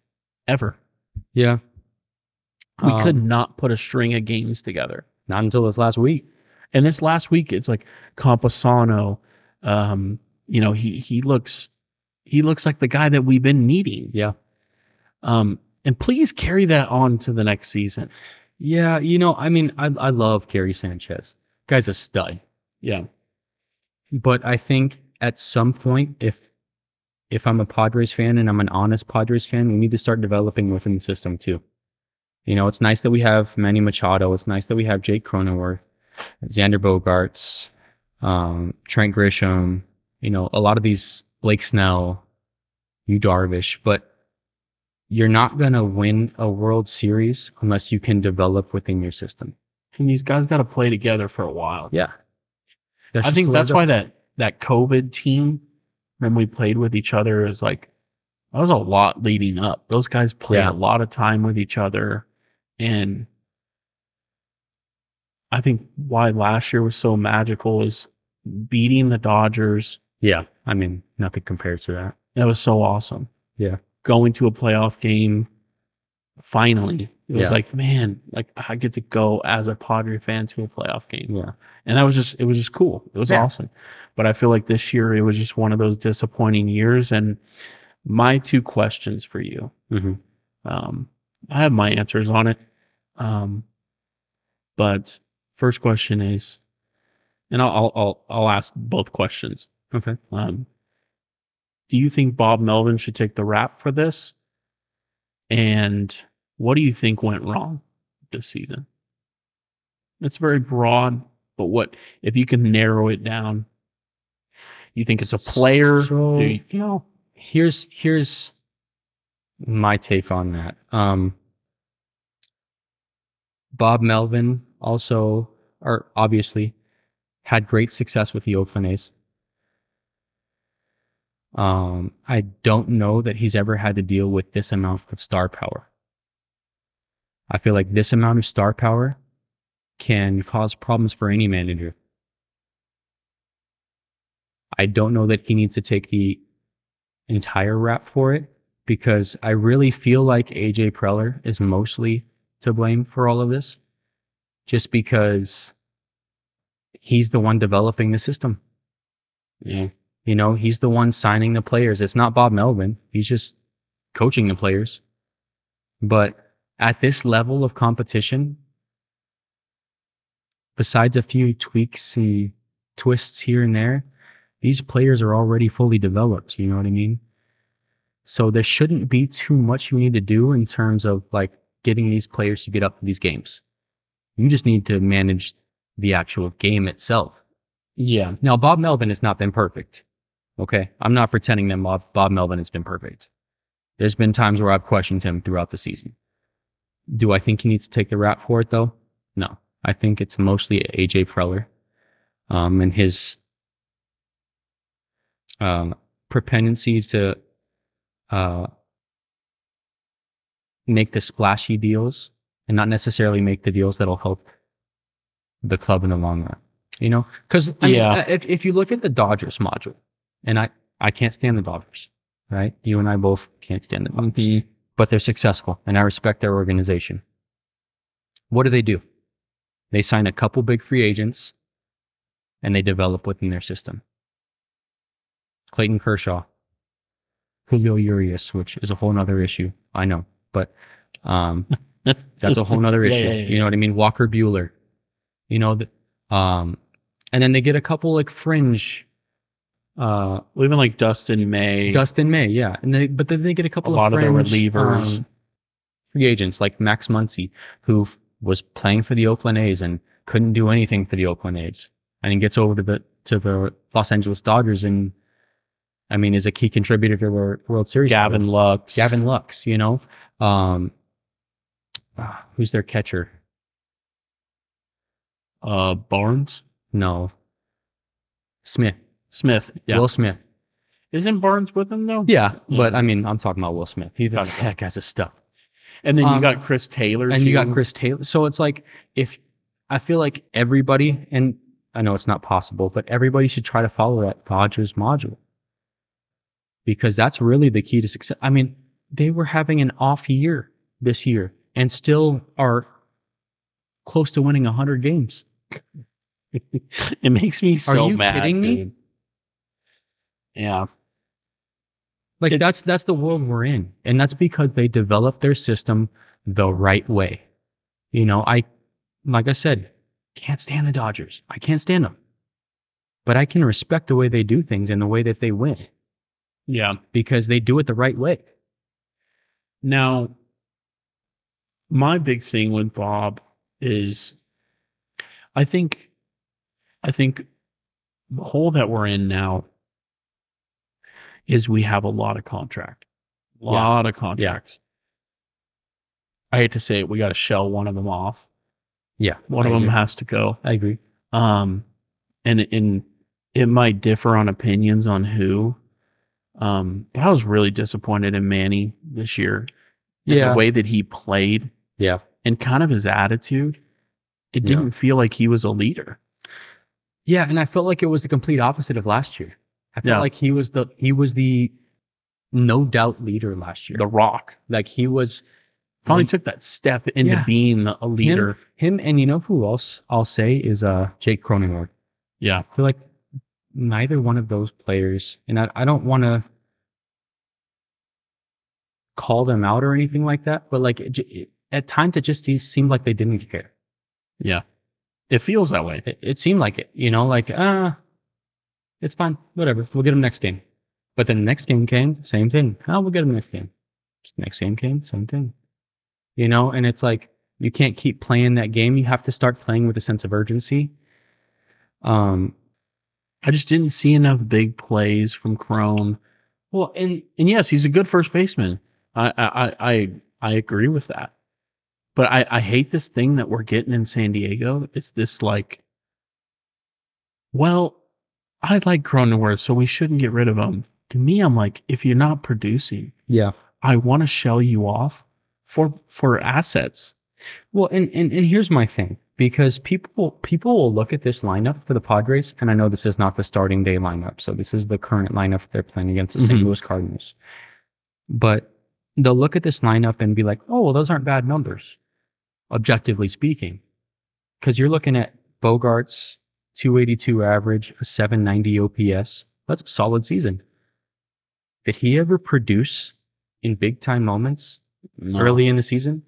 [SPEAKER 1] ever.
[SPEAKER 2] Yeah,
[SPEAKER 1] We
[SPEAKER 2] Um,
[SPEAKER 1] could not put a string of games together.
[SPEAKER 2] not until this last week.
[SPEAKER 1] And this last week, it's like Confasano. Um, you know, he he looks he looks like the guy that we've been needing.
[SPEAKER 2] Yeah.
[SPEAKER 1] Um, and please carry that on to the next season.
[SPEAKER 2] Yeah, you know, I mean, I I love Gary Sanchez. Guy's a stud.
[SPEAKER 1] Yeah.
[SPEAKER 2] but I think at some point, if if I'm a Padres fan and I'm an honest Padres fan, we need to start developing within the system too. You know, it's nice that we have Manny Machado. It's nice that we have Jake Cronenworth, Xander Bogarts, um, Trent Grisham. You know, a lot of these Blake Snell, you Darvish, but you're not gonna win a World Series unless you can develop within your system.
[SPEAKER 1] And these guys got to play together for a while.
[SPEAKER 2] Yeah,
[SPEAKER 1] I think that's why that that COVID team when we played with each other is like that was a lot leading up. Those guys played
[SPEAKER 2] Yeah.
[SPEAKER 1] a lot of time with each other, and I think why last year was so magical is beating the Dodgers.
[SPEAKER 2] Yeah, I mean, nothing compares to that.
[SPEAKER 1] That was so awesome.
[SPEAKER 2] Yeah.
[SPEAKER 1] going to a playoff game. Finally, it was
[SPEAKER 2] Yeah.
[SPEAKER 1] like, man, like I get to go as a Padre fan to a playoff game.
[SPEAKER 2] Yeah.
[SPEAKER 1] and that was just it was just cool it was
[SPEAKER 2] Yeah.
[SPEAKER 1] awesome but i feel like this year it was just one of those disappointing years and my two questions for you
[SPEAKER 2] Mm-hmm.
[SPEAKER 1] um, i have my answers on it um, but first question is and i'll i'll i'll, I'll ask both questions
[SPEAKER 2] Okay.
[SPEAKER 1] um, do you think Bob Melvin should take the rap for this? And what do you think went wrong this season? It's very broad, but what if you can narrow it down? You think it's a player?
[SPEAKER 2] So-
[SPEAKER 1] Do you, you know,
[SPEAKER 2] here's here's my take on that. Um, Bob Melvin also, or obviously, had great success with the Oakland A's. Um, I don't know that he's ever had to deal with this amount of star power. I feel like this amount of star power can cause problems for any manager. I don't know that he needs to take the entire rap for it because I really feel like AJ Preller is mostly to blame for all of this just because he's the one developing the system.
[SPEAKER 1] yeah.
[SPEAKER 2] You know, he's the one signing the players. It's not Bob Melvin. He's just coaching the players. But at this level of competition, besides a few tweaks and twists here and there, these players are already fully developed. You know what I mean? So there shouldn't be too much you need to do in terms of like getting these players to get up to these games. You just need to manage the actual game itself.
[SPEAKER 1] Yeah. *laughs*
[SPEAKER 2] Now, Bob Melvin has not been perfect. Okay. I'm not pretending that Bob, Bob Melvin has been perfect. There's been times where I've questioned him throughout the season. Do I think he needs to take the rap for it, though? No. I think it's mostly AJ Preller um, and his um, propensity to uh, make the splashy deals and not necessarily make the deals that'll help the club in the long run. You know, because
[SPEAKER 1] Yeah.
[SPEAKER 2] if if you look at the Dodgers module, and I I can't stand the Dodgers, right? You and I both can't stand the Dodgers, but they're successful, and I respect their organization. What do they do? They sign a couple big free agents, and they develop within their system. Clayton Kershaw, Julio Urias, which is a whole nother issue. I know, but um, that's a whole nother
[SPEAKER 1] *laughs* Yeah,
[SPEAKER 2] issue.
[SPEAKER 1] yeah, yeah,
[SPEAKER 2] You know what I mean? Walker Bueller, you know, th- um, and then they get a couple like fringe, uh,
[SPEAKER 1] Well, even like Dustin May,
[SPEAKER 2] Dustin May, yeah, and they, but then they get a
[SPEAKER 1] a
[SPEAKER 2] couple
[SPEAKER 1] lot of the
[SPEAKER 2] fringe,
[SPEAKER 1] relievers.
[SPEAKER 2] um, free agents like Max Muncy, who f- was playing for the Oakland A's and couldn't do anything for the Oakland A's, and he gets over to the to the Los Angeles Dodgers, and I mean, is a key contributor to our World Series.
[SPEAKER 1] Gavin Lux.
[SPEAKER 2] Gavin Lux, you know, um, ah, who's their catcher?
[SPEAKER 1] uh, Barnes
[SPEAKER 2] No, Smith,
[SPEAKER 1] Smith. Yeah.
[SPEAKER 2] Will Smith.
[SPEAKER 1] Isn't Barnes with him though?
[SPEAKER 2] Yeah,
[SPEAKER 1] Yeah.
[SPEAKER 2] but I mean, I'm talking about Will Smith. He's
[SPEAKER 1] Got
[SPEAKER 2] that
[SPEAKER 1] it.
[SPEAKER 2] guy's a stuff.
[SPEAKER 1] And then you
[SPEAKER 2] Um,
[SPEAKER 1] got Chris Taylor.
[SPEAKER 2] and you got
[SPEAKER 1] too.
[SPEAKER 2] Chris Taylor. So it's like if I feel like everybody, and I know it's not possible, but everybody should try to follow that Dodgers module because that's really the key to success. I mean, they were having an off year this year and still are close to winning 100 games.
[SPEAKER 1] It makes me so
[SPEAKER 2] you
[SPEAKER 1] mad.
[SPEAKER 2] kidding me?
[SPEAKER 1] dude. Yeah.
[SPEAKER 2] Like
[SPEAKER 1] It-
[SPEAKER 2] that's that's the world we're in, and that's because they developed their system the right way. You know, I like I said, can't stand the Dodgers. I can't stand them, but I can respect the way they do things and the way that they win
[SPEAKER 1] Yeah.
[SPEAKER 2] because they do it the right way.
[SPEAKER 1] Now, my big thing with Bob is I think I think the hole that we're in now is we have a lot of contract. lot of contracts. I hate to say it, we gotta shell one of them off.
[SPEAKER 2] Yeah,
[SPEAKER 1] One of
[SPEAKER 2] I
[SPEAKER 1] them
[SPEAKER 2] agree.
[SPEAKER 1] has to go.
[SPEAKER 2] I agree.
[SPEAKER 1] um and and it might differ on opinions on who um but i was really disappointed in manny this year in
[SPEAKER 2] Yeah.
[SPEAKER 1] the way that he played
[SPEAKER 2] Yeah,
[SPEAKER 1] and kind of his attitude it
[SPEAKER 2] Yeah.
[SPEAKER 1] didn't feel like he was a leader
[SPEAKER 2] yeah, and I felt like it was the complete opposite of last year. I felt
[SPEAKER 1] Yeah.
[SPEAKER 2] like he was the he was the no doubt leader last year.
[SPEAKER 1] the rock
[SPEAKER 2] like he was
[SPEAKER 1] finally
[SPEAKER 2] Well,
[SPEAKER 1] took that step into
[SPEAKER 2] yeah.
[SPEAKER 1] being a leader
[SPEAKER 2] him, and you know who else I'll say is uh Jake Cronenworth.
[SPEAKER 1] yeah
[SPEAKER 2] I feel like neither one of those players, and I, I don't want to call them out or anything like that, but like it, j- at times it just seemed like they didn't care.
[SPEAKER 1] it feels that way
[SPEAKER 2] It, it seemed like it, you know, like, ah, it's fine, whatever, we'll get them next game. But then the next game came, same thing. Oh, we'll get him next game. Just next game came, same thing. You know, and it's like you can't keep playing that game. You have to start playing with a sense of urgency. Um,
[SPEAKER 1] I just didn't see enough big plays from Crone. Well, and and yes, he's a good first baseman. I I I I, I agree with that. But I, I hate this thing that we're getting in San Diego. It's this like, well, I like Cronenworth, so we shouldn't get rid of him. To me, I'm like, if you're not producing,
[SPEAKER 2] yeah.
[SPEAKER 1] I want to shell you off for for assets.
[SPEAKER 2] Well, and, and and here's my thing because people people will look at this lineup for the Padres, and I know this is not the starting day lineup, so this is the current lineup they're playing against the St.
[SPEAKER 1] Mhm.
[SPEAKER 2] Louis Cardinals. But they'll look at this lineup and be like, "Oh, well, those aren't bad numbers, objectively speaking," because you're looking at Bogart's 282 average, a 790 OPS. That's a solid season. Did he ever produce in big time moments? early in the season,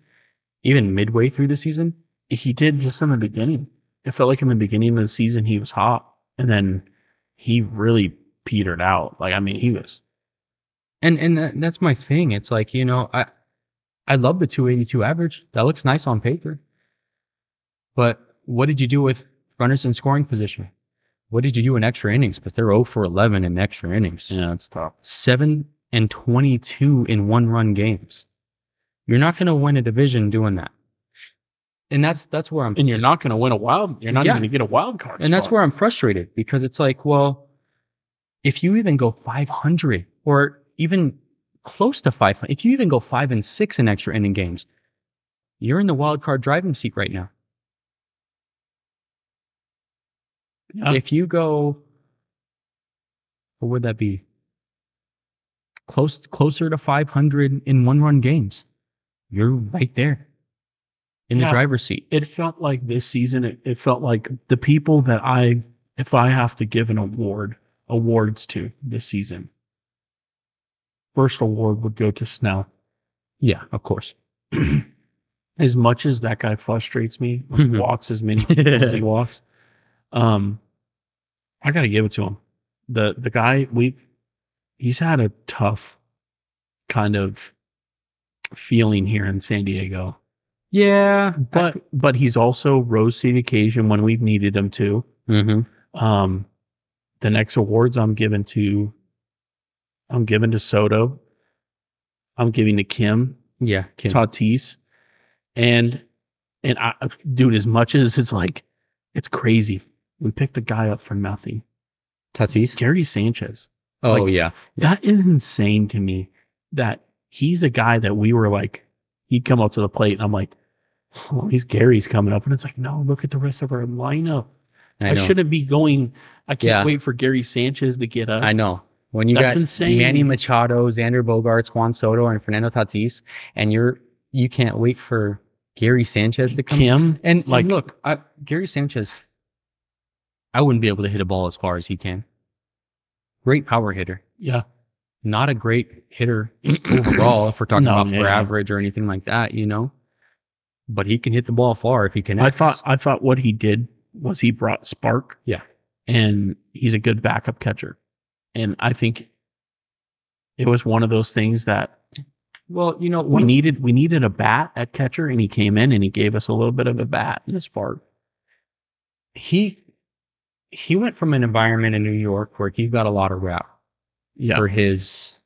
[SPEAKER 2] even midway through the season.
[SPEAKER 1] he did just in the beginning. It felt like in the beginning of the season he was hot, and then he really petered out. Like I mean, he was
[SPEAKER 2] And and that, that's my thing. It's like you know, I I love the 282 average. That looks nice on paper. But what did you do with runners in scoring position? What did you do in extra innings? But they're 0 for 11 in extra innings.
[SPEAKER 1] yeah, it's tough.
[SPEAKER 2] Seven and 22 in one run games. You're not going to win a division doing that. And that's that's where I'm
[SPEAKER 1] And you're not going to win a wild. You're not
[SPEAKER 2] Yeah.
[SPEAKER 1] even going to get a wild card.
[SPEAKER 2] And that's
[SPEAKER 1] spot.
[SPEAKER 2] where I'm frustrated because it's like, well, if you even go 500 or even close to 500, if you even go five and six in extra inning games, you're in the wild card driving seat right now.
[SPEAKER 1] Yeah.
[SPEAKER 2] If you go, what would that be? Close, closer to 500 in one run games, you're right there in the
[SPEAKER 1] Yeah.
[SPEAKER 2] driver's seat.
[SPEAKER 1] it felt like this season it, it felt like the people that i if i have to give an award awards to this season first award would go to snell *clears throat*
[SPEAKER 2] Yeah, of course.
[SPEAKER 1] as much as that guy frustrates me when he *laughs*
[SPEAKER 2] Mhm.
[SPEAKER 1] walks as many times as he walks um i gotta give it to him the the guy we he's had a tough kind of feeling here in san diego
[SPEAKER 2] *laughs* Yeah,
[SPEAKER 1] but but he's also rose to the occasion when we've needed him to
[SPEAKER 2] mm-hmm.
[SPEAKER 1] Um, the next awards I'm giving to, I'm giving to Soto. I'm giving to Kim,
[SPEAKER 2] yeah, Kim.
[SPEAKER 1] Tatis, and and I, dude, as much as it's like, it's crazy. We picked a guy up for nothing,
[SPEAKER 2] Tatis.
[SPEAKER 1] Gary Sanchez.
[SPEAKER 2] Oh
[SPEAKER 1] Like-
[SPEAKER 2] yeah,
[SPEAKER 1] That is insane to me. That he's a guy that we were like, he'd come up to the plate, and I'm like, oh, he's Gary's coming up, and it's like, no, look at the rest of our lineup. I,
[SPEAKER 2] know.
[SPEAKER 1] shouldn't be going. I can't
[SPEAKER 2] Yeah.
[SPEAKER 1] wait for Gary Sanchez to get up.
[SPEAKER 2] I know. When you
[SPEAKER 1] That's
[SPEAKER 2] got
[SPEAKER 1] insane.
[SPEAKER 2] Manny Machado, Xander Bogarts, Juan Soto, and Fernando Tatis, and you're you can't wait for Gary Sanchez to come.
[SPEAKER 1] Kim,
[SPEAKER 2] And like,
[SPEAKER 1] Like-
[SPEAKER 2] look, I, Gary Sanchez, I wouldn't be able to hit a ball as far as he can. Great power hitter,
[SPEAKER 1] yeah,
[SPEAKER 2] not a great
[SPEAKER 1] *coughs*
[SPEAKER 2] hitter overall. If we're talking
[SPEAKER 1] No,
[SPEAKER 2] about for
[SPEAKER 1] yeah.
[SPEAKER 2] average or anything like that, you know. But he can hit the ball far if he can.
[SPEAKER 1] I thought I thought what he did was he brought spark.
[SPEAKER 2] Yeah.
[SPEAKER 1] and he's a good backup catcher, and I think it was one of those things that
[SPEAKER 2] well, you know,
[SPEAKER 1] we
[SPEAKER 2] one,
[SPEAKER 1] needed. We needed a bat at catcher, and he came in and he gave us a little bit of a bat in this part.
[SPEAKER 2] he he went from an environment in New York where he got a lot of rap
[SPEAKER 1] Yeah,
[SPEAKER 2] for his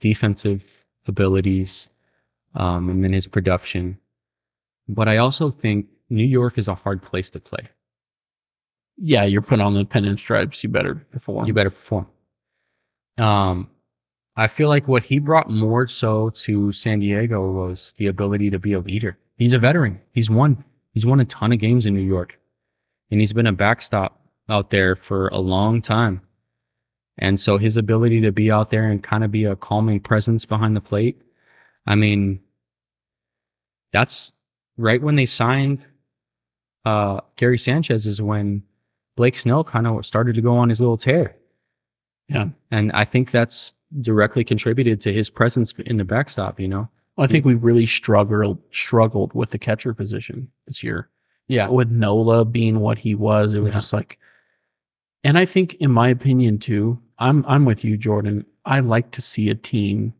[SPEAKER 2] defensive abilities um, and then his production. But I also think New York is a hard place to play.
[SPEAKER 1] yeah, you're put on the pen and stripes. You better perform.
[SPEAKER 2] You better perform. Um, I feel like what he brought more so to San Diego was the ability to be a leader. He's a veteran. He's won. He's won a ton of games in New York, and he's been a backstop out there for a long time. And so his ability to be out there and kind of be a calming presence behind the plate. I mean, that's right when they signed uh, Gary Sanchez is when Blake Snell kind of started to go on his little tear.
[SPEAKER 1] Yeah.
[SPEAKER 2] And I think that's directly contributed to his presence in the backstop, you know?
[SPEAKER 1] I think we really struggled struggled with the catcher position this year.
[SPEAKER 2] Yeah.
[SPEAKER 1] with Nola being what he was, it was
[SPEAKER 2] Yeah.
[SPEAKER 1] just like, and I think, in my opinion, too, I'm I'm with you, Jordan. I like to see a team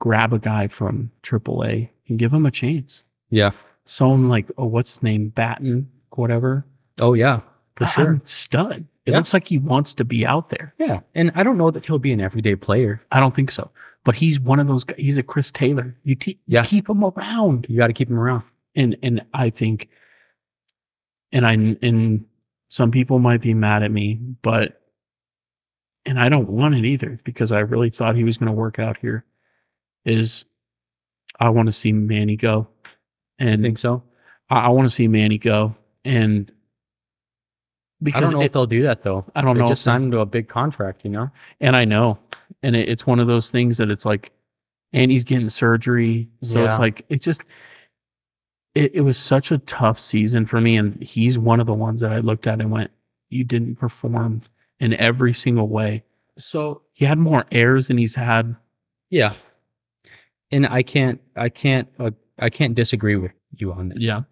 [SPEAKER 1] grab a guy from AAA and give him a chance.
[SPEAKER 2] Yeah.
[SPEAKER 1] Someone like oh, what's his name, Batten, whatever.
[SPEAKER 2] Oh yeah, for
[SPEAKER 1] I'm
[SPEAKER 2] sure.
[SPEAKER 1] stud. It
[SPEAKER 2] Yeah.
[SPEAKER 1] looks like he wants to be out there.
[SPEAKER 2] Yeah, and I don't know that he'll be an everyday player.
[SPEAKER 1] I don't think so, but he's one of those. guys. He's a Chris Taylor. You, te- you
[SPEAKER 2] Yeah.
[SPEAKER 1] keep him around.
[SPEAKER 2] You got to keep him around.
[SPEAKER 1] and and I think, and I and some people might be mad at me, but and I don't want it either because I really thought he was going to work out here. Is I want to see Manny go,
[SPEAKER 2] I
[SPEAKER 1] and
[SPEAKER 2] think so.
[SPEAKER 1] I, I want to see Manny go, and because
[SPEAKER 2] I don't know
[SPEAKER 1] it-
[SPEAKER 2] if they'll do that though.
[SPEAKER 1] I don't
[SPEAKER 2] They
[SPEAKER 1] know.
[SPEAKER 2] just
[SPEAKER 1] if they-
[SPEAKER 2] signed him to a big contract, you know.
[SPEAKER 1] And I know. And it, it's one of those things that it's like, and he's getting surgery. So it's
[SPEAKER 2] Yeah.
[SPEAKER 1] like, it just, it, it was such a tough season for me. And he's one of the ones that I looked at and went, you didn't perform in every single way.
[SPEAKER 2] So
[SPEAKER 1] He had more errors than he's had.
[SPEAKER 2] yeah, and I can't, I can't, uh, I can't disagree with you on that.
[SPEAKER 1] Yeah.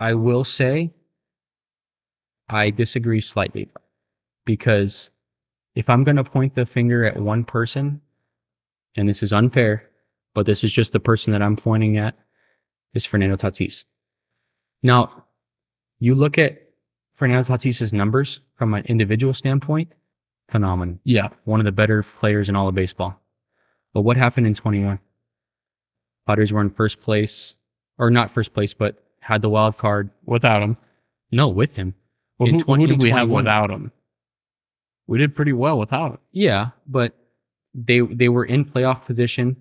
[SPEAKER 2] I will say I disagree slightly because if I'm going to point the finger at one person, and this is unfair, but this is just the person that I'm pointing at, is Fernando Tatis. Now, you look at Fernando Tatis's numbers from an individual standpoint, phenomenal.
[SPEAKER 1] Yeah.
[SPEAKER 2] One of the better players in all of baseball. But what happened in 21? Padres were in first place, or not first place, but had the wild card
[SPEAKER 1] Without him.
[SPEAKER 2] no, with him.
[SPEAKER 1] Well,
[SPEAKER 2] In
[SPEAKER 1] who,
[SPEAKER 2] twen-
[SPEAKER 1] who
[SPEAKER 2] in
[SPEAKER 1] did we have
[SPEAKER 2] 21.
[SPEAKER 1] without him? We did pretty well without him.
[SPEAKER 2] Yeah, but they they were in playoff position,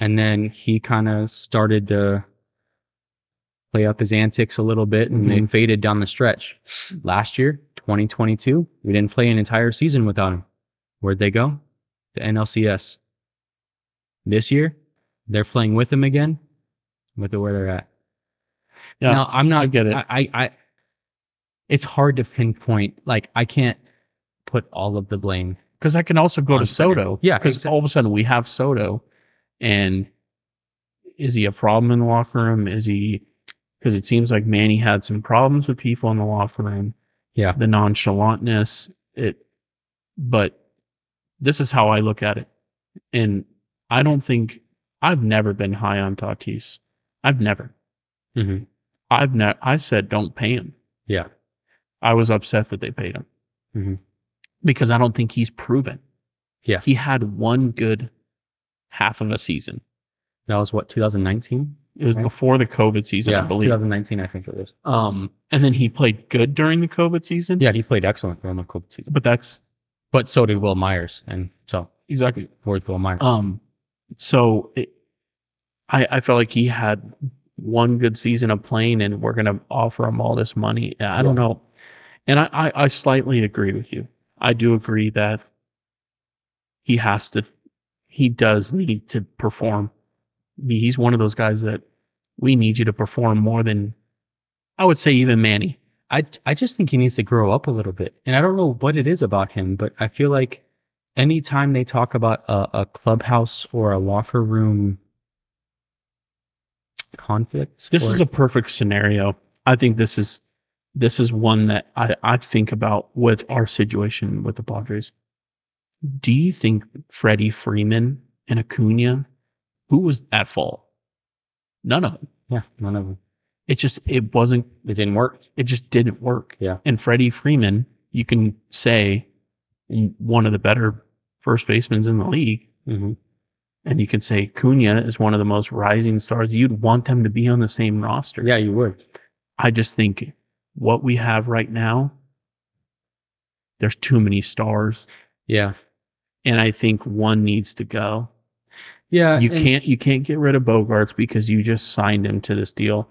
[SPEAKER 2] and then he kind of started to play up his antics a little bit, and they faded down the stretch. Last year, 2022, we didn't play an entire season without him. Where'd they go? The NLCS. This year, they're playing with him again. Look at where they're at.
[SPEAKER 1] Yeah,
[SPEAKER 2] now, I'm not
[SPEAKER 1] I get it.
[SPEAKER 2] I, I, I it's hard to pinpoint. Like I can't put all of the blame.
[SPEAKER 1] Because I can also go
[SPEAKER 2] On
[SPEAKER 1] to Soto.
[SPEAKER 2] Yeah,
[SPEAKER 1] Because
[SPEAKER 2] exact-
[SPEAKER 1] all of a sudden we have Soto, and is he a problem in the locker room? Is he? Because it seems like Manny had some problems with people in the locker room.
[SPEAKER 2] Yeah.
[SPEAKER 1] the nonchalantness. It, but this is how I look at it, and I don't think I've never been high on Tatis. I've never.
[SPEAKER 2] Mm-hmm.
[SPEAKER 1] I've never. I said don't pay him.
[SPEAKER 2] Yeah.
[SPEAKER 1] I was upset that they paid him
[SPEAKER 2] Mhm.
[SPEAKER 1] because I don't think he's proven.
[SPEAKER 2] Yeah.
[SPEAKER 1] He had one good half of a season.
[SPEAKER 2] That was what 2019.
[SPEAKER 1] It was
[SPEAKER 2] Right.
[SPEAKER 1] before the COVID season, I believe.
[SPEAKER 2] 2019. I think it was.
[SPEAKER 1] Um, and then he played good during the COVID season.
[SPEAKER 2] Yeah, he played excellent for him in COVID season,
[SPEAKER 1] But that's
[SPEAKER 2] but so did Will Myers, and so
[SPEAKER 1] exactly.
[SPEAKER 2] forth Will Myers.
[SPEAKER 1] Um, so it, I, I felt like he had one good season of playing and we're going to offer him all this money. I don't know. And I, I, I slightly agree with you. I do agree that he has to, he does need to perform. He- He's one of those guys that we need you to perform more than I would say even Manny.
[SPEAKER 2] I I just think he needs to grow up a little bit, and I don't know what it is about him, but I feel like anytime they talk about a, a clubhouse or a locker room conflict,
[SPEAKER 1] This
[SPEAKER 2] or-
[SPEAKER 1] is a perfect scenario. I think this is this is one that I, I think about with our situation with the Padres. Do you think Freddie Freeman and Acuna, who was at fault? None of them.
[SPEAKER 2] yeah, none of them.
[SPEAKER 1] It just it wasn't
[SPEAKER 2] It didn't work.
[SPEAKER 1] it just didn't work.
[SPEAKER 2] Yeah.
[SPEAKER 1] And Freddie Freeman, you can say one of the better first basemen in the league.
[SPEAKER 2] Mm-hmm.
[SPEAKER 1] And you can say Cunha is one of the most rising stars. You'd want them to be on the same roster.
[SPEAKER 2] Yeah, you would.
[SPEAKER 1] I just think what we have right now, there's too many stars,
[SPEAKER 2] Yeah,
[SPEAKER 1] and I think one needs to go.
[SPEAKER 2] yeah.
[SPEAKER 1] You
[SPEAKER 2] Uh, and-
[SPEAKER 1] can't you can't get rid of Bogarts because you just signed him to this deal.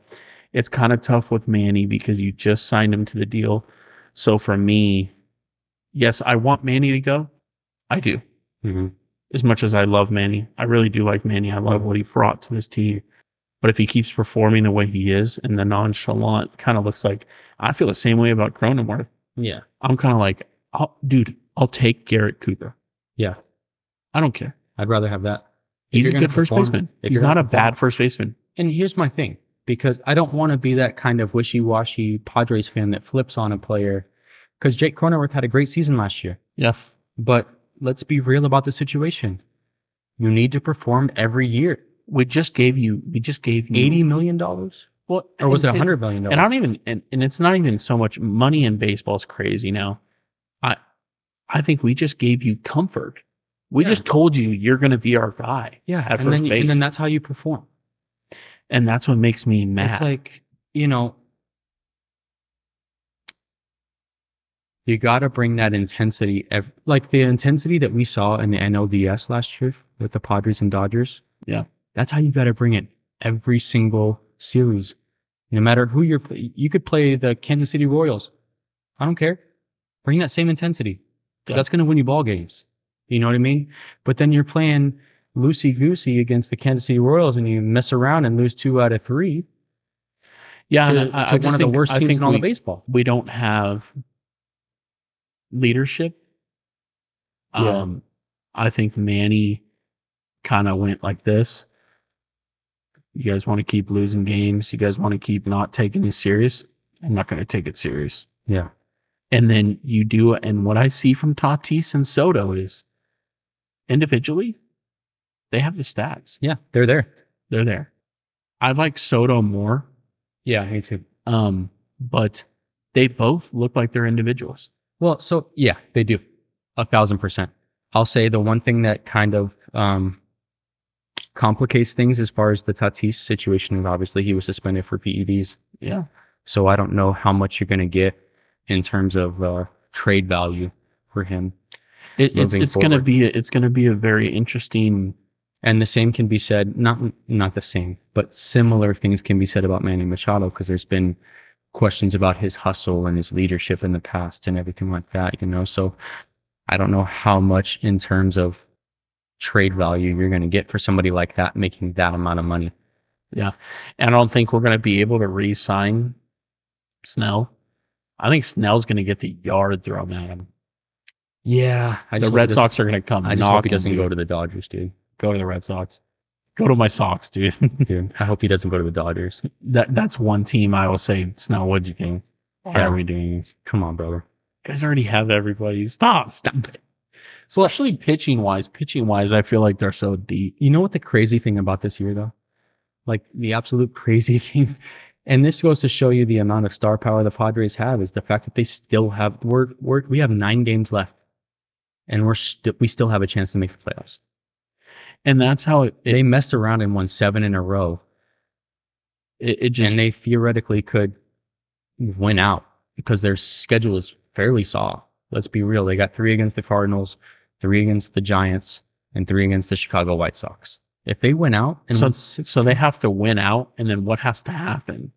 [SPEAKER 1] It's kind of tough with Manny because you just signed him to the deal. So for me, yes, I want Manny to go. I do.
[SPEAKER 2] Mhm.
[SPEAKER 1] As much as I love Manny, I really do like Manny. I love what he brought to this team. But if he keeps performing the way he is and the nonchalant kind of looks like, I feel the same way about Cronenworth.
[SPEAKER 2] Yeah,
[SPEAKER 1] I'm kind of like, I'll, dude, I'll take Garrett Cooper.
[SPEAKER 2] yeah.
[SPEAKER 1] I don't care.
[SPEAKER 2] I'd rather have that. If
[SPEAKER 1] He's a
[SPEAKER 2] you're gonna
[SPEAKER 1] good first
[SPEAKER 2] perform-
[SPEAKER 1] baseman.
[SPEAKER 2] if
[SPEAKER 1] He's
[SPEAKER 2] you're
[SPEAKER 1] not
[SPEAKER 2] gonna
[SPEAKER 1] a bad first baseman.
[SPEAKER 2] And here's my thing, because I don't want to be that kind of wishy-washy Padres fan that flips on a player Because Jake Cronenworth had a great season last year.
[SPEAKER 1] Yeah.
[SPEAKER 2] But let's be real about the situation. You need to perform every year.
[SPEAKER 1] We just gave you. We just gave you
[SPEAKER 2] $80 million? Or
[SPEAKER 1] Well,
[SPEAKER 2] was it
[SPEAKER 1] and-
[SPEAKER 2] $100 million?
[SPEAKER 1] And I don't even. And, and it's not even so much money in baseball is crazy now. I, I think we just gave you comfort. We
[SPEAKER 2] Yeah.
[SPEAKER 1] just told you you're going to be our guy,
[SPEAKER 2] yeah,
[SPEAKER 1] at
[SPEAKER 2] and
[SPEAKER 1] first
[SPEAKER 2] then, you-
[SPEAKER 1] base.
[SPEAKER 2] And then that's how you perform.
[SPEAKER 1] and that's what makes me mad.
[SPEAKER 2] It's like, you know, you got to bring that intensity, ev- like the intensity that we saw in the NLDS last year with the Padres and Dodgers.
[SPEAKER 1] Yeah.
[SPEAKER 2] That's how you got to bring it every single series. No matter who you're, pl- you could play the Kansas City Royals. I don't care. Bring that same intensity 'cause
[SPEAKER 1] Yeah.
[SPEAKER 2] that's going to win you ball games. You know what I mean? But then you're playing loosey goosey against the Kansas City Royals and you mess around and lose two out of three
[SPEAKER 1] yeah,
[SPEAKER 2] to,
[SPEAKER 1] and I- I
[SPEAKER 2] to
[SPEAKER 1] just
[SPEAKER 2] one of the
[SPEAKER 1] think-
[SPEAKER 2] worst
[SPEAKER 1] I
[SPEAKER 2] teams
[SPEAKER 1] think
[SPEAKER 2] in all
[SPEAKER 1] we,
[SPEAKER 2] of baseball.
[SPEAKER 1] we don't have leadership.
[SPEAKER 2] Yeah.
[SPEAKER 1] Um, I think Manny kind of went like this. You guys want to keep losing games. You guys want to keep not taking this serious. I'm not going to take it serious.
[SPEAKER 2] Yeah.
[SPEAKER 1] And then you do, and what I see from Tatis and Soto is individually, they have the stats.
[SPEAKER 2] Yeah, they're there.
[SPEAKER 1] They're there. I like Soto more
[SPEAKER 2] Yeah, me too.
[SPEAKER 1] um, but they both look like they're individuals.
[SPEAKER 2] Well, so yeah, they do. A thousand percent. I'll say the one thing that kind of um, complicates things as far as the Tatis situation is obviously he was suspended for PEDs.
[SPEAKER 1] Yeah.
[SPEAKER 2] So I don't know how much you're going to get in terms of uh, trade value for him.
[SPEAKER 1] It, it's
[SPEAKER 2] Moving
[SPEAKER 1] it's going to
[SPEAKER 2] forward.
[SPEAKER 1] be a, it's going to be a very interesting.
[SPEAKER 2] And the same can be said, not not the same, but similar things can be said about Manny Machado because there's been questions about his hustle and his leadership in the past and everything like that, you know. So I don't know how much in terms of trade value you're going to get for somebody like that making that amount of money.
[SPEAKER 1] And I don't think we're going to be able to re-sign Snell. I think Snell's going to get the yard thrown at him.
[SPEAKER 2] Yeah, I
[SPEAKER 1] the
[SPEAKER 2] just
[SPEAKER 1] Red
[SPEAKER 2] hope it
[SPEAKER 1] Sox are going to come.
[SPEAKER 2] doesn't- I just hope he
[SPEAKER 1] knocking,
[SPEAKER 2] doesn't go
[SPEAKER 1] dude.
[SPEAKER 2] to the Dodgers, dude.
[SPEAKER 1] go to the Red Sox. Go to my Sox, dude. *laughs*
[SPEAKER 2] Dude, I hope he doesn't go to the Dodgers.
[SPEAKER 1] that that's one team I will say. Snell, what would you think? Why
[SPEAKER 2] Yeah.
[SPEAKER 1] are we doing this?
[SPEAKER 2] Come on, brother.
[SPEAKER 1] You guys already have everybody. Stop, stop it. Especially pitching wise, pitching wise, I feel like they're so deep.
[SPEAKER 2] You know what the crazy thing about this year though? Like the absolute crazy *laughs* thing. And this goes to show you the amount of star power the Padres have is the fact that they still have we're, we're we have nine games left. And we're still we still have a chance to make the playoffs.
[SPEAKER 1] and that's how it it,
[SPEAKER 2] They messed around and won seven in a row.
[SPEAKER 1] it, it just
[SPEAKER 2] and they theoretically could win out because their schedule is fairly soft. Let's be real. They got three against the Cardinals, three against the Giants, and three against the Chicago White Sox. If they win out and
[SPEAKER 1] so,
[SPEAKER 2] win
[SPEAKER 1] so they have to win out and then what has to happen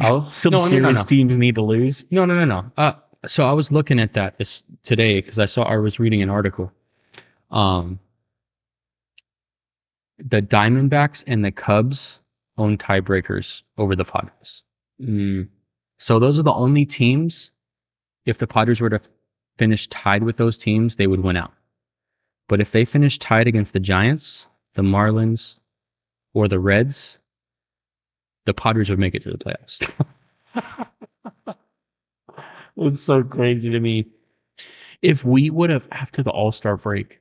[SPEAKER 2] Oh,
[SPEAKER 1] *laughs* some
[SPEAKER 2] no, no, no,
[SPEAKER 1] serious
[SPEAKER 2] no.
[SPEAKER 1] teams need to lose
[SPEAKER 2] No, no, no, no. Uh, so I was looking at that this, today because I saw I was reading an article. Um, the Diamondbacks and the Cubs own tiebreakers over the Padres. Mm. So those are the only teams. If the Padres were to finish tied with those teams, they would win out. But if they finish tied against the Giants, the Marlins, or the Reds, the Padres would make it to the playoffs.
[SPEAKER 1] it's so crazy to me if we would have after the all-star break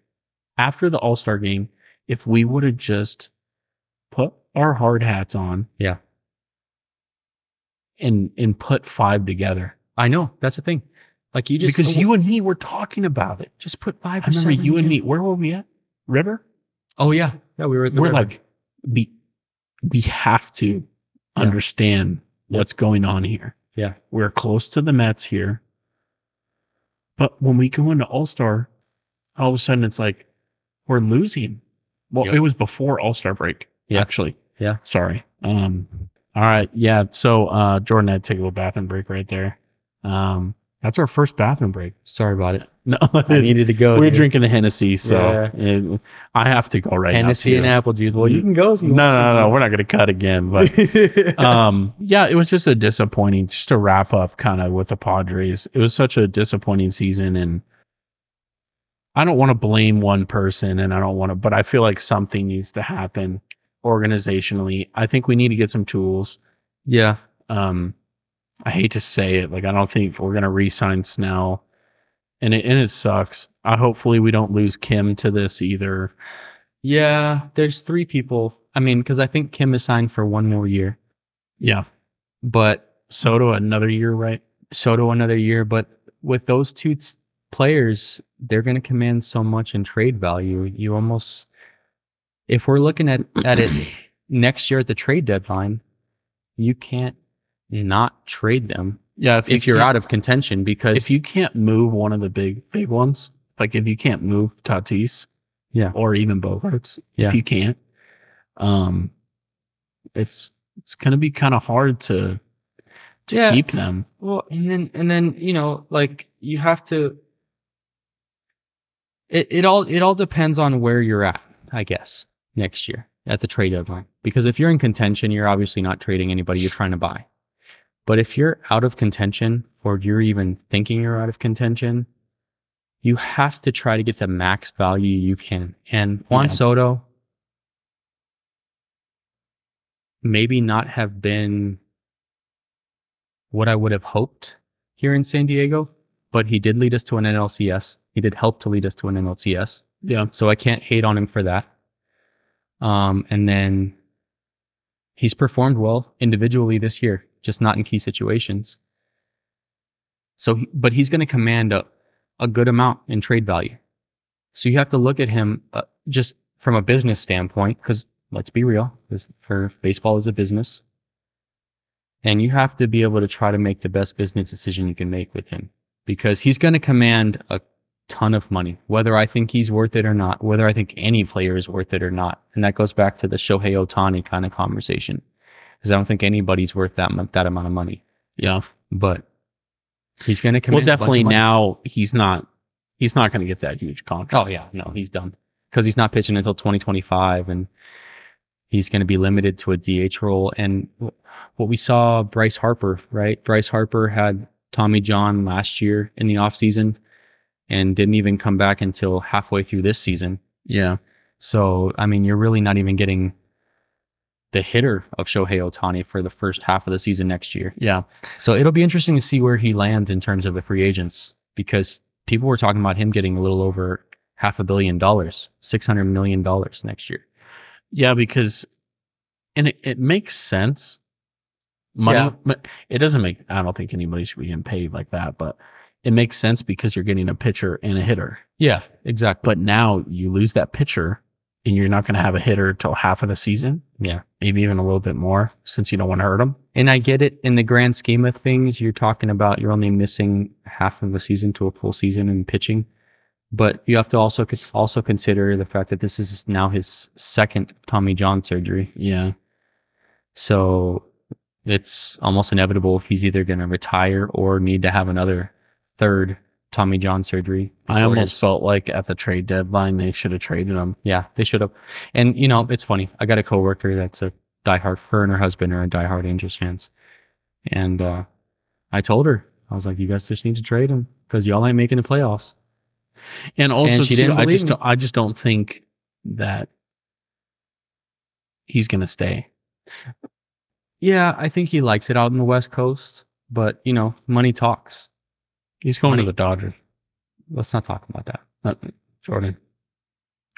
[SPEAKER 1] after the all-star game if we would have just put our hard hats on
[SPEAKER 2] Yeah.
[SPEAKER 1] and and put five together
[SPEAKER 2] I know that's the thing. Like you just
[SPEAKER 1] because you and me were talking about it
[SPEAKER 2] just put five.
[SPEAKER 1] i remember you and me where were we at river
[SPEAKER 2] Oh yeah, yeah. We were. at the
[SPEAKER 1] we're
[SPEAKER 2] river.
[SPEAKER 1] like we we have to understand
[SPEAKER 2] Yeah.
[SPEAKER 1] what's going on here
[SPEAKER 2] Yeah.
[SPEAKER 1] we're close to the mets here but when we go into all-star all of a sudden it's like we're losing well
[SPEAKER 2] Yep.
[SPEAKER 1] it was before all-star break
[SPEAKER 2] Yeah.
[SPEAKER 1] actually
[SPEAKER 2] Yeah.
[SPEAKER 1] sorry um all right yeah so uh jordan had to take a little bathroom break right there um that's our first bathroom break *laughs*
[SPEAKER 2] sorry about it.
[SPEAKER 1] no
[SPEAKER 2] I needed to go.
[SPEAKER 1] we're
[SPEAKER 2] dude.
[SPEAKER 1] drinking a hennessy so uh, i have to go right
[SPEAKER 2] Hennessy
[SPEAKER 1] now
[SPEAKER 2] and
[SPEAKER 1] too.
[SPEAKER 2] apple juice. Well, you can go if you
[SPEAKER 1] No,
[SPEAKER 2] want.
[SPEAKER 1] no, no. We're not going to cut again. But
[SPEAKER 2] to.
[SPEAKER 1] *laughs*
[SPEAKER 2] *laughs*
[SPEAKER 1] um, yeah, it was just a disappointing, just to wrap up kind of with the Padres. It was such a disappointing season. And I don't want to blame one person and I don't want to, but I feel like something needs to happen organizationally. I think we need to get some tools.
[SPEAKER 2] yeah,
[SPEAKER 1] Um, I hate to say it, like I don't think we're gonna re-sign Snell, and it and it sucks. I hopefully we don't lose Kim to this either.
[SPEAKER 2] Yeah, there's three people. I mean, because I think Kim is signed for one more year,
[SPEAKER 1] Yeah,
[SPEAKER 2] but
[SPEAKER 1] Soto another year, right?
[SPEAKER 2] Soto another year. But with those two t- players, they're going to command so much in trade value. You almost, if we're looking at,
[SPEAKER 1] *clears throat*
[SPEAKER 2] at it next year at the trade deadline, you can't not trade them
[SPEAKER 1] Yeah,
[SPEAKER 2] if you're out of contention because
[SPEAKER 1] if you can't move one of the big big ones, like if you can't move Tatis,
[SPEAKER 2] Yeah.
[SPEAKER 1] or even Bogarts,
[SPEAKER 2] Yeah.
[SPEAKER 1] if you can't, um, it's it's gonna be kind of hard to to
[SPEAKER 2] Yeah.
[SPEAKER 1] keep them.
[SPEAKER 2] Well, and then and then you know, like you have to. It it all it all depends on where you're at, I guess, next year at the trade deadline. Because if you're in contention, you're obviously not trading anybody you're trying to buy. But if you're out of contention, or you're even thinking you're out of contention, you have to try to get the max value you can. And Juan
[SPEAKER 1] Yeah.
[SPEAKER 2] Soto maybe not have been what I would have hoped here in San Diego, but he did lead us to an NLCS. He did help to lead us to an NLCS.
[SPEAKER 1] Yeah,
[SPEAKER 2] So I can't hate on him for that. Um, and then he's performed well individually this year, just not in key situations. So, he- but he's going to command a, a good amount in trade value. So you have to look at him uh, just from a business standpoint, because let's be real, this for baseball is a business, and you have to be able to try to make the best business decision you can make with him, because he's going to command a ton of money, whether I think he's worth it or not, whether I think any player is worth it or not. And that goes back to the Shohei Otani kind of conversation, because I don't think anybody's worth that mu- that amount of money.
[SPEAKER 1] yeah.
[SPEAKER 2] But he's going to
[SPEAKER 1] Well,
[SPEAKER 2] command. a bunch of
[SPEAKER 1] definitely
[SPEAKER 2] money.
[SPEAKER 1] now he's not he's not gonna get that huge contract.
[SPEAKER 2] Oh yeah, no, he's done because he's not pitching until 2025, and he's going to be limited to a DH role. And wh- what we saw, Bryce Harper, right? Bryce Harper had Tommy John last year in the offseason and didn't even come back until halfway through this season.
[SPEAKER 1] Yeah,
[SPEAKER 2] So, I mean, you're really not even getting the hitter of Shohei Otani for the first half of the season next year.
[SPEAKER 1] yeah,
[SPEAKER 2] So it'll be interesting to see where he lands in terms of the free agents because people were talking about him getting a little over half a billion dollars, six hundred million dollars next year.
[SPEAKER 1] yeah. Because and it, it makes sense. Money,
[SPEAKER 2] Yeah.
[SPEAKER 1] mo- it doesn't make. I don't think anybody should be getting paid like that, but it makes sense because you're getting a pitcher and a hitter.
[SPEAKER 2] Yeah, exactly.
[SPEAKER 1] But now you lose that pitcher and you're not going to have a hitter till half of the season.
[SPEAKER 2] Yeah.
[SPEAKER 1] Maybe even a little bit more since you don't want to hurt him.
[SPEAKER 2] And I get it in the grand scheme of things, you're talking about you're only missing half of a season to a full season in pitching. But you have to also also consider the fact that this is now his second Tommy John surgery.
[SPEAKER 1] Yeah.
[SPEAKER 2] So it's almost inevitable if he's either going to retire or need to have another third Tommy John surgery.
[SPEAKER 1] I
[SPEAKER 2] before
[SPEAKER 1] almost
[SPEAKER 2] his-
[SPEAKER 1] felt like at the trade deadline, they should have traded him.
[SPEAKER 2] yeah, they should have. And you know, it's funny. I got a coworker that's a diehard. Her and her husband are diehard Angels fans, and uh, I told her I was like, "You guys just need to trade him because y'all ain't making the playoffs."
[SPEAKER 1] And also,
[SPEAKER 2] she
[SPEAKER 1] too,
[SPEAKER 2] didn't
[SPEAKER 1] I
[SPEAKER 2] believe
[SPEAKER 1] just,
[SPEAKER 2] me.
[SPEAKER 1] don't, I just don't think that he's going to stay.
[SPEAKER 2] Yeah, I think he likes it out in the West Coast, but you know, money talks.
[SPEAKER 1] He's going
[SPEAKER 2] Money.
[SPEAKER 1] to the Dodgers.
[SPEAKER 2] Let's not talk about that.
[SPEAKER 1] Uh, Jordan.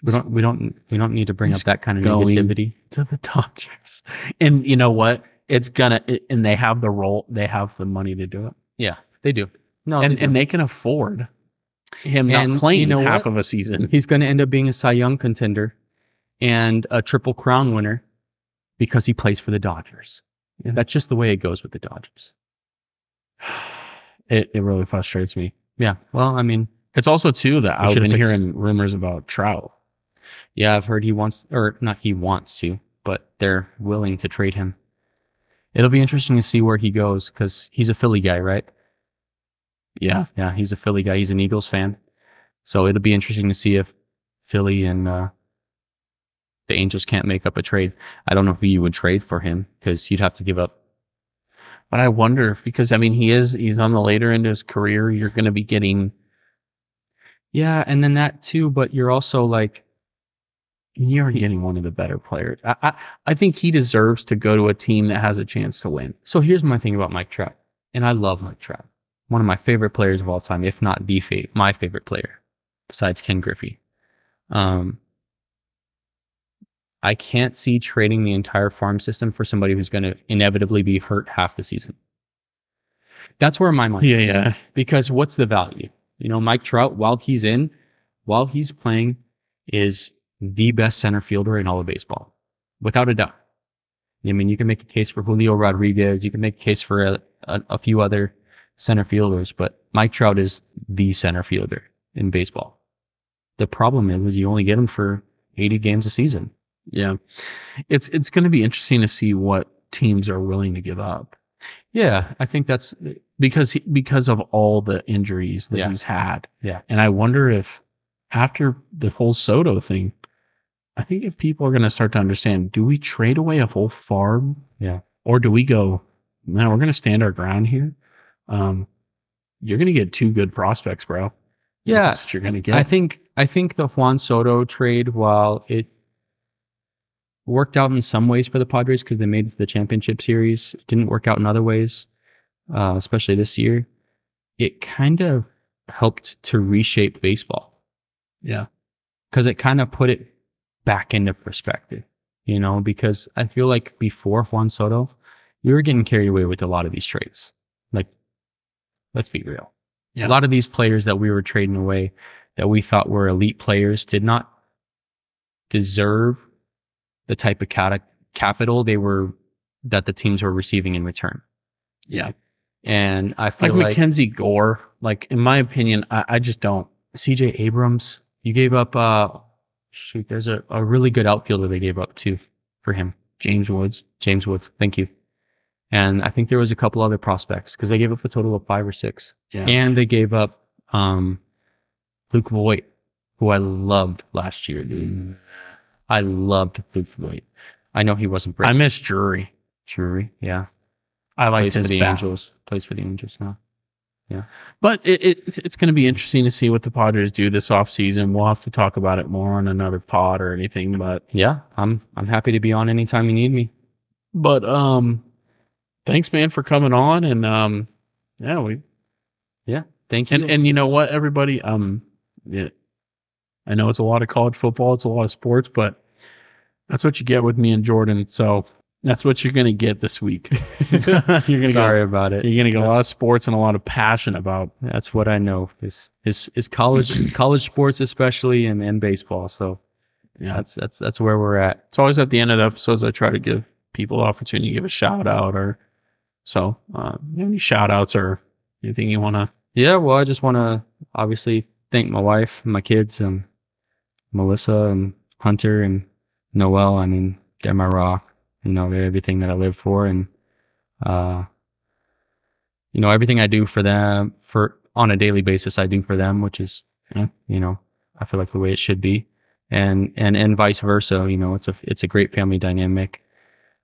[SPEAKER 2] We don't. We don't. We don't need to bring up
[SPEAKER 1] He's
[SPEAKER 2] that kind of
[SPEAKER 1] going-
[SPEAKER 2] negativity.
[SPEAKER 1] To the Dodgers. And you know what? It's going to, and they have the role, they have the money to do it.
[SPEAKER 2] Yeah, they do.
[SPEAKER 1] and,
[SPEAKER 2] No, Oh, they
[SPEAKER 1] and
[SPEAKER 2] do.
[SPEAKER 1] they can afford him
[SPEAKER 2] And
[SPEAKER 1] not playing
[SPEAKER 2] you know
[SPEAKER 1] half
[SPEAKER 2] what?
[SPEAKER 1] of a season.
[SPEAKER 2] he's going to end up being a Cy Young contender and a Triple Crown winner because he plays for the Dodgers.
[SPEAKER 1] Yeah.
[SPEAKER 2] That's just the way it goes with the Dodgers.
[SPEAKER 1] *sighs* It, it really frustrates me.
[SPEAKER 2] Yeah. Well, I mean,
[SPEAKER 1] It's also too that I've
[SPEAKER 2] should've
[SPEAKER 1] been
[SPEAKER 2] picked-
[SPEAKER 1] hearing rumors about Trout.
[SPEAKER 2] yeah, I've heard he wants, or not he wants to, but they're willing to trade him. It'll be interesting to see where he goes because he's a Philly guy, right?
[SPEAKER 1] Yeah,
[SPEAKER 2] Yeah, he's a Philly guy. He's an Eagles fan. So it'll be interesting to see if Philly and uh, the Angels can't make up a trade. I don't know if you would trade for him because you'd have to give up
[SPEAKER 1] but I wonder if- because I mean he is he's on the later end of his career. You're going to be getting
[SPEAKER 2] Yeah, and then that too, but you're also like,
[SPEAKER 1] you're getting one of the better players. I, I I think he deserves to go to a team that has a chance to win.
[SPEAKER 2] so here's my thing about Mike Trout, And I love Mike Trout. One of my favorite players of all time, if not the fav- my favorite player, besides Ken Griffey. Um, I can't see trading the entire farm system for somebody who's going to inevitably be hurt half the season. That's where my mind.
[SPEAKER 1] Yeah, yeah.
[SPEAKER 2] Because what's the value? You know, Mike Trout, while he's in, while he's playing, is the best center fielder in all of baseball, without a doubt. I mean, you can make a case for Julio Rodriguez. You can make a case for a, a, a few other center fielders, but Mike Trout is the center fielder in baseball. The problem is you only get him for 80 games a season.
[SPEAKER 1] Yeah. It's it's going to be interesting to see what teams are willing to give up
[SPEAKER 2] Yeah, I think that's
[SPEAKER 1] because he, because of all the injuries that
[SPEAKER 2] Yeah.
[SPEAKER 1] he's had.
[SPEAKER 2] Yeah.
[SPEAKER 1] And I wonder if after the whole Soto thing, I think if people are going to start to understand, do we trade away a whole farm?
[SPEAKER 2] Yeah.
[SPEAKER 1] Or do we go, no, we're going to stand our ground here. Um you're going to get two good prospects, bro.
[SPEAKER 2] Yeah.
[SPEAKER 1] That's what you're going to get.
[SPEAKER 2] I think I think the Juan Soto trade, while it worked out in some ways for the Padres because they made it to the championship series, it didn't work out in other ways, uh, especially this year. It kind of helped to reshape baseball
[SPEAKER 1] yeah.
[SPEAKER 2] because it kind of put it back into perspective, you know. Because I feel like before Juan Soto, we were getting carried away with a lot of these trades. Like, let's be real.
[SPEAKER 1] Yeah.
[SPEAKER 2] A lot of these players that we were trading away that we thought were elite players did not deserve the type of cata- capital they were that the teams were receiving in return.
[SPEAKER 1] Yeah.
[SPEAKER 2] And I feel
[SPEAKER 1] Like
[SPEAKER 2] like,
[SPEAKER 1] Mackenzie Gore, like in my opinion, I, I just don't.
[SPEAKER 2] CJ Abrams, you gave up uh shoot, there's a, a really good outfielder they gave up too for him.
[SPEAKER 1] James Woods.
[SPEAKER 2] James Woods. Thank you. And I think there was a couple other prospects because they gave up a total of five or six.
[SPEAKER 1] Yeah.
[SPEAKER 2] And they gave up um, Luke Voigt, who I loved last year, dude. I loved Luke Voigt. I know he wasn't
[SPEAKER 1] I
[SPEAKER 2] great.
[SPEAKER 1] miss Drury.
[SPEAKER 2] Drury, yeah.
[SPEAKER 1] I like
[SPEAKER 2] Plays for
[SPEAKER 1] his
[SPEAKER 2] the
[SPEAKER 1] bat.
[SPEAKER 2] Angels. Plays for the Angels now.
[SPEAKER 1] But it, it, it's going to be interesting to see what the Padres do this offseason. We'll have to talk about it more on another pod or anything. But
[SPEAKER 2] Yeah, I'm I'm happy to be on anytime you need me.
[SPEAKER 1] but um, thanks, man, for coming on. And um, yeah, we
[SPEAKER 2] Thank you.
[SPEAKER 1] and and you know what, everybody, um, yeah, I know it's a lot of college football, it's a lot of sports, but that's what you get with me and Jordan. So that's what you're going to get this week. *laughs* you're going to
[SPEAKER 2] Sorry about
[SPEAKER 1] get
[SPEAKER 2] it.
[SPEAKER 1] you're going to get a lot of
[SPEAKER 2] That's-
[SPEAKER 1] sports and a lot of passion about
[SPEAKER 2] That's what I know is is is college college sports especially and, and baseball. So
[SPEAKER 1] yeah.
[SPEAKER 2] that's that's that's where we're at.
[SPEAKER 1] It's always at the end of the episodes I try to give people the opportunity to give a shout out or so. Uh, you have any shout outs or anything you want to?
[SPEAKER 2] Yeah, well, I just want to obviously thank my wife, and my kids, and Melissa and Hunter and Noel. I mean, they're my rock. You know, they're everything that I live for, and uh, you know, everything I do for them for on a daily basis, I do for them, which is eh, you know, I feel like the way it should be, and and and vice versa. You know, it's a it's a great family dynamic.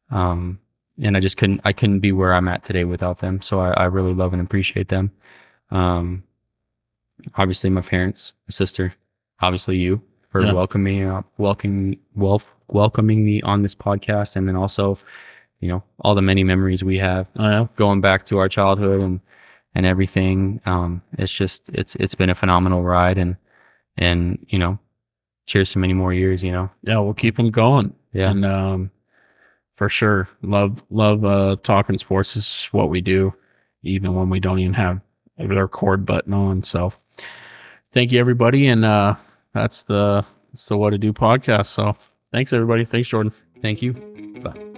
[SPEAKER 2] Um, and I just couldn't I couldn't be where I'm at today without them. So I, I really love and appreciate them um obviously my parents my sister obviously you for
[SPEAKER 1] Yeah.
[SPEAKER 2] welcoming uh, welcoming welf, welcoming me on this podcast and then also you know all the many memories we have
[SPEAKER 1] I know.
[SPEAKER 2] going back to our childhood and and everything um it's just it's it's been a phenomenal ride and and you know cheers to many more years you know
[SPEAKER 1] Yeah, we'll keep them going.
[SPEAKER 2] yeah
[SPEAKER 1] And um, for sure, love, love uh, talking sports This is what we do, even when we don't even have our cord button on. So thank you, everybody. And uh, that's the, that's the What to Do podcast. So thanks, everybody. Thanks, Jordan.
[SPEAKER 2] thank you